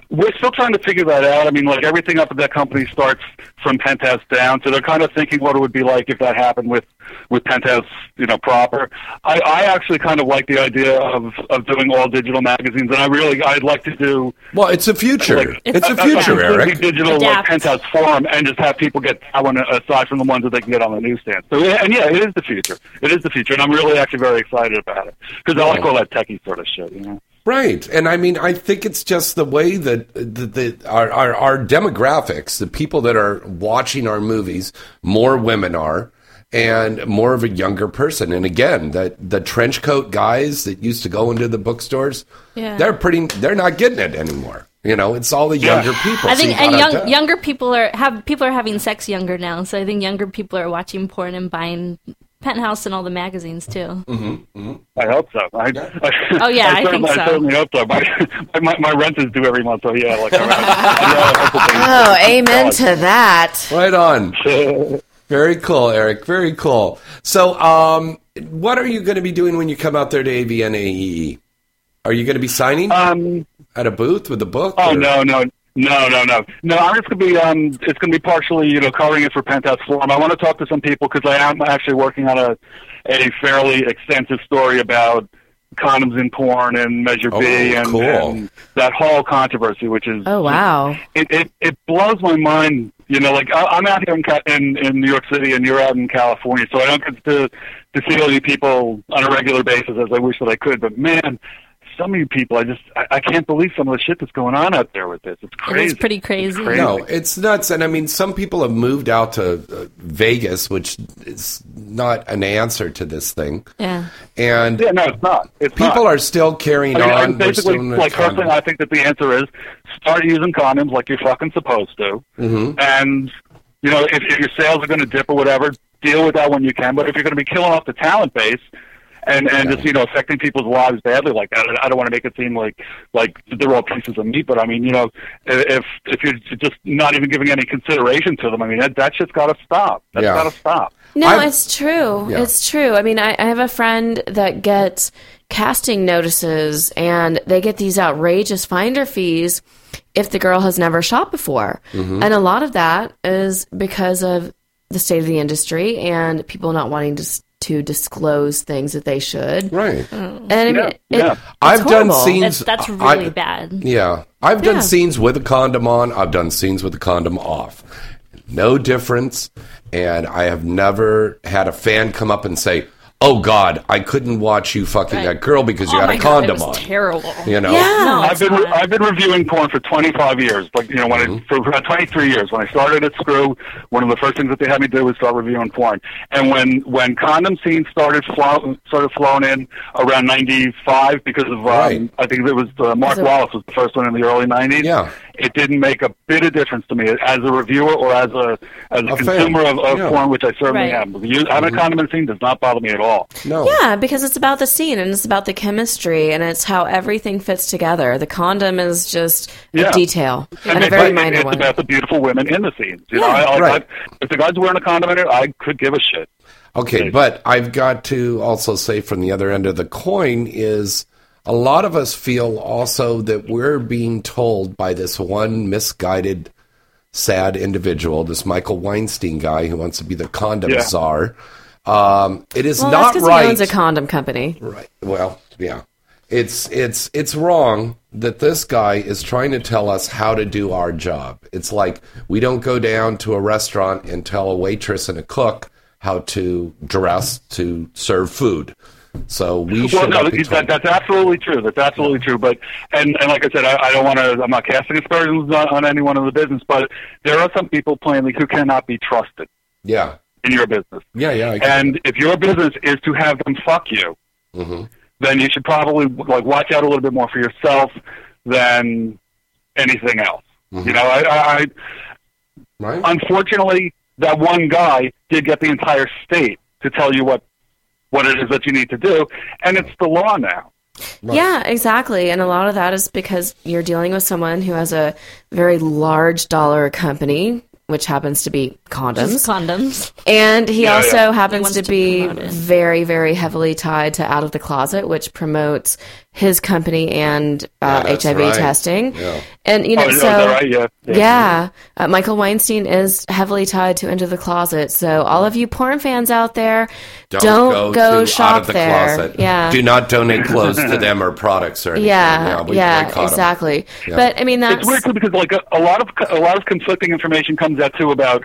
[SPEAKER 17] We're still trying to figure that out. I mean, like everything up at that company starts from Penthouse down, so they're kind of thinking what it would be like if that happened with with Penthouse, you know, proper. I, I actually kind of like the idea of of doing all digital magazines, and I really I'd like to do
[SPEAKER 3] Well, it's a future. it's a
[SPEAKER 17] completely
[SPEAKER 3] future, Eric.
[SPEAKER 17] Digital like Penthouse forum, and just have people get that one aside from the ones that they can get on the newsstand. So, yeah, and yeah, it is the future. It is the future, and I'm really actually very excited about it because I like all that techie sort of shit. You know.
[SPEAKER 3] Right, and I mean, I think it's just the way that the, the our, our our demographics, the people that are watching our movies, more women are, and more of a younger person. And again, the the trench coat guys that used to go into the bookstores,
[SPEAKER 6] Yeah.
[SPEAKER 3] they're pretty. They're not getting it anymore. You know, it's all the younger people.
[SPEAKER 6] I
[SPEAKER 3] So you
[SPEAKER 6] think and
[SPEAKER 3] gotta-
[SPEAKER 6] young, younger people are have people are having sex younger now, so I think younger people are watching porn and buying Penthouse and all the magazines too.
[SPEAKER 17] Mm-hmm, I hope so. I, I,
[SPEAKER 6] Oh, yeah, I think
[SPEAKER 17] certainly,
[SPEAKER 6] so.
[SPEAKER 17] I certainly hope so. My, my my rent is due every month, so yeah, like I'm out.
[SPEAKER 4] Oh, amen to that.
[SPEAKER 3] Right on. Very cool, Eric. Very cool. So, um, what are you going to be doing when you come out there to ABNAEE? E? Are you going to be signing
[SPEAKER 17] um,
[SPEAKER 3] at a booth with a book?
[SPEAKER 17] Oh
[SPEAKER 3] or-
[SPEAKER 17] no, no, no, no, no, no! I'm just gonna be um, it's gonna be partially you know covering it for Penthouse Forum. I want to talk to some people because I am actually working on a a fairly extensive story about condoms in porn and Measure B and,
[SPEAKER 9] cool.
[SPEAKER 17] and that whole controversy, which is
[SPEAKER 4] Oh wow.
[SPEAKER 17] it, it it blows my mind. You know, like I, I'm out here in, Ca- in in New York City, and you're out in California, so I don't get to to see all you people on a regular basis as I wish that I could. But man, some of you people, I just I, I can't believe some of the shit that's going on out there with this. It's crazy.
[SPEAKER 6] It's pretty crazy.
[SPEAKER 17] crazy.
[SPEAKER 3] No, it's nuts. And I mean, some people have moved out to uh, Vegas, which is not an answer to this thing.
[SPEAKER 6] Yeah.
[SPEAKER 3] And
[SPEAKER 17] yeah, no, it's not. It's
[SPEAKER 3] people
[SPEAKER 17] not.
[SPEAKER 3] are still carrying
[SPEAKER 17] I mean,
[SPEAKER 3] on.
[SPEAKER 17] I'm
[SPEAKER 3] We're
[SPEAKER 17] basically,
[SPEAKER 3] still in a
[SPEAKER 17] like
[SPEAKER 3] time-
[SPEAKER 17] personally, I think that the answer is start using condoms like you're fucking supposed to,
[SPEAKER 3] Mhm.
[SPEAKER 17] and you know if, if your sales are going to dip or whatever, deal with that when you can. But if you're going to be killing off the talent base. And and just you know affecting people's lives badly like that. I don't want to make it seem like like they're all pieces of meat, but I mean you know if if you're just not even giving any consideration to them, I mean that that shit's got to stop. That's
[SPEAKER 3] Yeah.
[SPEAKER 17] got to stop.
[SPEAKER 4] No, it's true.
[SPEAKER 17] Yeah.
[SPEAKER 4] It's true. I mean, I, I have a friend that gets casting notices and they get these outrageous finder fees if the girl has never shot before.
[SPEAKER 13] Mhm.
[SPEAKER 3] Mm-hmm.
[SPEAKER 4] And a lot of that is because of the state of the industry and people not wanting to, s- to disclose things that they should.
[SPEAKER 3] Right.
[SPEAKER 4] And I mean, it- it's
[SPEAKER 3] I've done
[SPEAKER 4] horrible.
[SPEAKER 3] scenes.
[SPEAKER 6] That's- that's
[SPEAKER 3] I-
[SPEAKER 6] really bad.
[SPEAKER 3] Yeah, I've done
[SPEAKER 6] Yeah.
[SPEAKER 3] scenes with a condom on. I've done scenes with a condom off. No difference. And I have never had a fan come up and say, "Oh God, I couldn't watch you fucking that girl because you
[SPEAKER 6] Oh
[SPEAKER 3] had
[SPEAKER 6] my
[SPEAKER 3] a
[SPEAKER 6] God, it
[SPEAKER 3] condom
[SPEAKER 6] was
[SPEAKER 3] on."
[SPEAKER 6] Terrible.
[SPEAKER 3] You know?
[SPEAKER 6] No,
[SPEAKER 17] I've
[SPEAKER 6] it's
[SPEAKER 17] been re- I've been reviewing porn for 25 years, like you know, when
[SPEAKER 3] Mm-hmm.
[SPEAKER 17] I, for about 23 years. When I started at Screw, one of the first things that they had me do was start reviewing porn. And when when condom scenes started flow, started flowing in around 95 because of um, I think it was uh, Mark
[SPEAKER 9] Was it-
[SPEAKER 17] Wallace was the first one in the early 90s. Yeah. It didn't make a bit of difference to me as a reviewer or as a as a,
[SPEAKER 3] A fan.
[SPEAKER 17] consumer of, of
[SPEAKER 3] Yeah. Mm-hmm.
[SPEAKER 17] porn, which I certainly
[SPEAKER 4] Right.
[SPEAKER 17] am. You- Having a condom scene does not bother me at all.
[SPEAKER 3] No.
[SPEAKER 4] Yeah, because it's about the scene and it's about the chemistry and it's how everything fits together. The condom is just
[SPEAKER 17] Yeah.
[SPEAKER 4] a detail
[SPEAKER 17] And
[SPEAKER 4] and, a
[SPEAKER 17] it-
[SPEAKER 4] very
[SPEAKER 17] it-
[SPEAKER 4] minor
[SPEAKER 17] it's
[SPEAKER 4] one.
[SPEAKER 17] about the beautiful women in the scenes. You know,
[SPEAKER 4] Yeah.
[SPEAKER 17] I, I,
[SPEAKER 3] Right.
[SPEAKER 17] I, if the guy's wearing a condom in it, I could give a shit.
[SPEAKER 3] Okay, but I've got to also say from the other end of the coin is a lot of us feel also that we're being told by this one misguided, sad individual, this Michael Weinstein guy who wants to be the condom
[SPEAKER 4] Yeah.
[SPEAKER 3] czar. Um, it is
[SPEAKER 4] well,
[SPEAKER 3] not
[SPEAKER 4] that's 'cause
[SPEAKER 3] right.
[SPEAKER 4] he owns a condom company.
[SPEAKER 3] Right. Well, yeah. It's it's it's wrong that this guy is trying to tell us how to do our job. It's like we don't go down to a restaurant and tell a waitress and a cook how to dress to serve food. So we
[SPEAKER 17] Well,
[SPEAKER 3] should
[SPEAKER 17] no,
[SPEAKER 3] not be
[SPEAKER 17] that,
[SPEAKER 3] told-
[SPEAKER 17] that, that's absolutely true. That's absolutely true. But and and like I said, I, I don't want to. I'm not casting aspersions on, on anyone in the business, but there are some people plainly who cannot be trusted
[SPEAKER 3] yeah.
[SPEAKER 17] in your business.
[SPEAKER 3] Yeah, yeah. I can-
[SPEAKER 17] And if your business is to have them fuck you,
[SPEAKER 3] Mhm.
[SPEAKER 17] then you should probably like watch out a little bit more for yourself than anything else. You know, I, I, I
[SPEAKER 3] right.
[SPEAKER 17] unfortunately that one guy did get the entire state to tell you what what it is that you need to do, and it's the law now.
[SPEAKER 4] Yeah, exactly. And a lot of that is because you're dealing with someone who has a very large dollar company, which happens to be condoms.
[SPEAKER 6] Just condoms.
[SPEAKER 4] And he
[SPEAKER 6] Yeah,
[SPEAKER 4] also
[SPEAKER 6] yeah.
[SPEAKER 4] happens
[SPEAKER 6] He wants
[SPEAKER 4] to
[SPEAKER 6] to
[SPEAKER 4] be
[SPEAKER 6] promote it.
[SPEAKER 4] very, very heavily tied to Out of the Closet, which promotes his company and uh,
[SPEAKER 13] that's
[SPEAKER 4] HIV
[SPEAKER 13] right.
[SPEAKER 4] testing.
[SPEAKER 13] Yeah.
[SPEAKER 4] And you
[SPEAKER 13] Oh,
[SPEAKER 4] know,
[SPEAKER 13] is
[SPEAKER 4] so
[SPEAKER 13] that right? Yeah. Yeah.
[SPEAKER 4] yeah. Uh, Michael Weinstein is heavily tied to Into the Closet. So all of you porn fans out there, don't, go,
[SPEAKER 3] to
[SPEAKER 4] shop
[SPEAKER 3] out of the
[SPEAKER 4] there.
[SPEAKER 3] closet.
[SPEAKER 4] Yeah,
[SPEAKER 3] Do not donate clothes to them or products or anything.
[SPEAKER 4] yeah,
[SPEAKER 3] we boycott
[SPEAKER 4] yeah,
[SPEAKER 3] 'em.
[SPEAKER 4] exactly.
[SPEAKER 3] Yeah.
[SPEAKER 4] But I mean, that's
[SPEAKER 17] it's weird too because like a, a lot of a lot of conflicting information comes out too about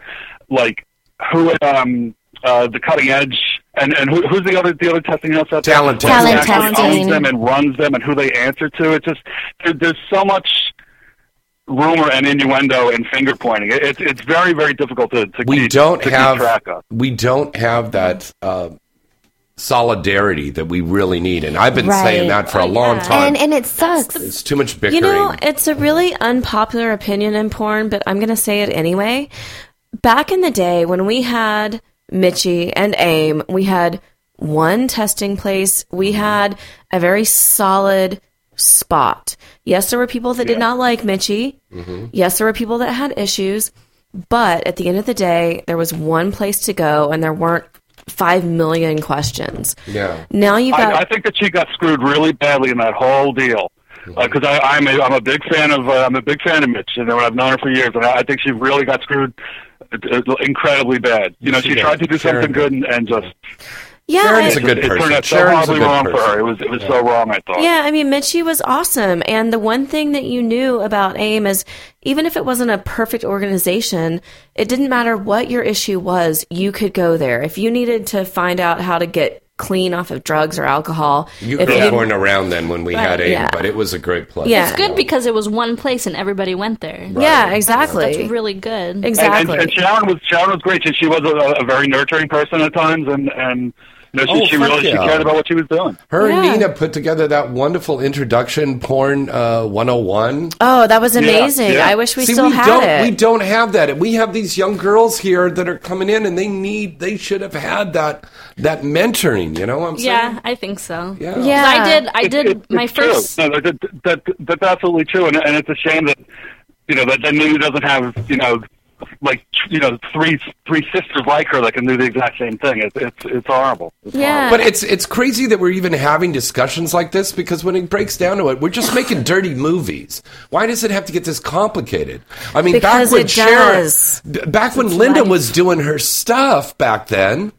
[SPEAKER 17] like who um uh the cutting edge and and who, who's the other the other testing house out there?
[SPEAKER 3] Talent
[SPEAKER 17] Who
[SPEAKER 3] testing.
[SPEAKER 17] actually
[SPEAKER 3] Talent testing.
[SPEAKER 17] owns them and runs them and who they answer to. It's just there, there's so much rumor and innuendo and finger pointing. It, it's it's very very difficult to, to
[SPEAKER 3] we
[SPEAKER 17] keep,
[SPEAKER 3] don't
[SPEAKER 17] to keep
[SPEAKER 3] have
[SPEAKER 17] track of.
[SPEAKER 3] we don't have that uh, solidarity that we really need, and I've been saying that
[SPEAKER 4] Oh,
[SPEAKER 3] for a long time.
[SPEAKER 5] And and it sucks.
[SPEAKER 3] it's too much bickering.
[SPEAKER 4] You know, it's a really unpopular opinion in porn, but I'm going to say it anyway. Back in the day when we had Mitchie and AIM, we had one testing place, we had a very solid spot. Yes, there were people that did not like Mitchie.
[SPEAKER 3] Mm-hmm.
[SPEAKER 4] Yes, there were people that had issues, but at the end of the day, there was one place to go and there weren't 5 million questions.
[SPEAKER 3] Yeah.
[SPEAKER 4] Now you've got
[SPEAKER 17] I, I think that she got screwed really badly in that whole deal.
[SPEAKER 3] Hmm.
[SPEAKER 17] Because I I'm a, I'm a big fan of uh, I'm a big fan of Mitch, and I've known her for years, and I, I think she really got screwed uh, incredibly bad. You know, she, tried to do something good and, and just
[SPEAKER 4] Yeah,
[SPEAKER 17] Sharon's
[SPEAKER 4] I-
[SPEAKER 17] a good it, It
[SPEAKER 3] person.
[SPEAKER 17] turned out so
[SPEAKER 3] Sharon's a
[SPEAKER 17] horribly
[SPEAKER 3] good
[SPEAKER 17] wrong for
[SPEAKER 3] person.
[SPEAKER 17] her. It was it was so wrong. I thought.
[SPEAKER 4] Yeah, I mean, Mitchie was awesome. And the one thing that you knew about AIM is even if it wasn't a perfect organization, it didn't matter what your issue was, you could go there. If you needed to find out how to get clean off of drugs or alcohol,
[SPEAKER 3] you
[SPEAKER 4] if
[SPEAKER 3] could have worn around then when we
[SPEAKER 6] Right,
[SPEAKER 3] had AIM,
[SPEAKER 4] yeah.
[SPEAKER 3] but it was a great place.
[SPEAKER 4] Yeah.
[SPEAKER 6] It's good because it was one place and everybody went there.
[SPEAKER 4] Yeah, exactly.
[SPEAKER 6] That's, that's really good.
[SPEAKER 17] And, and, and Sharon was Sharon was great. She, she was a, a very nurturing person at times, and and you know, she,
[SPEAKER 3] Oh,
[SPEAKER 17] she
[SPEAKER 3] fuck
[SPEAKER 17] really she
[SPEAKER 3] yeah.
[SPEAKER 17] cared about what she was doing.
[SPEAKER 3] Her
[SPEAKER 4] Yeah.
[SPEAKER 3] and Nina put together that wonderful introduction porn uh, 101.
[SPEAKER 4] Oh, that was amazing. I wish we
[SPEAKER 3] See,
[SPEAKER 4] still
[SPEAKER 3] we
[SPEAKER 4] had
[SPEAKER 3] don't,
[SPEAKER 4] it.
[SPEAKER 3] We don't have that. We have these young girls here that are coming in, and they need. They should have had that that mentoring. You know what I'm saying?
[SPEAKER 6] yeah, I think so.
[SPEAKER 3] Yeah.
[SPEAKER 6] 'Cause
[SPEAKER 4] Yeah.
[SPEAKER 6] I did. I did
[SPEAKER 17] It's- it's
[SPEAKER 6] my
[SPEAKER 17] true.
[SPEAKER 6] first.
[SPEAKER 17] No, that, that, that- that's absolutely true, and, and it's a shame that you know that, that Nunu doesn't have you know like you know three three sisters like her that can do the exact same thing. It's it's, it's horrible. It's
[SPEAKER 4] Yeah.
[SPEAKER 3] But it's it's crazy that we're even having discussions like this because when it breaks down to it, we're just making dirty movies. Why does it have to get this complicated? I mean,
[SPEAKER 4] Because
[SPEAKER 3] back when
[SPEAKER 4] it
[SPEAKER 3] Sharon,
[SPEAKER 4] does.
[SPEAKER 3] b- back when Linda was doing her stuff back then.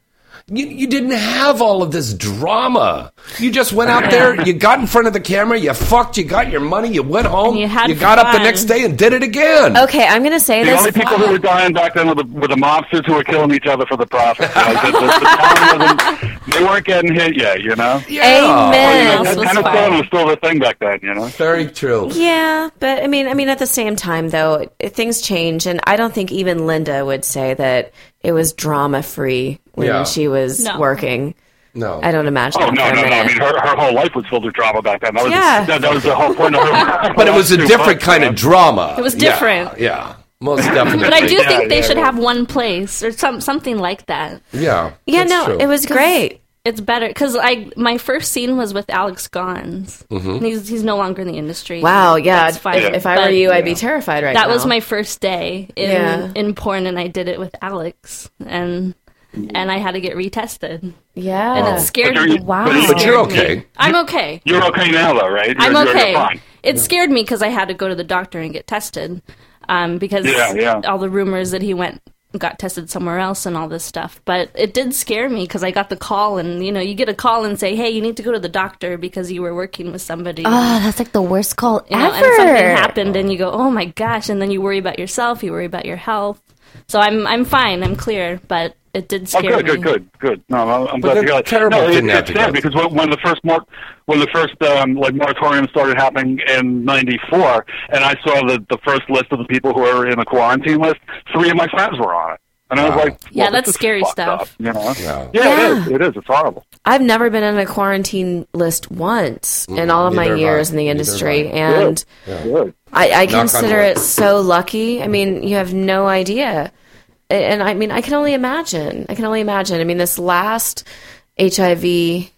[SPEAKER 3] You, you didn't have all of this drama. You just went out there, you got in front of the camera, you fucked, you got your money, you went home,
[SPEAKER 4] And you had
[SPEAKER 3] got up the
[SPEAKER 4] fun.
[SPEAKER 3] next day and did it again.
[SPEAKER 4] Okay, I'm going to say
[SPEAKER 17] The
[SPEAKER 4] this.
[SPEAKER 17] only people who were dying back then were the, were the mobsters who were killing each other for the profit. You know, the, the, the town wasn't- they weren't getting hit yet, you know.
[SPEAKER 3] Oh,
[SPEAKER 4] Amen.
[SPEAKER 17] You know,
[SPEAKER 4] That's
[SPEAKER 17] kind of
[SPEAKER 4] fine.
[SPEAKER 17] porn was still the thing back then, you know.
[SPEAKER 3] Very true.
[SPEAKER 4] Yeah, but I mean, I mean, at the same time, though, it, things change, and I don't think even Linda would say that it was drama free when
[SPEAKER 17] Yeah.
[SPEAKER 4] she was
[SPEAKER 17] No.
[SPEAKER 4] working.
[SPEAKER 3] No,
[SPEAKER 4] I don't imagine.
[SPEAKER 17] Oh
[SPEAKER 4] that
[SPEAKER 17] no,
[SPEAKER 4] for a
[SPEAKER 17] no, no! I
[SPEAKER 4] minute.
[SPEAKER 17] mean, her, her whole life was filled with drama back then. That was
[SPEAKER 4] Yeah.
[SPEAKER 17] that, that was the whole point of her.
[SPEAKER 3] But it was a different kind of drama.
[SPEAKER 6] It was
[SPEAKER 3] Yeah,
[SPEAKER 6] different.
[SPEAKER 3] Yeah, most definitely.
[SPEAKER 6] But I do think they
[SPEAKER 3] yeah,
[SPEAKER 6] should
[SPEAKER 3] yeah.
[SPEAKER 6] have one place or some something like that.
[SPEAKER 3] Yeah.
[SPEAKER 6] Yeah,
[SPEAKER 3] that's
[SPEAKER 6] no,
[SPEAKER 3] true.
[SPEAKER 6] it was great. It's better because I my first scene was with Alex Gons.
[SPEAKER 3] Mhm.
[SPEAKER 17] Mm-hmm.
[SPEAKER 6] And he's he's no longer in the industry.
[SPEAKER 4] Wow, yeah.
[SPEAKER 6] That's
[SPEAKER 4] If, if I were
[SPEAKER 6] But
[SPEAKER 4] you, I'd be terrified right
[SPEAKER 6] that
[SPEAKER 4] now.
[SPEAKER 6] was my first day in
[SPEAKER 4] Yeah.
[SPEAKER 6] in porn, and I did it with Alex, and and I had to get retested.
[SPEAKER 4] Yeah,
[SPEAKER 6] and
[SPEAKER 17] Wow.
[SPEAKER 6] it scared
[SPEAKER 17] Oh. But you're-
[SPEAKER 6] me.
[SPEAKER 17] but it But you're scared me. okay.
[SPEAKER 6] I'm okay.
[SPEAKER 17] You're okay now, though, right? You're,
[SPEAKER 6] I'm
[SPEAKER 17] you're-
[SPEAKER 6] okay.
[SPEAKER 17] You're fine.
[SPEAKER 6] It scared me because I had to go to the doctor and get tested um, because
[SPEAKER 17] Yeah, yeah.
[SPEAKER 6] all the rumors that he went got tested somewhere else and all this stuff. But it did scare me because I got the call and you know you get a call and say, hey, you need to go to the doctor because you were working with somebody.
[SPEAKER 5] Oh, that's like the worst call
[SPEAKER 6] you know,
[SPEAKER 5] ever.
[SPEAKER 6] and something happened and you go, oh my gosh, and then you worry about yourself, you worry about your health. So I'm I'm fine, I'm clear, but it did
[SPEAKER 17] Oh,
[SPEAKER 6] scare me.
[SPEAKER 17] good, good, good, good. No, I'm, I'm
[SPEAKER 3] But
[SPEAKER 17] glad to
[SPEAKER 3] that's
[SPEAKER 17] hear that.
[SPEAKER 3] terrible
[SPEAKER 17] No,
[SPEAKER 3] thing
[SPEAKER 17] it,
[SPEAKER 3] to have
[SPEAKER 17] it's
[SPEAKER 3] to
[SPEAKER 17] sad
[SPEAKER 3] go
[SPEAKER 17] because when, when the first mor- when the first um, like moratorium started happening in '94, and I saw the the first list of the people who were in the quarantine list, three of my friends were on it, and I was like,
[SPEAKER 6] Yeah,
[SPEAKER 17] well, this
[SPEAKER 6] that's
[SPEAKER 17] is
[SPEAKER 6] scary
[SPEAKER 17] fucked
[SPEAKER 6] stuff.
[SPEAKER 17] up, you know? Yeah, yeah, it is. It is. It's horrible.
[SPEAKER 4] I've never been on a quarantine list once in all of
[SPEAKER 17] Mm, Neither
[SPEAKER 4] my
[SPEAKER 17] have
[SPEAKER 4] years
[SPEAKER 17] I.
[SPEAKER 4] in the
[SPEAKER 17] Neither
[SPEAKER 4] industry,
[SPEAKER 17] have I.
[SPEAKER 4] and
[SPEAKER 17] Yeah. Good.
[SPEAKER 4] I, I
[SPEAKER 17] Knock on
[SPEAKER 4] consider
[SPEAKER 17] wood.
[SPEAKER 4] it so lucky. I mean, you have no idea. A- And I mean, I can only imagine. I can only imagine. I mean, this last HIV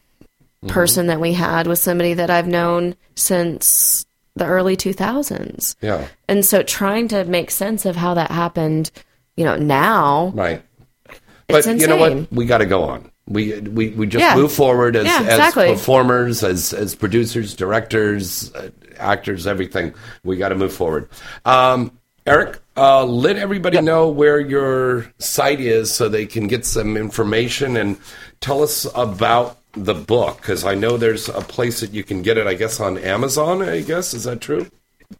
[SPEAKER 17] Mm-hmm.
[SPEAKER 4] person that we had was somebody that I've known since the early 2000s.
[SPEAKER 3] Yeah.
[SPEAKER 4] And so trying to make sense of how that happened, you know, now.
[SPEAKER 3] Right. But
[SPEAKER 4] It's
[SPEAKER 3] you know
[SPEAKER 4] insane.
[SPEAKER 3] what? We got to go on. We we we just
[SPEAKER 4] Yeah.
[SPEAKER 3] move forward as,
[SPEAKER 4] Yeah, exactly.
[SPEAKER 3] as performers, as as producers, directors, uh, actors, everything. We got to move forward. Um, Eric, uh, let everybody know where your site is so they can get some information and tell us about the book because I know there's a place that you can get it. I guess on Amazon. I guess is that true?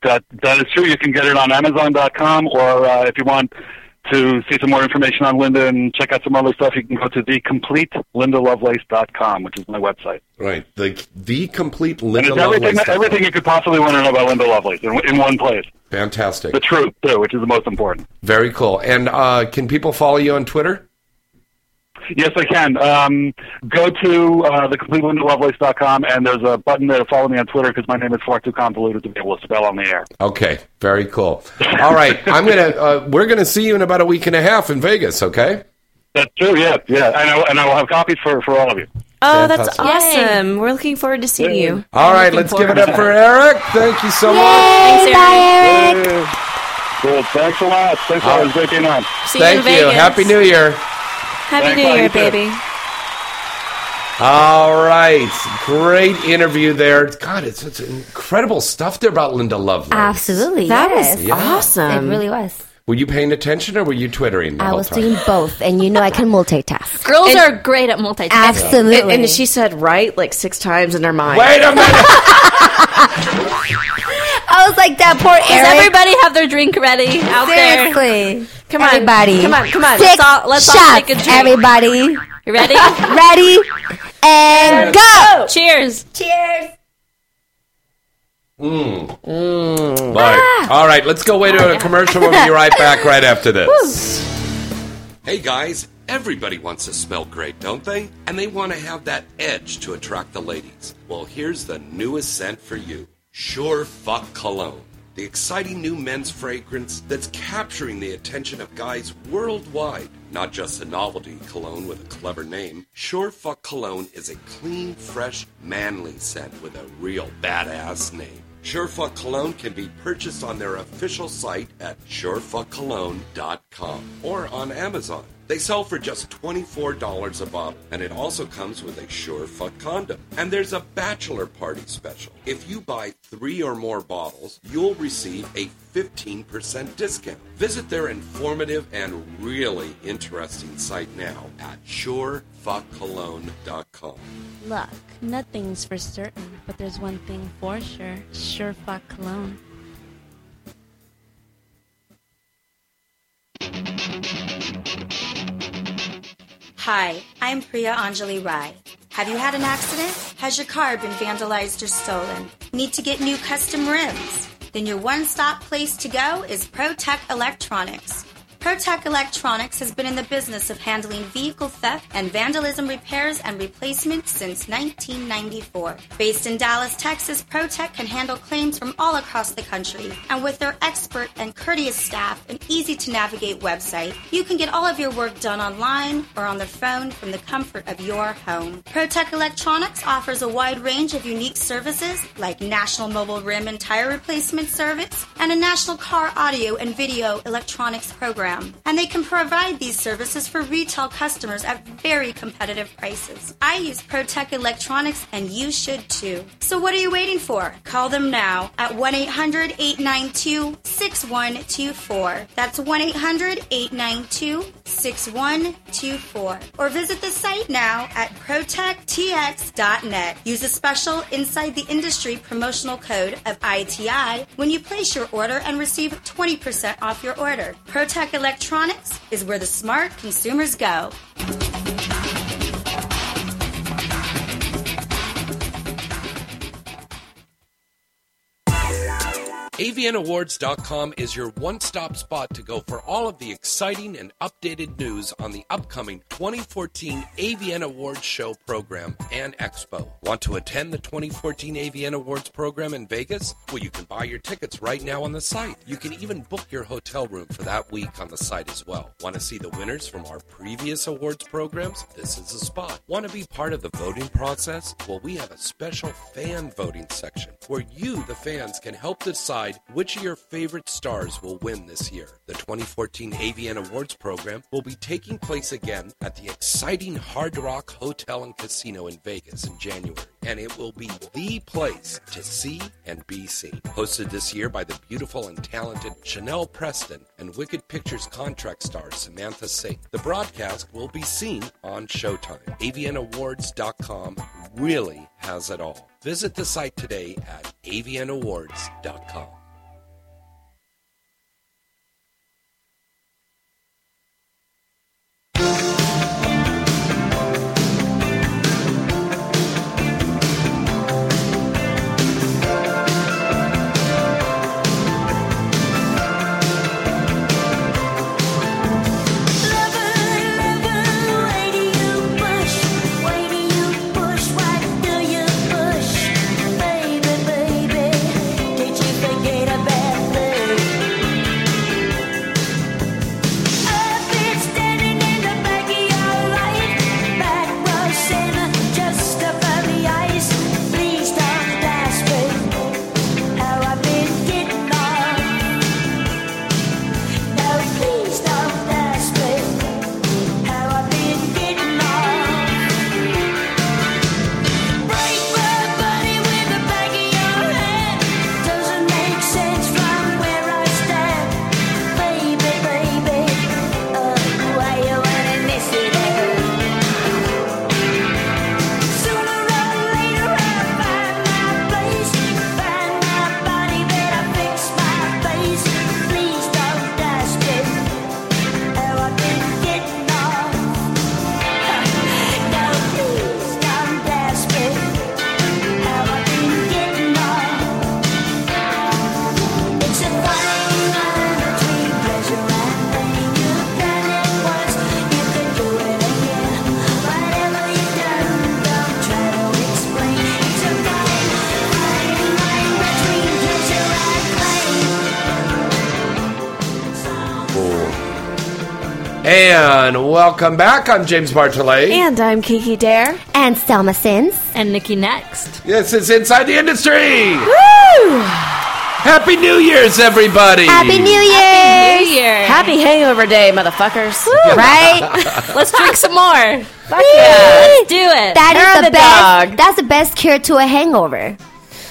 [SPEAKER 17] That that is true. You can get it on Amazon.com, or uh, if you want to see some more information on Linda and check out some other stuff, you can go to thecompletelindalovelace.com, which is my website.
[SPEAKER 3] Right. The the complete
[SPEAKER 17] And
[SPEAKER 3] Linda
[SPEAKER 17] it's everything
[SPEAKER 3] Lovelace-
[SPEAKER 17] everything you could possibly want to know about Linda Lovelace in, in one place.
[SPEAKER 3] Fantastic.
[SPEAKER 17] The truth, too, which is the most important.
[SPEAKER 3] Very cool. And uh, can people follow you on Twitter?
[SPEAKER 17] Yes, I can. Um, go to uh, thecompleteLindaLoveLace.com, and there's a button there to follow me on Twitter because my name is far too convoluted to be able to spell on the air.
[SPEAKER 3] Okay. Very cool. All right. I'm gonna. Uh, we're gonna see you in about a week and a half in Vegas. Okay.
[SPEAKER 17] That's true. Yeah, yeah. And I, and I will have copies for, for all of you.
[SPEAKER 4] Oh, that's
[SPEAKER 3] Fantastic.
[SPEAKER 4] awesome. We're looking forward to seeing you.
[SPEAKER 3] All right. Let's give it up for Eric. Thank you so much.
[SPEAKER 4] Thanks, Eric.
[SPEAKER 17] Well, thanks a lot. Thanks a lot. It was a great being on.
[SPEAKER 4] See you in
[SPEAKER 3] Thank you.
[SPEAKER 4] Vegas.
[SPEAKER 3] Happy New Year.
[SPEAKER 4] Happy
[SPEAKER 17] Thanks,
[SPEAKER 4] New
[SPEAKER 17] Mom.
[SPEAKER 4] Year,
[SPEAKER 17] You too.
[SPEAKER 4] baby.
[SPEAKER 3] All right. Great interview there. God, it's, it's incredible stuff there about Linda Lovelace.
[SPEAKER 5] Absolutely.
[SPEAKER 4] That
[SPEAKER 5] yes.
[SPEAKER 4] was
[SPEAKER 3] Yeah. awesome.
[SPEAKER 5] It really was.
[SPEAKER 3] Were you paying attention or were you twittering the
[SPEAKER 5] I
[SPEAKER 3] whole
[SPEAKER 5] was
[SPEAKER 3] time?
[SPEAKER 5] doing both, and you know I can multitask.
[SPEAKER 4] Girls
[SPEAKER 6] are great at multitasking.
[SPEAKER 5] Absolutely.
[SPEAKER 4] And, and she said right like six times in her mind.
[SPEAKER 3] Wait a minute.
[SPEAKER 5] I was like that poor
[SPEAKER 6] Does
[SPEAKER 5] Eric.
[SPEAKER 6] everybody have their drink ready out
[SPEAKER 5] Seriously.
[SPEAKER 6] there? Come on,
[SPEAKER 5] Everybody.
[SPEAKER 6] Come on, come on.
[SPEAKER 5] Six
[SPEAKER 6] let's all let's
[SPEAKER 5] shots,
[SPEAKER 6] all take a drink.
[SPEAKER 5] Everybody.
[SPEAKER 6] You ready?
[SPEAKER 5] Ready? And go!
[SPEAKER 6] Cheers.
[SPEAKER 5] Cheers.
[SPEAKER 3] Mm. Bye. All right, let's go wait to a commercial. We'll be right back right after this. Hey guys, everybody wants to smell great, don't they? And they want to have that edge to attract the ladies. Well, here's the newest scent for you Sure Fuck Cologne. The exciting new men's fragrance that's capturing the attention of guys worldwide. Not just a novelty cologne with a clever name, Sure Fuck Cologne is a clean, fresh, manly scent with a real badass name. Surefuck Cologne can be purchased on their official site at surefuckcologne.com or on Amazon. They sell for just $24 a bottle, and it also comes with a Surefuck condom. And there's a bachelor party special. If you buy three or more bottles, you'll receive a 15% discount. Visit their informative and really interesting site now at surefuckcologne.com.
[SPEAKER 11] Luck. Nothing's for certain, but there's one thing for sure. Sure fuck cologne.
[SPEAKER 15] Hi, I'm Priya Anjali Rai. Have you had an accident? Has your car been vandalized or stolen? Need to get new custom rims? Then your one stop place to go is ProTech Electronics. ProTech Electronics has been in the business of handling vehicle theft and vandalism repairs and replacements since 1994. Based in Dallas, Texas, ProTech can handle claims from all across the country. And with their expert and courteous staff and easy to navigate website, you can get all of your work done online or on the phone from the comfort of your home. ProTech Electronics offers a wide range of unique services like national mobile rim and tire replacement service and a national car audio and video electronics program. And they can provide these services for retail customers at very competitive prices. I use ProTech Electronics and you should too. So what are you waiting for? Call them now at 1 800 892 6124. That's 1 800 892 6124. Or visit the site now at protecttx.net. Use a special Inside the Industry promotional code of ITI when you place your order and receive 20% off your order. Protech Electronics is where the smart consumers go.
[SPEAKER 3] AVNAwards.com is your one stop spot to go for all of the exciting and updated news on the upcoming 2014 AVN Awards Show program and Expo. Want to attend the 2014 AVN Awards program in Vegas? Well, you can buy your tickets right now on the site. You can even book your hotel room for that week on the site as well. Want to see the winners from our previous awards programs? This is the spot. Want to be part of the voting process? Well, we have a special fan voting section where you, the fans, can help decide which of your favorite stars will win this year. The 2014 AVN Awards program will be taking place again at the exciting Hard Rock Hotel and Casino in Vegas in January, and it will be the place to see and be seen. Hosted this year by the beautiful and talented Chanel Preston and Wicked Pictures contract star Samantha Sink, the broadcast will be seen on Showtime. AVNAwards.com really has it all. Visit the site today at avnawards.com.
[SPEAKER 2] uh,
[SPEAKER 3] And welcome back. I'm James Bartolet.
[SPEAKER 4] And I'm Kiki Dare.
[SPEAKER 5] And Selma Sins.
[SPEAKER 6] And Nikki Next.
[SPEAKER 3] This is Inside the Industry.
[SPEAKER 4] Woo!
[SPEAKER 3] Happy New Year's, everybody.
[SPEAKER 4] Happy New Year. Happy Hangover Day, motherfuckers.
[SPEAKER 6] Right? Let's drink some more.
[SPEAKER 4] Fuck
[SPEAKER 6] yeah. Let's do it.
[SPEAKER 5] That is
[SPEAKER 6] Turn
[SPEAKER 5] the,
[SPEAKER 6] the
[SPEAKER 5] best. That's the best cure to a hangover.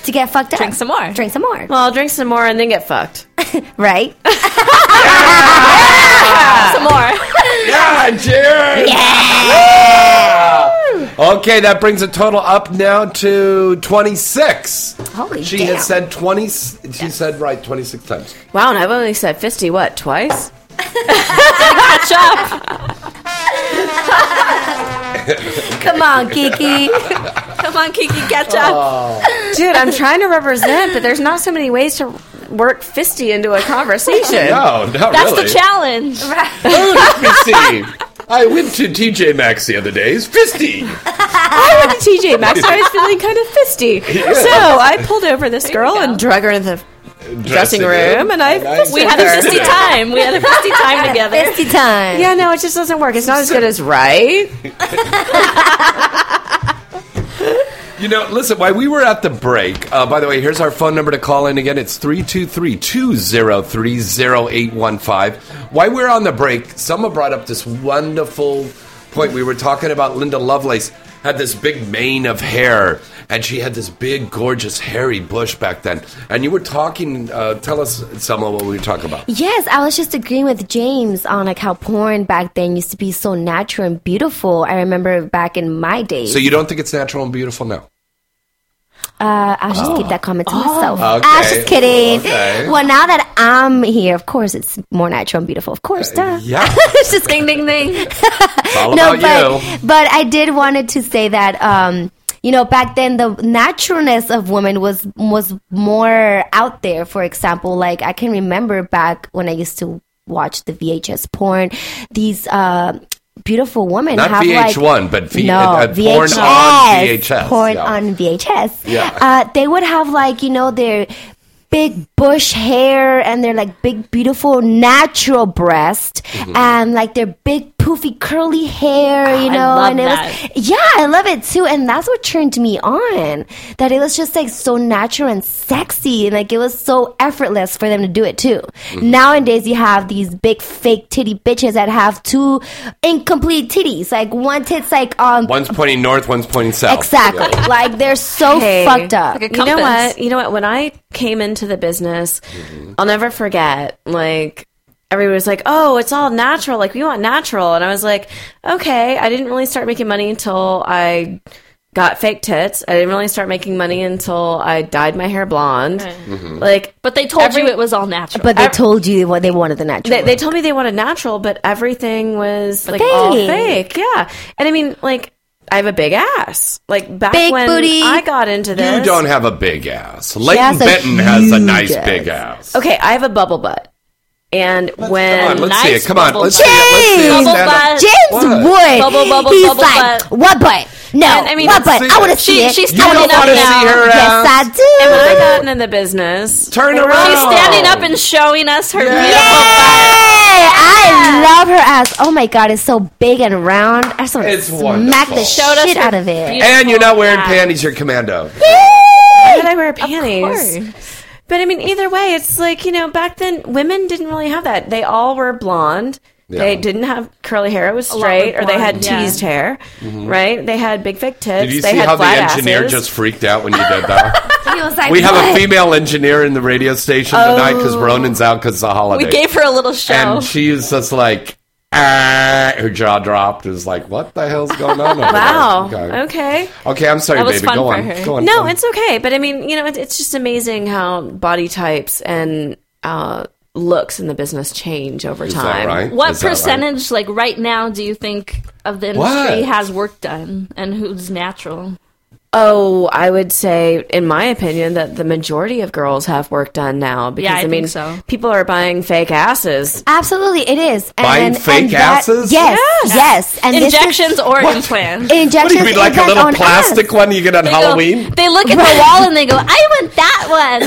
[SPEAKER 5] To get fucked up.
[SPEAKER 4] Drink some more.
[SPEAKER 5] Drink some more.
[SPEAKER 4] Well, I'll drink some more and then get fucked.
[SPEAKER 5] right?
[SPEAKER 6] some more.
[SPEAKER 3] Yeah, cheers. Okay, that brings the total up now to 26.
[SPEAKER 5] Holy
[SPEAKER 3] She
[SPEAKER 4] damn.
[SPEAKER 3] has said 20. She said right 26 times.
[SPEAKER 4] Wow, and I've only said 50, what, twice?
[SPEAKER 6] Catch up.
[SPEAKER 5] Come on, Kiki.
[SPEAKER 6] Come on, Kiki, catch up.
[SPEAKER 3] Oh.
[SPEAKER 4] Dude, I'm trying to represent, but there's not so many ways to work fisty into a conversation.
[SPEAKER 3] No, not
[SPEAKER 6] That's
[SPEAKER 3] really.
[SPEAKER 6] the challenge.
[SPEAKER 3] Oh, let me see. I went to TJ Maxx the other day. It's fisty.
[SPEAKER 4] I went to TJ Maxx. I was feeling kind of fisty,
[SPEAKER 3] Yeah.
[SPEAKER 4] so I pulled over this girl and drug her in the dressing room, and I fisted
[SPEAKER 6] we had a
[SPEAKER 4] her.
[SPEAKER 6] fisty time. We had a fisty time together.
[SPEAKER 5] Fisty time.
[SPEAKER 4] Yeah, no, it just doesn't work. It's not as good as right.
[SPEAKER 3] You know, listen, while we were at the break, uh, by the way, here's our phone number to call in again. It's 323 203 0815. While we are on the break, someone brought up this wonderful point. We were talking about Linda Lovelace had this big mane of hair, and she had this big, gorgeous, hairy bush back then. And you were talking, uh, tell us, someone what we were talking about.
[SPEAKER 5] Yes, I was just agreeing with James on like how porn back then used to be so natural and beautiful. I remember back in my days.
[SPEAKER 3] So you don't think it's natural and beautiful now?
[SPEAKER 5] Uh, I'll just keep that comment to myself.
[SPEAKER 3] Oh. Okay.
[SPEAKER 5] I'm just kidding.
[SPEAKER 3] Okay.
[SPEAKER 5] Well, now that I'm here, of course, it's more natural and beautiful. Of course, duh.
[SPEAKER 3] Uh, Yeah.
[SPEAKER 5] it's just
[SPEAKER 6] ding, ding, ding.
[SPEAKER 3] It's all
[SPEAKER 5] no,
[SPEAKER 3] about
[SPEAKER 5] but,
[SPEAKER 3] you.
[SPEAKER 5] but I did wanted to say that um, you know back then the naturalness of women was was more out there. For example, like I can remember back when I used to watch the VHS porn, these uh, beautiful women
[SPEAKER 3] Not
[SPEAKER 5] have
[SPEAKER 3] VH1,
[SPEAKER 5] like,
[SPEAKER 3] but V-
[SPEAKER 5] no,
[SPEAKER 3] uh,
[SPEAKER 5] VHS,
[SPEAKER 3] porn on VHS,
[SPEAKER 5] porn
[SPEAKER 3] yeah.
[SPEAKER 5] on VHS.
[SPEAKER 3] Yeah.
[SPEAKER 5] Uh, they would have like you know their big bush hair and their like big beautiful natural breast and like their big poofy curly hair you
[SPEAKER 6] Mm-hmm. Ah, I
[SPEAKER 5] know
[SPEAKER 6] love
[SPEAKER 5] and it
[SPEAKER 6] that.
[SPEAKER 5] was yeah i love it too and that's what turned me on that it was just like so natural and sexy and like it was so effortless for them to do it too
[SPEAKER 6] Mm-hmm.
[SPEAKER 5] nowadays you have these big fake titty bitches that have two incomplete titties like one tit's like um
[SPEAKER 3] One's pointing north, one's pointing south.
[SPEAKER 5] exactly like they're so
[SPEAKER 4] Hey,
[SPEAKER 5] fucked up
[SPEAKER 4] You know what? You know what? When I came into the business,
[SPEAKER 3] Mm-hmm.
[SPEAKER 4] I'll never forget. Like everybody was like, "Oh, it's all natural. Like we want natural," and I was like, "Okay." I didn't really start making money until I got fake tits. I didn't really start making money until I dyed my hair blonde.
[SPEAKER 3] Mm-hmm.
[SPEAKER 4] Like,
[SPEAKER 6] But they told
[SPEAKER 4] Every-
[SPEAKER 6] you it was all natural.
[SPEAKER 5] but they told you what they wanted the natural
[SPEAKER 4] They, they told me they wanted natural, but everything was like all
[SPEAKER 5] Fake.
[SPEAKER 4] fake. Yeah, and I mean, like I have a big ass. Like back
[SPEAKER 5] Big
[SPEAKER 4] when
[SPEAKER 5] booty.
[SPEAKER 4] I got into this,
[SPEAKER 3] You don't have a big ass. Leighton
[SPEAKER 5] has a
[SPEAKER 3] Benton has a
[SPEAKER 5] huge
[SPEAKER 3] nice
[SPEAKER 5] ass.
[SPEAKER 3] big ass.
[SPEAKER 4] Okay, I have a bubble butt, and when
[SPEAKER 3] Come on, let's see it.
[SPEAKER 6] nice
[SPEAKER 3] Come on,
[SPEAKER 6] bubble
[SPEAKER 3] let's see
[SPEAKER 6] butt.
[SPEAKER 3] it. Let's
[SPEAKER 5] James!
[SPEAKER 3] see it.
[SPEAKER 6] Bubble butt.
[SPEAKER 3] Stand up.
[SPEAKER 5] James
[SPEAKER 3] What?
[SPEAKER 5] Wood.
[SPEAKER 6] Bubble, bubble,
[SPEAKER 5] He's
[SPEAKER 6] bubble
[SPEAKER 5] like,
[SPEAKER 6] butt.
[SPEAKER 5] what butt? No,
[SPEAKER 6] And, I mean,
[SPEAKER 5] what butt?
[SPEAKER 3] see
[SPEAKER 5] I
[SPEAKER 3] it.
[SPEAKER 5] want to see
[SPEAKER 6] She-
[SPEAKER 5] it.
[SPEAKER 6] she's
[SPEAKER 5] I wanna
[SPEAKER 6] standing
[SPEAKER 5] see
[SPEAKER 6] up
[SPEAKER 5] it.
[SPEAKER 6] now.
[SPEAKER 5] Yes, I do.
[SPEAKER 4] And when I got in the business,
[SPEAKER 3] Turn around.
[SPEAKER 6] She's standing up and showing us her
[SPEAKER 5] Yay! I love her ass. Oh my god, it's so big and round. I just want to
[SPEAKER 3] It's
[SPEAKER 5] smack
[SPEAKER 3] wonderful.
[SPEAKER 5] the
[SPEAKER 6] Showed us
[SPEAKER 5] shit
[SPEAKER 6] her
[SPEAKER 5] out of it.
[SPEAKER 6] beauty.
[SPEAKER 3] And you're not wearing
[SPEAKER 6] Yeah.
[SPEAKER 3] panties, you're commando.
[SPEAKER 4] why did I wear panties? But I mean, either way, it's like you know, back then women didn't really have that. They all were blonde. They
[SPEAKER 3] Yeah.
[SPEAKER 4] didn't have curly hair; it was
[SPEAKER 6] lot were
[SPEAKER 4] straight, or they had
[SPEAKER 6] blonde, yeah.
[SPEAKER 4] teased hair, right? They had big fake tits.
[SPEAKER 3] Mm-hmm. Did you
[SPEAKER 4] they
[SPEAKER 3] see
[SPEAKER 4] had
[SPEAKER 3] how the
[SPEAKER 4] flat
[SPEAKER 3] engineer
[SPEAKER 4] asses.
[SPEAKER 3] just freaked out when you did that?
[SPEAKER 5] He was like,
[SPEAKER 3] we have a
[SPEAKER 5] "What?"
[SPEAKER 3] female engineer in the radio station tonight because Ronan's out because it's a holiday.
[SPEAKER 6] Oh. We gave her a little show.
[SPEAKER 3] and she's just like, ah, her jaw dropped. It was like, what the hell's going on over
[SPEAKER 4] Wow.
[SPEAKER 3] there?
[SPEAKER 4] Okay.
[SPEAKER 3] Okay, I'm sorry,
[SPEAKER 6] That was
[SPEAKER 3] baby.
[SPEAKER 6] fun
[SPEAKER 3] Go
[SPEAKER 6] for
[SPEAKER 3] on.
[SPEAKER 6] her.
[SPEAKER 3] Go on.
[SPEAKER 4] No,
[SPEAKER 3] Go on.
[SPEAKER 4] it's okay. But I mean, you know, it, it's just amazing how body types and uh, looks in the business change over
[SPEAKER 3] Is that
[SPEAKER 4] time.
[SPEAKER 3] right?
[SPEAKER 6] what
[SPEAKER 3] Is that right?
[SPEAKER 6] percentage, like right now, do you think of the industry
[SPEAKER 3] What?
[SPEAKER 6] has work done and who's natural?
[SPEAKER 4] Oh, I would say, in my opinion, that the majority of girls have work done now. Because,
[SPEAKER 6] Yeah, I think
[SPEAKER 4] mean,
[SPEAKER 6] so.
[SPEAKER 4] people are buying fake asses.
[SPEAKER 5] Absolutely, it is. And,
[SPEAKER 4] Buying fake
[SPEAKER 5] and that-
[SPEAKER 4] asses?
[SPEAKER 5] Yes, yes. And this is-
[SPEAKER 6] injections or implants.
[SPEAKER 5] Injections.
[SPEAKER 3] What do you mean, like a
[SPEAKER 5] done
[SPEAKER 3] little
[SPEAKER 5] on
[SPEAKER 3] plastic
[SPEAKER 5] us.
[SPEAKER 3] one you get on
[SPEAKER 6] They go-
[SPEAKER 3] Halloween?
[SPEAKER 6] they look at the wall and they go, "I want that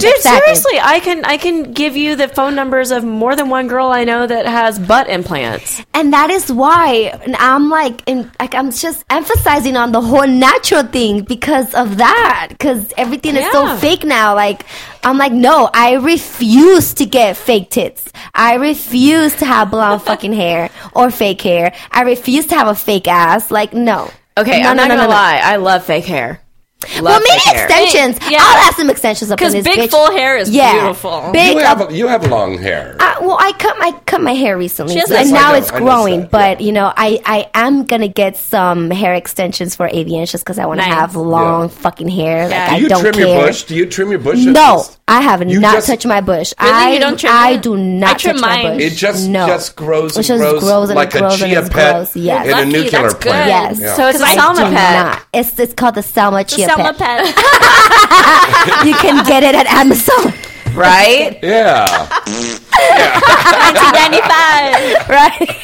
[SPEAKER 4] Dude,
[SPEAKER 6] Exactly.
[SPEAKER 4] seriously, I can I can give you the phone numbers of more than one girl I know that has butt implants.
[SPEAKER 5] And that is why and I'm like, in, like I'm just emphasizing on the whole natural thing because of that. Because everything is so
[SPEAKER 4] Yeah.
[SPEAKER 5] fake now. Like I'm like, no, I refuse to get fake tits. I refuse to have blonde fucking hair or fake hair. I refuse to have a fake ass. Like no.
[SPEAKER 4] Okay,
[SPEAKER 5] No,
[SPEAKER 4] I'm
[SPEAKER 5] no,
[SPEAKER 4] not
[SPEAKER 5] no,
[SPEAKER 4] gonna
[SPEAKER 5] no, no.
[SPEAKER 4] lie, I love fake hair. Love
[SPEAKER 5] well, maybe
[SPEAKER 4] fake hair.
[SPEAKER 5] extensions. I'll add some extensions up in
[SPEAKER 4] 'Cause
[SPEAKER 5] this
[SPEAKER 4] big
[SPEAKER 5] bitch.
[SPEAKER 4] full hair is
[SPEAKER 5] yeah.
[SPEAKER 4] beautiful.
[SPEAKER 5] Big
[SPEAKER 3] you have you have long hair.
[SPEAKER 5] I, well, I cut my cut my hair recently,
[SPEAKER 3] She has
[SPEAKER 5] and
[SPEAKER 3] this- I
[SPEAKER 5] now
[SPEAKER 3] know,
[SPEAKER 5] it's
[SPEAKER 3] I know
[SPEAKER 5] growing. But you know, I I am gonna get some hair extensions for avian just because I want to
[SPEAKER 3] Nice.
[SPEAKER 5] have long
[SPEAKER 3] Yeah.
[SPEAKER 5] fucking hair. Like
[SPEAKER 3] Do
[SPEAKER 5] I
[SPEAKER 3] you
[SPEAKER 5] don't
[SPEAKER 3] trim
[SPEAKER 5] care.
[SPEAKER 3] your bush? Do you trim your bush? at
[SPEAKER 5] no,
[SPEAKER 3] least?
[SPEAKER 5] I have
[SPEAKER 3] You
[SPEAKER 5] not
[SPEAKER 3] just-
[SPEAKER 5] touched my bush.
[SPEAKER 3] Really?
[SPEAKER 5] I
[SPEAKER 3] You don't trim
[SPEAKER 5] I
[SPEAKER 3] it?
[SPEAKER 5] do not
[SPEAKER 3] I trim
[SPEAKER 5] touch my
[SPEAKER 3] mine.
[SPEAKER 5] bush.
[SPEAKER 3] It just-
[SPEAKER 5] no.
[SPEAKER 3] just grows
[SPEAKER 5] It
[SPEAKER 3] and
[SPEAKER 5] just
[SPEAKER 3] grows
[SPEAKER 5] and
[SPEAKER 3] like a
[SPEAKER 5] it grows and
[SPEAKER 3] chia
[SPEAKER 5] it
[SPEAKER 3] pet
[SPEAKER 5] grows. Yes.
[SPEAKER 3] in a Lucky, nuclear that's plant.
[SPEAKER 5] Yes.
[SPEAKER 3] good. Yeah. So it's
[SPEAKER 4] a
[SPEAKER 5] 'Cause I
[SPEAKER 4] Salma
[SPEAKER 5] do
[SPEAKER 4] pet.
[SPEAKER 5] not. It's it's called the Salma
[SPEAKER 6] It's a
[SPEAKER 5] chia
[SPEAKER 6] Selma
[SPEAKER 5] pet.
[SPEAKER 6] pet.
[SPEAKER 5] you can get it at Amazon.
[SPEAKER 4] Right?
[SPEAKER 3] Yeah.
[SPEAKER 6] 1995.
[SPEAKER 5] right.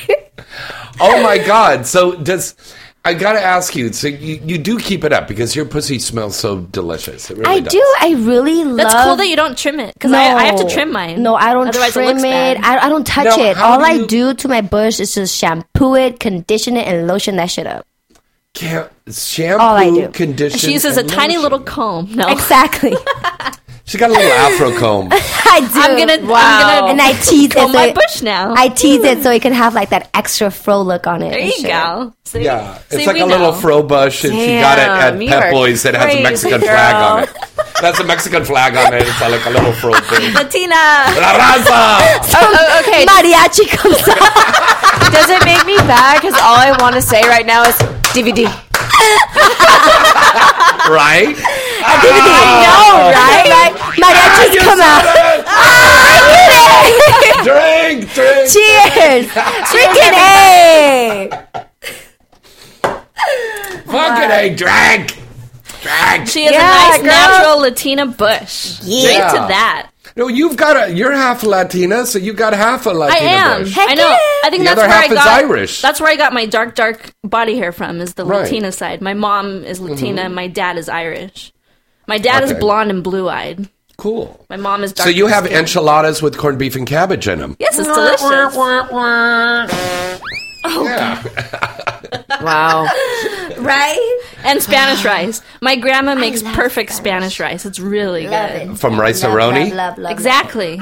[SPEAKER 3] oh my god. So does I gotta ask you? So you, you do keep it up because your pussy smells so delicious. It really
[SPEAKER 5] I
[SPEAKER 3] does.
[SPEAKER 5] do. I really love.
[SPEAKER 6] That's cool that you don't trim it because I, I have to
[SPEAKER 5] No.
[SPEAKER 6] trim mine.
[SPEAKER 5] No, I don't
[SPEAKER 6] Otherwise it
[SPEAKER 5] trim
[SPEAKER 6] looks
[SPEAKER 5] it.
[SPEAKER 6] bad.
[SPEAKER 5] I, I don't touch
[SPEAKER 6] Now,
[SPEAKER 5] it.
[SPEAKER 6] how
[SPEAKER 5] All
[SPEAKER 6] do
[SPEAKER 5] I
[SPEAKER 6] you-
[SPEAKER 5] do to my bush is just shampoo it, condition it, and lotion that shit up.
[SPEAKER 3] Can't, shampoo,
[SPEAKER 5] All I do.
[SPEAKER 3] condition.
[SPEAKER 6] She uses a
[SPEAKER 3] and
[SPEAKER 6] tiny
[SPEAKER 3] lotion.
[SPEAKER 6] little comb. No,
[SPEAKER 5] Exactly.
[SPEAKER 3] She's got a little afro comb.
[SPEAKER 5] I do.
[SPEAKER 6] I'm gonna- Wow. I'm gonna
[SPEAKER 5] and I tease it.
[SPEAKER 6] comb my
[SPEAKER 5] it-
[SPEAKER 6] bush now.
[SPEAKER 5] I tease it so it can have like that extra fro look on it.
[SPEAKER 6] There
[SPEAKER 5] and
[SPEAKER 6] you
[SPEAKER 5] shit.
[SPEAKER 6] go. See?
[SPEAKER 3] Yeah, it's
[SPEAKER 6] See,
[SPEAKER 3] like
[SPEAKER 6] we
[SPEAKER 3] a little
[SPEAKER 6] know.
[SPEAKER 3] fro bush, and she got it at
[SPEAKER 6] Damn, you
[SPEAKER 3] Pep
[SPEAKER 6] are
[SPEAKER 3] Boys that has a
[SPEAKER 6] crazy,
[SPEAKER 3] Mexican
[SPEAKER 6] girl.
[SPEAKER 3] flag on it. That's a Mexican flag on it. It's like a little fro thing.
[SPEAKER 6] Latina.
[SPEAKER 3] La raza.
[SPEAKER 4] Oh, okay.
[SPEAKER 5] Mariachi comes
[SPEAKER 4] out. Does it make me bad? Because all I want to say right now is DVD.
[SPEAKER 3] right? Ah,
[SPEAKER 4] I know, right?
[SPEAKER 5] Like, mariachis come out.
[SPEAKER 2] Ah,
[SPEAKER 3] drink, drink.
[SPEAKER 5] Cheers. Freaking A.
[SPEAKER 3] Fucking a drag. Drag.
[SPEAKER 6] She has
[SPEAKER 3] Yeah,
[SPEAKER 6] a nice
[SPEAKER 3] girl.
[SPEAKER 6] natural Latina bush.
[SPEAKER 3] Yeah.
[SPEAKER 6] Drink to that.
[SPEAKER 3] No, you've got a. You're half Latina, so you got half a
[SPEAKER 6] I
[SPEAKER 3] Latina
[SPEAKER 6] am.
[SPEAKER 3] bush.
[SPEAKER 6] I know. I think
[SPEAKER 3] The
[SPEAKER 6] that's
[SPEAKER 3] other
[SPEAKER 6] where
[SPEAKER 3] half
[SPEAKER 6] I
[SPEAKER 3] is
[SPEAKER 6] got.
[SPEAKER 3] Irish.
[SPEAKER 6] That's where I got my dark, dark body hair from. Is the
[SPEAKER 3] Right.
[SPEAKER 6] Latina side. My mom is Latina.
[SPEAKER 3] Mhm.
[SPEAKER 6] and My dad is Irish. My dad
[SPEAKER 3] Okay.
[SPEAKER 6] is blonde and blue eyed.
[SPEAKER 3] Cool.
[SPEAKER 6] My mom is dark.
[SPEAKER 3] So you have
[SPEAKER 6] skin.
[SPEAKER 3] enchiladas with corned beef and cabbage in them.
[SPEAKER 6] Yes, it's delicious. Oh.
[SPEAKER 4] Wow.
[SPEAKER 6] right? And Spanish rice. My grandma makes perfect Spanish rice. It's really good.
[SPEAKER 3] From Rice-A-Roni?
[SPEAKER 6] exactly.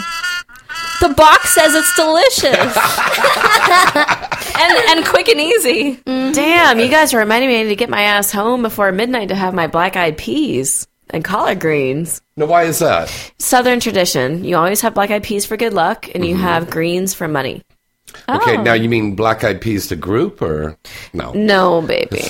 [SPEAKER 6] The box says it's delicious. and and quick and easy.
[SPEAKER 4] Damn, you guys are reminding me I need to get my ass home before midnight to have my black eyed peas and collard greens.
[SPEAKER 3] Now, why is that?
[SPEAKER 4] Southern tradition. You always have black eyed peas for good luck, and you
[SPEAKER 3] Mhm.
[SPEAKER 4] have greens for money.
[SPEAKER 3] Okay,
[SPEAKER 6] Oh.
[SPEAKER 3] now you mean black eyed peas to group or no?
[SPEAKER 4] Oh. No, baby.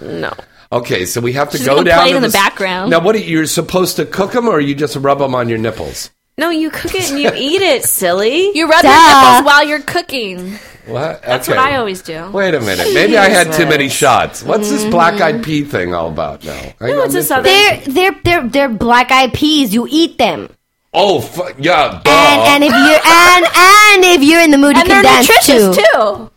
[SPEAKER 4] no.
[SPEAKER 3] Okay, so we have to
[SPEAKER 4] She's
[SPEAKER 3] go
[SPEAKER 4] gonna
[SPEAKER 3] down
[SPEAKER 4] play
[SPEAKER 3] to
[SPEAKER 4] in the
[SPEAKER 3] this-
[SPEAKER 4] background.
[SPEAKER 3] Now, what are you, are supposed to cook them, or you just rub them on your nipples?
[SPEAKER 4] No, you cook it and you eat it, silly.
[SPEAKER 6] You rub your nipples while you're cooking.
[SPEAKER 3] What?
[SPEAKER 6] That's what I always do. Mm-hmm.
[SPEAKER 3] Wait a minute. Maybe I had too many
[SPEAKER 6] Jesus.
[SPEAKER 3] shots. What's this
[SPEAKER 5] Mhm.
[SPEAKER 3] black eyed pea thing all about now? I- I'm into it.
[SPEAKER 5] They're they're they're they're black eyed peas. You eat them.
[SPEAKER 3] Oh, fu- yeah. Duh.
[SPEAKER 6] Oh.
[SPEAKER 5] And and if you're and and if you're in the mood, you
[SPEAKER 6] And they're
[SPEAKER 5] can dance
[SPEAKER 6] nutritious
[SPEAKER 5] too.
[SPEAKER 6] too.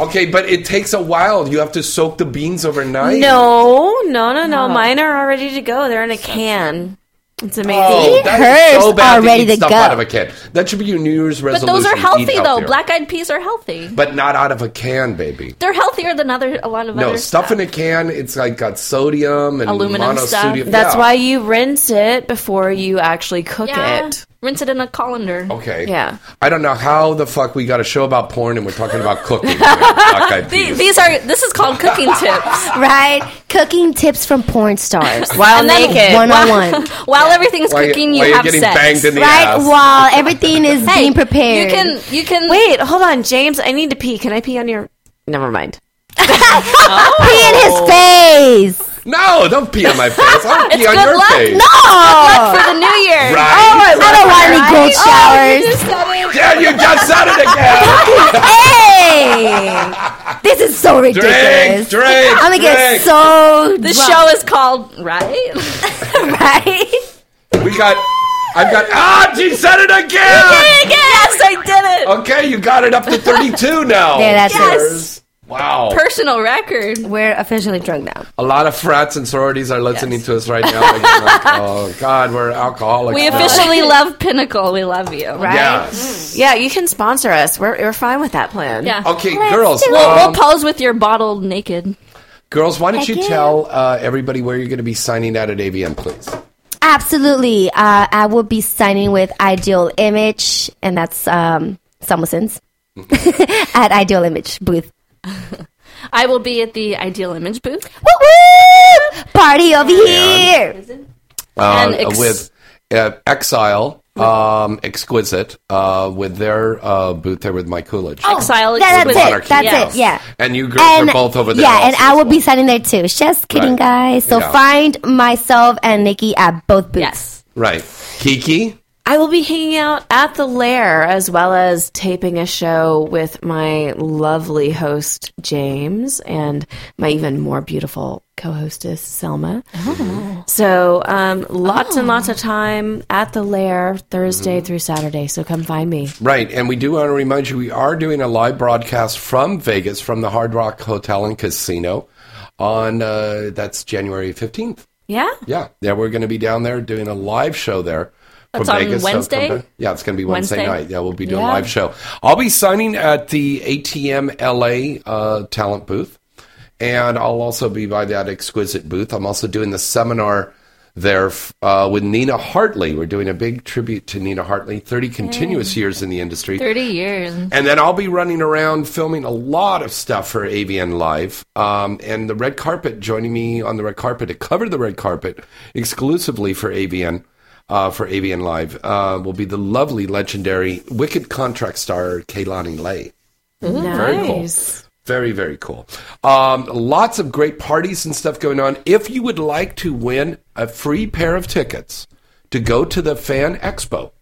[SPEAKER 3] okay, but it takes a while. You have to soak the beans overnight.
[SPEAKER 4] No, no, no, no. Mine are all ready to go. They're in a can. It's amazing.
[SPEAKER 3] Oh, that is so bad eat stuff out of a can. That should be your New Year's
[SPEAKER 6] But
[SPEAKER 3] resolution.
[SPEAKER 6] those are
[SPEAKER 3] Eat
[SPEAKER 6] healthy though.
[SPEAKER 3] healthier.
[SPEAKER 6] Black eyed peas are healthy.
[SPEAKER 3] But not out of a can, baby.
[SPEAKER 6] They're healthier than other a lot of
[SPEAKER 3] No,
[SPEAKER 6] other
[SPEAKER 3] stuff in a can. It's like got sodium and
[SPEAKER 6] Aluminum stuff.
[SPEAKER 3] monosodium.
[SPEAKER 4] That's
[SPEAKER 3] yeah.
[SPEAKER 4] why you rinse it before you actually cook
[SPEAKER 6] Yeah.
[SPEAKER 4] it.
[SPEAKER 6] Rinse it in a colander.
[SPEAKER 3] Okay.
[SPEAKER 4] Yeah.
[SPEAKER 3] I don't know how the fuck we got a show about porn and we're talking about cooking. Black eyed
[SPEAKER 6] The-
[SPEAKER 3] peas.
[SPEAKER 6] These are this is called cooking tips.
[SPEAKER 5] Right? Cooking tips from porn stars.
[SPEAKER 4] While naked.
[SPEAKER 5] One on
[SPEAKER 6] While-
[SPEAKER 5] one.
[SPEAKER 6] While everything's
[SPEAKER 5] While you-
[SPEAKER 6] cooking, you
[SPEAKER 5] while you're
[SPEAKER 6] have
[SPEAKER 5] getting
[SPEAKER 6] sex.
[SPEAKER 5] banged in the Right, ass. while everything is
[SPEAKER 4] Hey,
[SPEAKER 5] being prepared.
[SPEAKER 4] You can
[SPEAKER 6] you can
[SPEAKER 4] Wait, hold on, James, I need to pee. Can I pee on your Never mind. Oh,
[SPEAKER 5] Pee in his face.
[SPEAKER 3] No, don't pee on my face. I'll pee
[SPEAKER 5] It's
[SPEAKER 3] on
[SPEAKER 5] good
[SPEAKER 3] your
[SPEAKER 5] luck.
[SPEAKER 3] face.
[SPEAKER 5] No.
[SPEAKER 6] Good luck for the new year.
[SPEAKER 3] Right. Oh, I
[SPEAKER 5] I don't want any
[SPEAKER 6] Oh,
[SPEAKER 5] gold
[SPEAKER 6] you
[SPEAKER 5] showers.
[SPEAKER 6] just said it.
[SPEAKER 3] Yeah, you just said it again.
[SPEAKER 5] hey. This is so
[SPEAKER 3] Drink,
[SPEAKER 5] ridiculous.
[SPEAKER 3] drink,
[SPEAKER 5] I'm gonna get
[SPEAKER 3] drink.
[SPEAKER 5] so.
[SPEAKER 6] This
[SPEAKER 5] drunk.
[SPEAKER 6] show is called Right.
[SPEAKER 3] We got. I've got. Ah, she said it again.
[SPEAKER 6] Yes, I did it.
[SPEAKER 3] Okay, you got it up to thirty-two now.
[SPEAKER 5] There, that's
[SPEAKER 3] Cheers. Wow.
[SPEAKER 6] Personal record.
[SPEAKER 5] We're officially drunk now.
[SPEAKER 3] A lot of frats and sororities are listening to us right now. thinking like, oh God, we're alcoholics.
[SPEAKER 6] we
[SPEAKER 3] now.
[SPEAKER 6] officially love Pinnacle. We love you.
[SPEAKER 3] Right? Yes.
[SPEAKER 4] Yeah, you can sponsor us. We're, we're fine with that plan.
[SPEAKER 6] Yeah.
[SPEAKER 3] Okay, girls.
[SPEAKER 6] We'll,
[SPEAKER 3] um,
[SPEAKER 6] we'll pose with your bottled naked.
[SPEAKER 3] girls, why don't
[SPEAKER 6] Heck
[SPEAKER 3] you
[SPEAKER 6] yeah.
[SPEAKER 3] tell uh, everybody where you're going to be signing out at AVN, please?
[SPEAKER 5] Absolutely. Uh, I will be signing with Ideal Image, and that's um, Summersons
[SPEAKER 3] Mm-hmm.
[SPEAKER 5] at Ideal Image booth.
[SPEAKER 6] I will be at the Ideal Image booth.
[SPEAKER 5] Party over here.
[SPEAKER 3] Uh,
[SPEAKER 6] And ex-
[SPEAKER 3] with uh, Exile, um, Exquisite, uh, with their uh, booth there with Mike Coolidge.
[SPEAKER 6] Exile.
[SPEAKER 5] Oh, yeah,
[SPEAKER 3] With
[SPEAKER 5] that's it.
[SPEAKER 3] Monarchy,
[SPEAKER 5] That's
[SPEAKER 3] yes.
[SPEAKER 5] it. Yeah.
[SPEAKER 3] And you girls are both over there.
[SPEAKER 5] Yeah,
[SPEAKER 3] also.
[SPEAKER 5] and I will be signing there too. Just kidding,
[SPEAKER 3] Right.
[SPEAKER 5] guys. So
[SPEAKER 3] Yeah.
[SPEAKER 5] find myself and Nikki at both booths.
[SPEAKER 3] right. Kiki?
[SPEAKER 4] I will be hanging out at the lair as well as taping a show with my lovely host James and my even more beautiful co-hostess Selma. So, um, lots and lots of time at the lair Thursday through Saturday. So come find me.
[SPEAKER 3] Right, and we do want to remind you we are doing a live broadcast from Vegas from the Hard Rock Hotel and Casino on uh, that's January fifteenth.
[SPEAKER 6] Yeah.
[SPEAKER 3] Yeah, yeah, we're going to be down there doing a live show there.
[SPEAKER 6] That's on
[SPEAKER 3] so come
[SPEAKER 6] Wednesday?
[SPEAKER 3] back- yeah, it's going to be Wednesday,
[SPEAKER 6] Wednesday?
[SPEAKER 3] night. Yeah, we'll be doing a
[SPEAKER 6] Yeah.
[SPEAKER 3] live show. I'll be signing at the ATM LA uh, talent booth, and I'll also be by that exquisite booth. I'm also doing the seminar there f- uh, with Nina Hartley. We're doing a big tribute to Nina Hartley, 30 continuous years in the industry.
[SPEAKER 6] Thirty years.
[SPEAKER 3] And then I'll be running around filming a lot of stuff for AVN Live. Um, and the red carpet, joining me on the red carpet to cover the red carpet exclusively for AVN, uh, for AVN Live, uh, will be the lovely, legendary Wicked contract star Kaylani Lay. Very cool. Very, very cool. Um, lots of great parties and stuff going on. If you would like to win a free pair of tickets to go to the Fan Expo,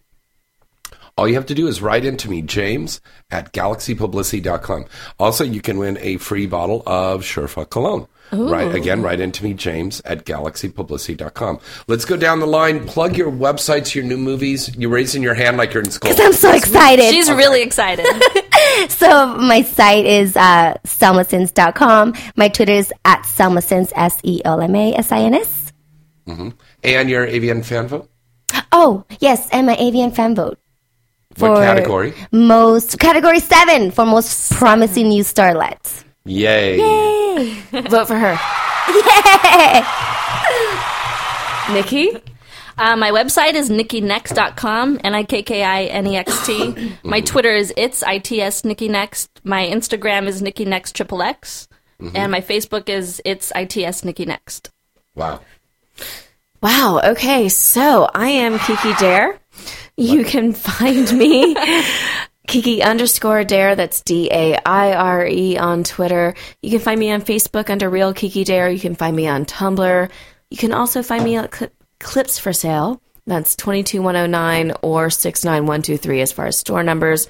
[SPEAKER 3] all you have to do is write into me, James at galaxypublicity.com. Also, you can win a free bottle of Sherfa Cologne.
[SPEAKER 1] Ooh.
[SPEAKER 3] Right again, write into me, James at galaxypublicity.com. Let's go down the line. Plug your websites, your new movies. You're raising your hand like you're in school.
[SPEAKER 5] Because I'm so excited.
[SPEAKER 6] She's really excited.
[SPEAKER 5] So my site is uh, selmasins.com. My Twitter is at selmasins, S E L M A S I N S.
[SPEAKER 3] hmm And your AVN fan vote.
[SPEAKER 5] Oh, yes, and my avian fan vote.
[SPEAKER 3] What category?
[SPEAKER 5] Most category seven for most promising new starlet.
[SPEAKER 3] Yay.
[SPEAKER 4] Vote for her. Nikki?
[SPEAKER 6] Uh, my website is nickynext.com, N I K K I N E X T. My Twitter is it's I T S Nikki Next. My Instagram is Nikki Next Triple X.
[SPEAKER 4] Mhm.
[SPEAKER 6] And my Facebook is it's I T S Nikki Next.
[SPEAKER 3] Wow.
[SPEAKER 4] Wow. Okay. So I am Kiki Dare. You can find me. Kiki underscore Dare, that's D A I R E on Twitter. You can find me on Facebook under Real Kiki Dare. You can find me on Tumblr. You can also find me at Clip Clips for Sale. That's 22109 or 69123 as far as store numbers.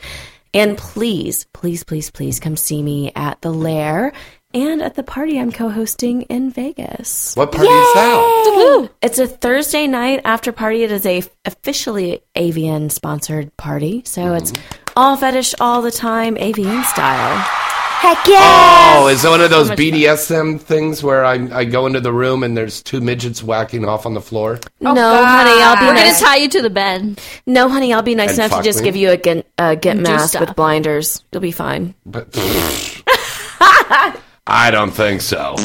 [SPEAKER 4] And please, please, please, please come see me at the Lair and at the party I'm co hosting in Vegas.
[SPEAKER 3] What party is that?
[SPEAKER 4] It's a Thursday night after party. It is a officially AVN sponsored party, so it's
[SPEAKER 3] Mm-hmm.
[SPEAKER 4] all fetish all the time, AVN style.
[SPEAKER 5] Heck yeah!
[SPEAKER 3] Oh, is it one of those
[SPEAKER 4] So much
[SPEAKER 3] BDSM things where I, I go into the room and there's two midgets whacking off on the floor?
[SPEAKER 4] no, honey, I'll be
[SPEAKER 6] We're
[SPEAKER 4] nice.
[SPEAKER 6] gonna tie you to the bed.
[SPEAKER 4] no, honey, I'll be nice
[SPEAKER 3] And
[SPEAKER 4] enough to
[SPEAKER 3] fuck
[SPEAKER 4] just
[SPEAKER 3] me?
[SPEAKER 4] give you a get, a get
[SPEAKER 6] Do
[SPEAKER 4] mask
[SPEAKER 6] stuff.
[SPEAKER 4] with blinders. You'll be fine.
[SPEAKER 3] But I don't think so.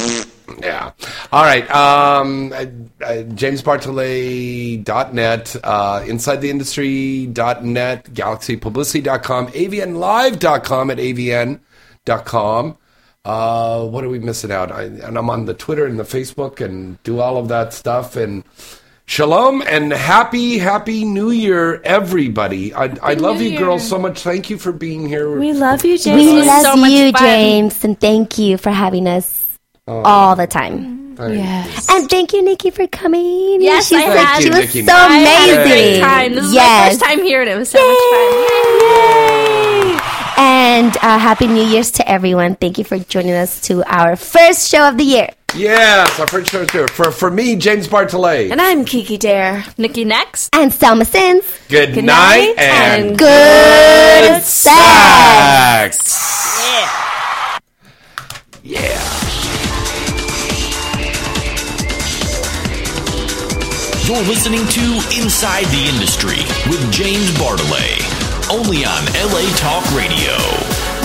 [SPEAKER 3] Yeah. All right. Um, uh, uh, JamesBartolet.net, uh, InsideTheIndustry.net, GalaxyPublicity.com, AVNLive.com at AVN.com. Uh, what are we missing out? I, and I'm on the Twitter and the Facebook and do all of that stuff. And shalom and happy, happy New Year, everybody. I, I love you girls so much. Thank you for being here.
[SPEAKER 4] We love you, James.
[SPEAKER 5] We
[SPEAKER 4] This was
[SPEAKER 5] love
[SPEAKER 4] so much
[SPEAKER 5] you,
[SPEAKER 4] fun.
[SPEAKER 5] James, and thank you for having us
[SPEAKER 3] Oh.
[SPEAKER 5] all the time.
[SPEAKER 3] Thank
[SPEAKER 5] Yes. And thank you, Nikki, for coming.
[SPEAKER 6] Yes,
[SPEAKER 5] She's
[SPEAKER 6] I
[SPEAKER 5] like-
[SPEAKER 6] had.
[SPEAKER 5] She was
[SPEAKER 3] Nikki.
[SPEAKER 5] so
[SPEAKER 3] I
[SPEAKER 5] amazing.
[SPEAKER 6] Had a great time. This is my
[SPEAKER 5] yes.
[SPEAKER 6] first time here, and it was so much fun.
[SPEAKER 5] And And uh, Happy New Year's to everyone. Thank you for joining us to our first show of the year.
[SPEAKER 3] Yes, our first show is here. For, for me, James Bartolet.
[SPEAKER 4] And I'm Kiki Dare.
[SPEAKER 6] Nikki next.
[SPEAKER 5] And Selma Sins.
[SPEAKER 3] Good, night, and,
[SPEAKER 5] good
[SPEAKER 3] sex.
[SPEAKER 1] You're listening to Inside the Industry with James Bartolet, only on LA Talk Radio.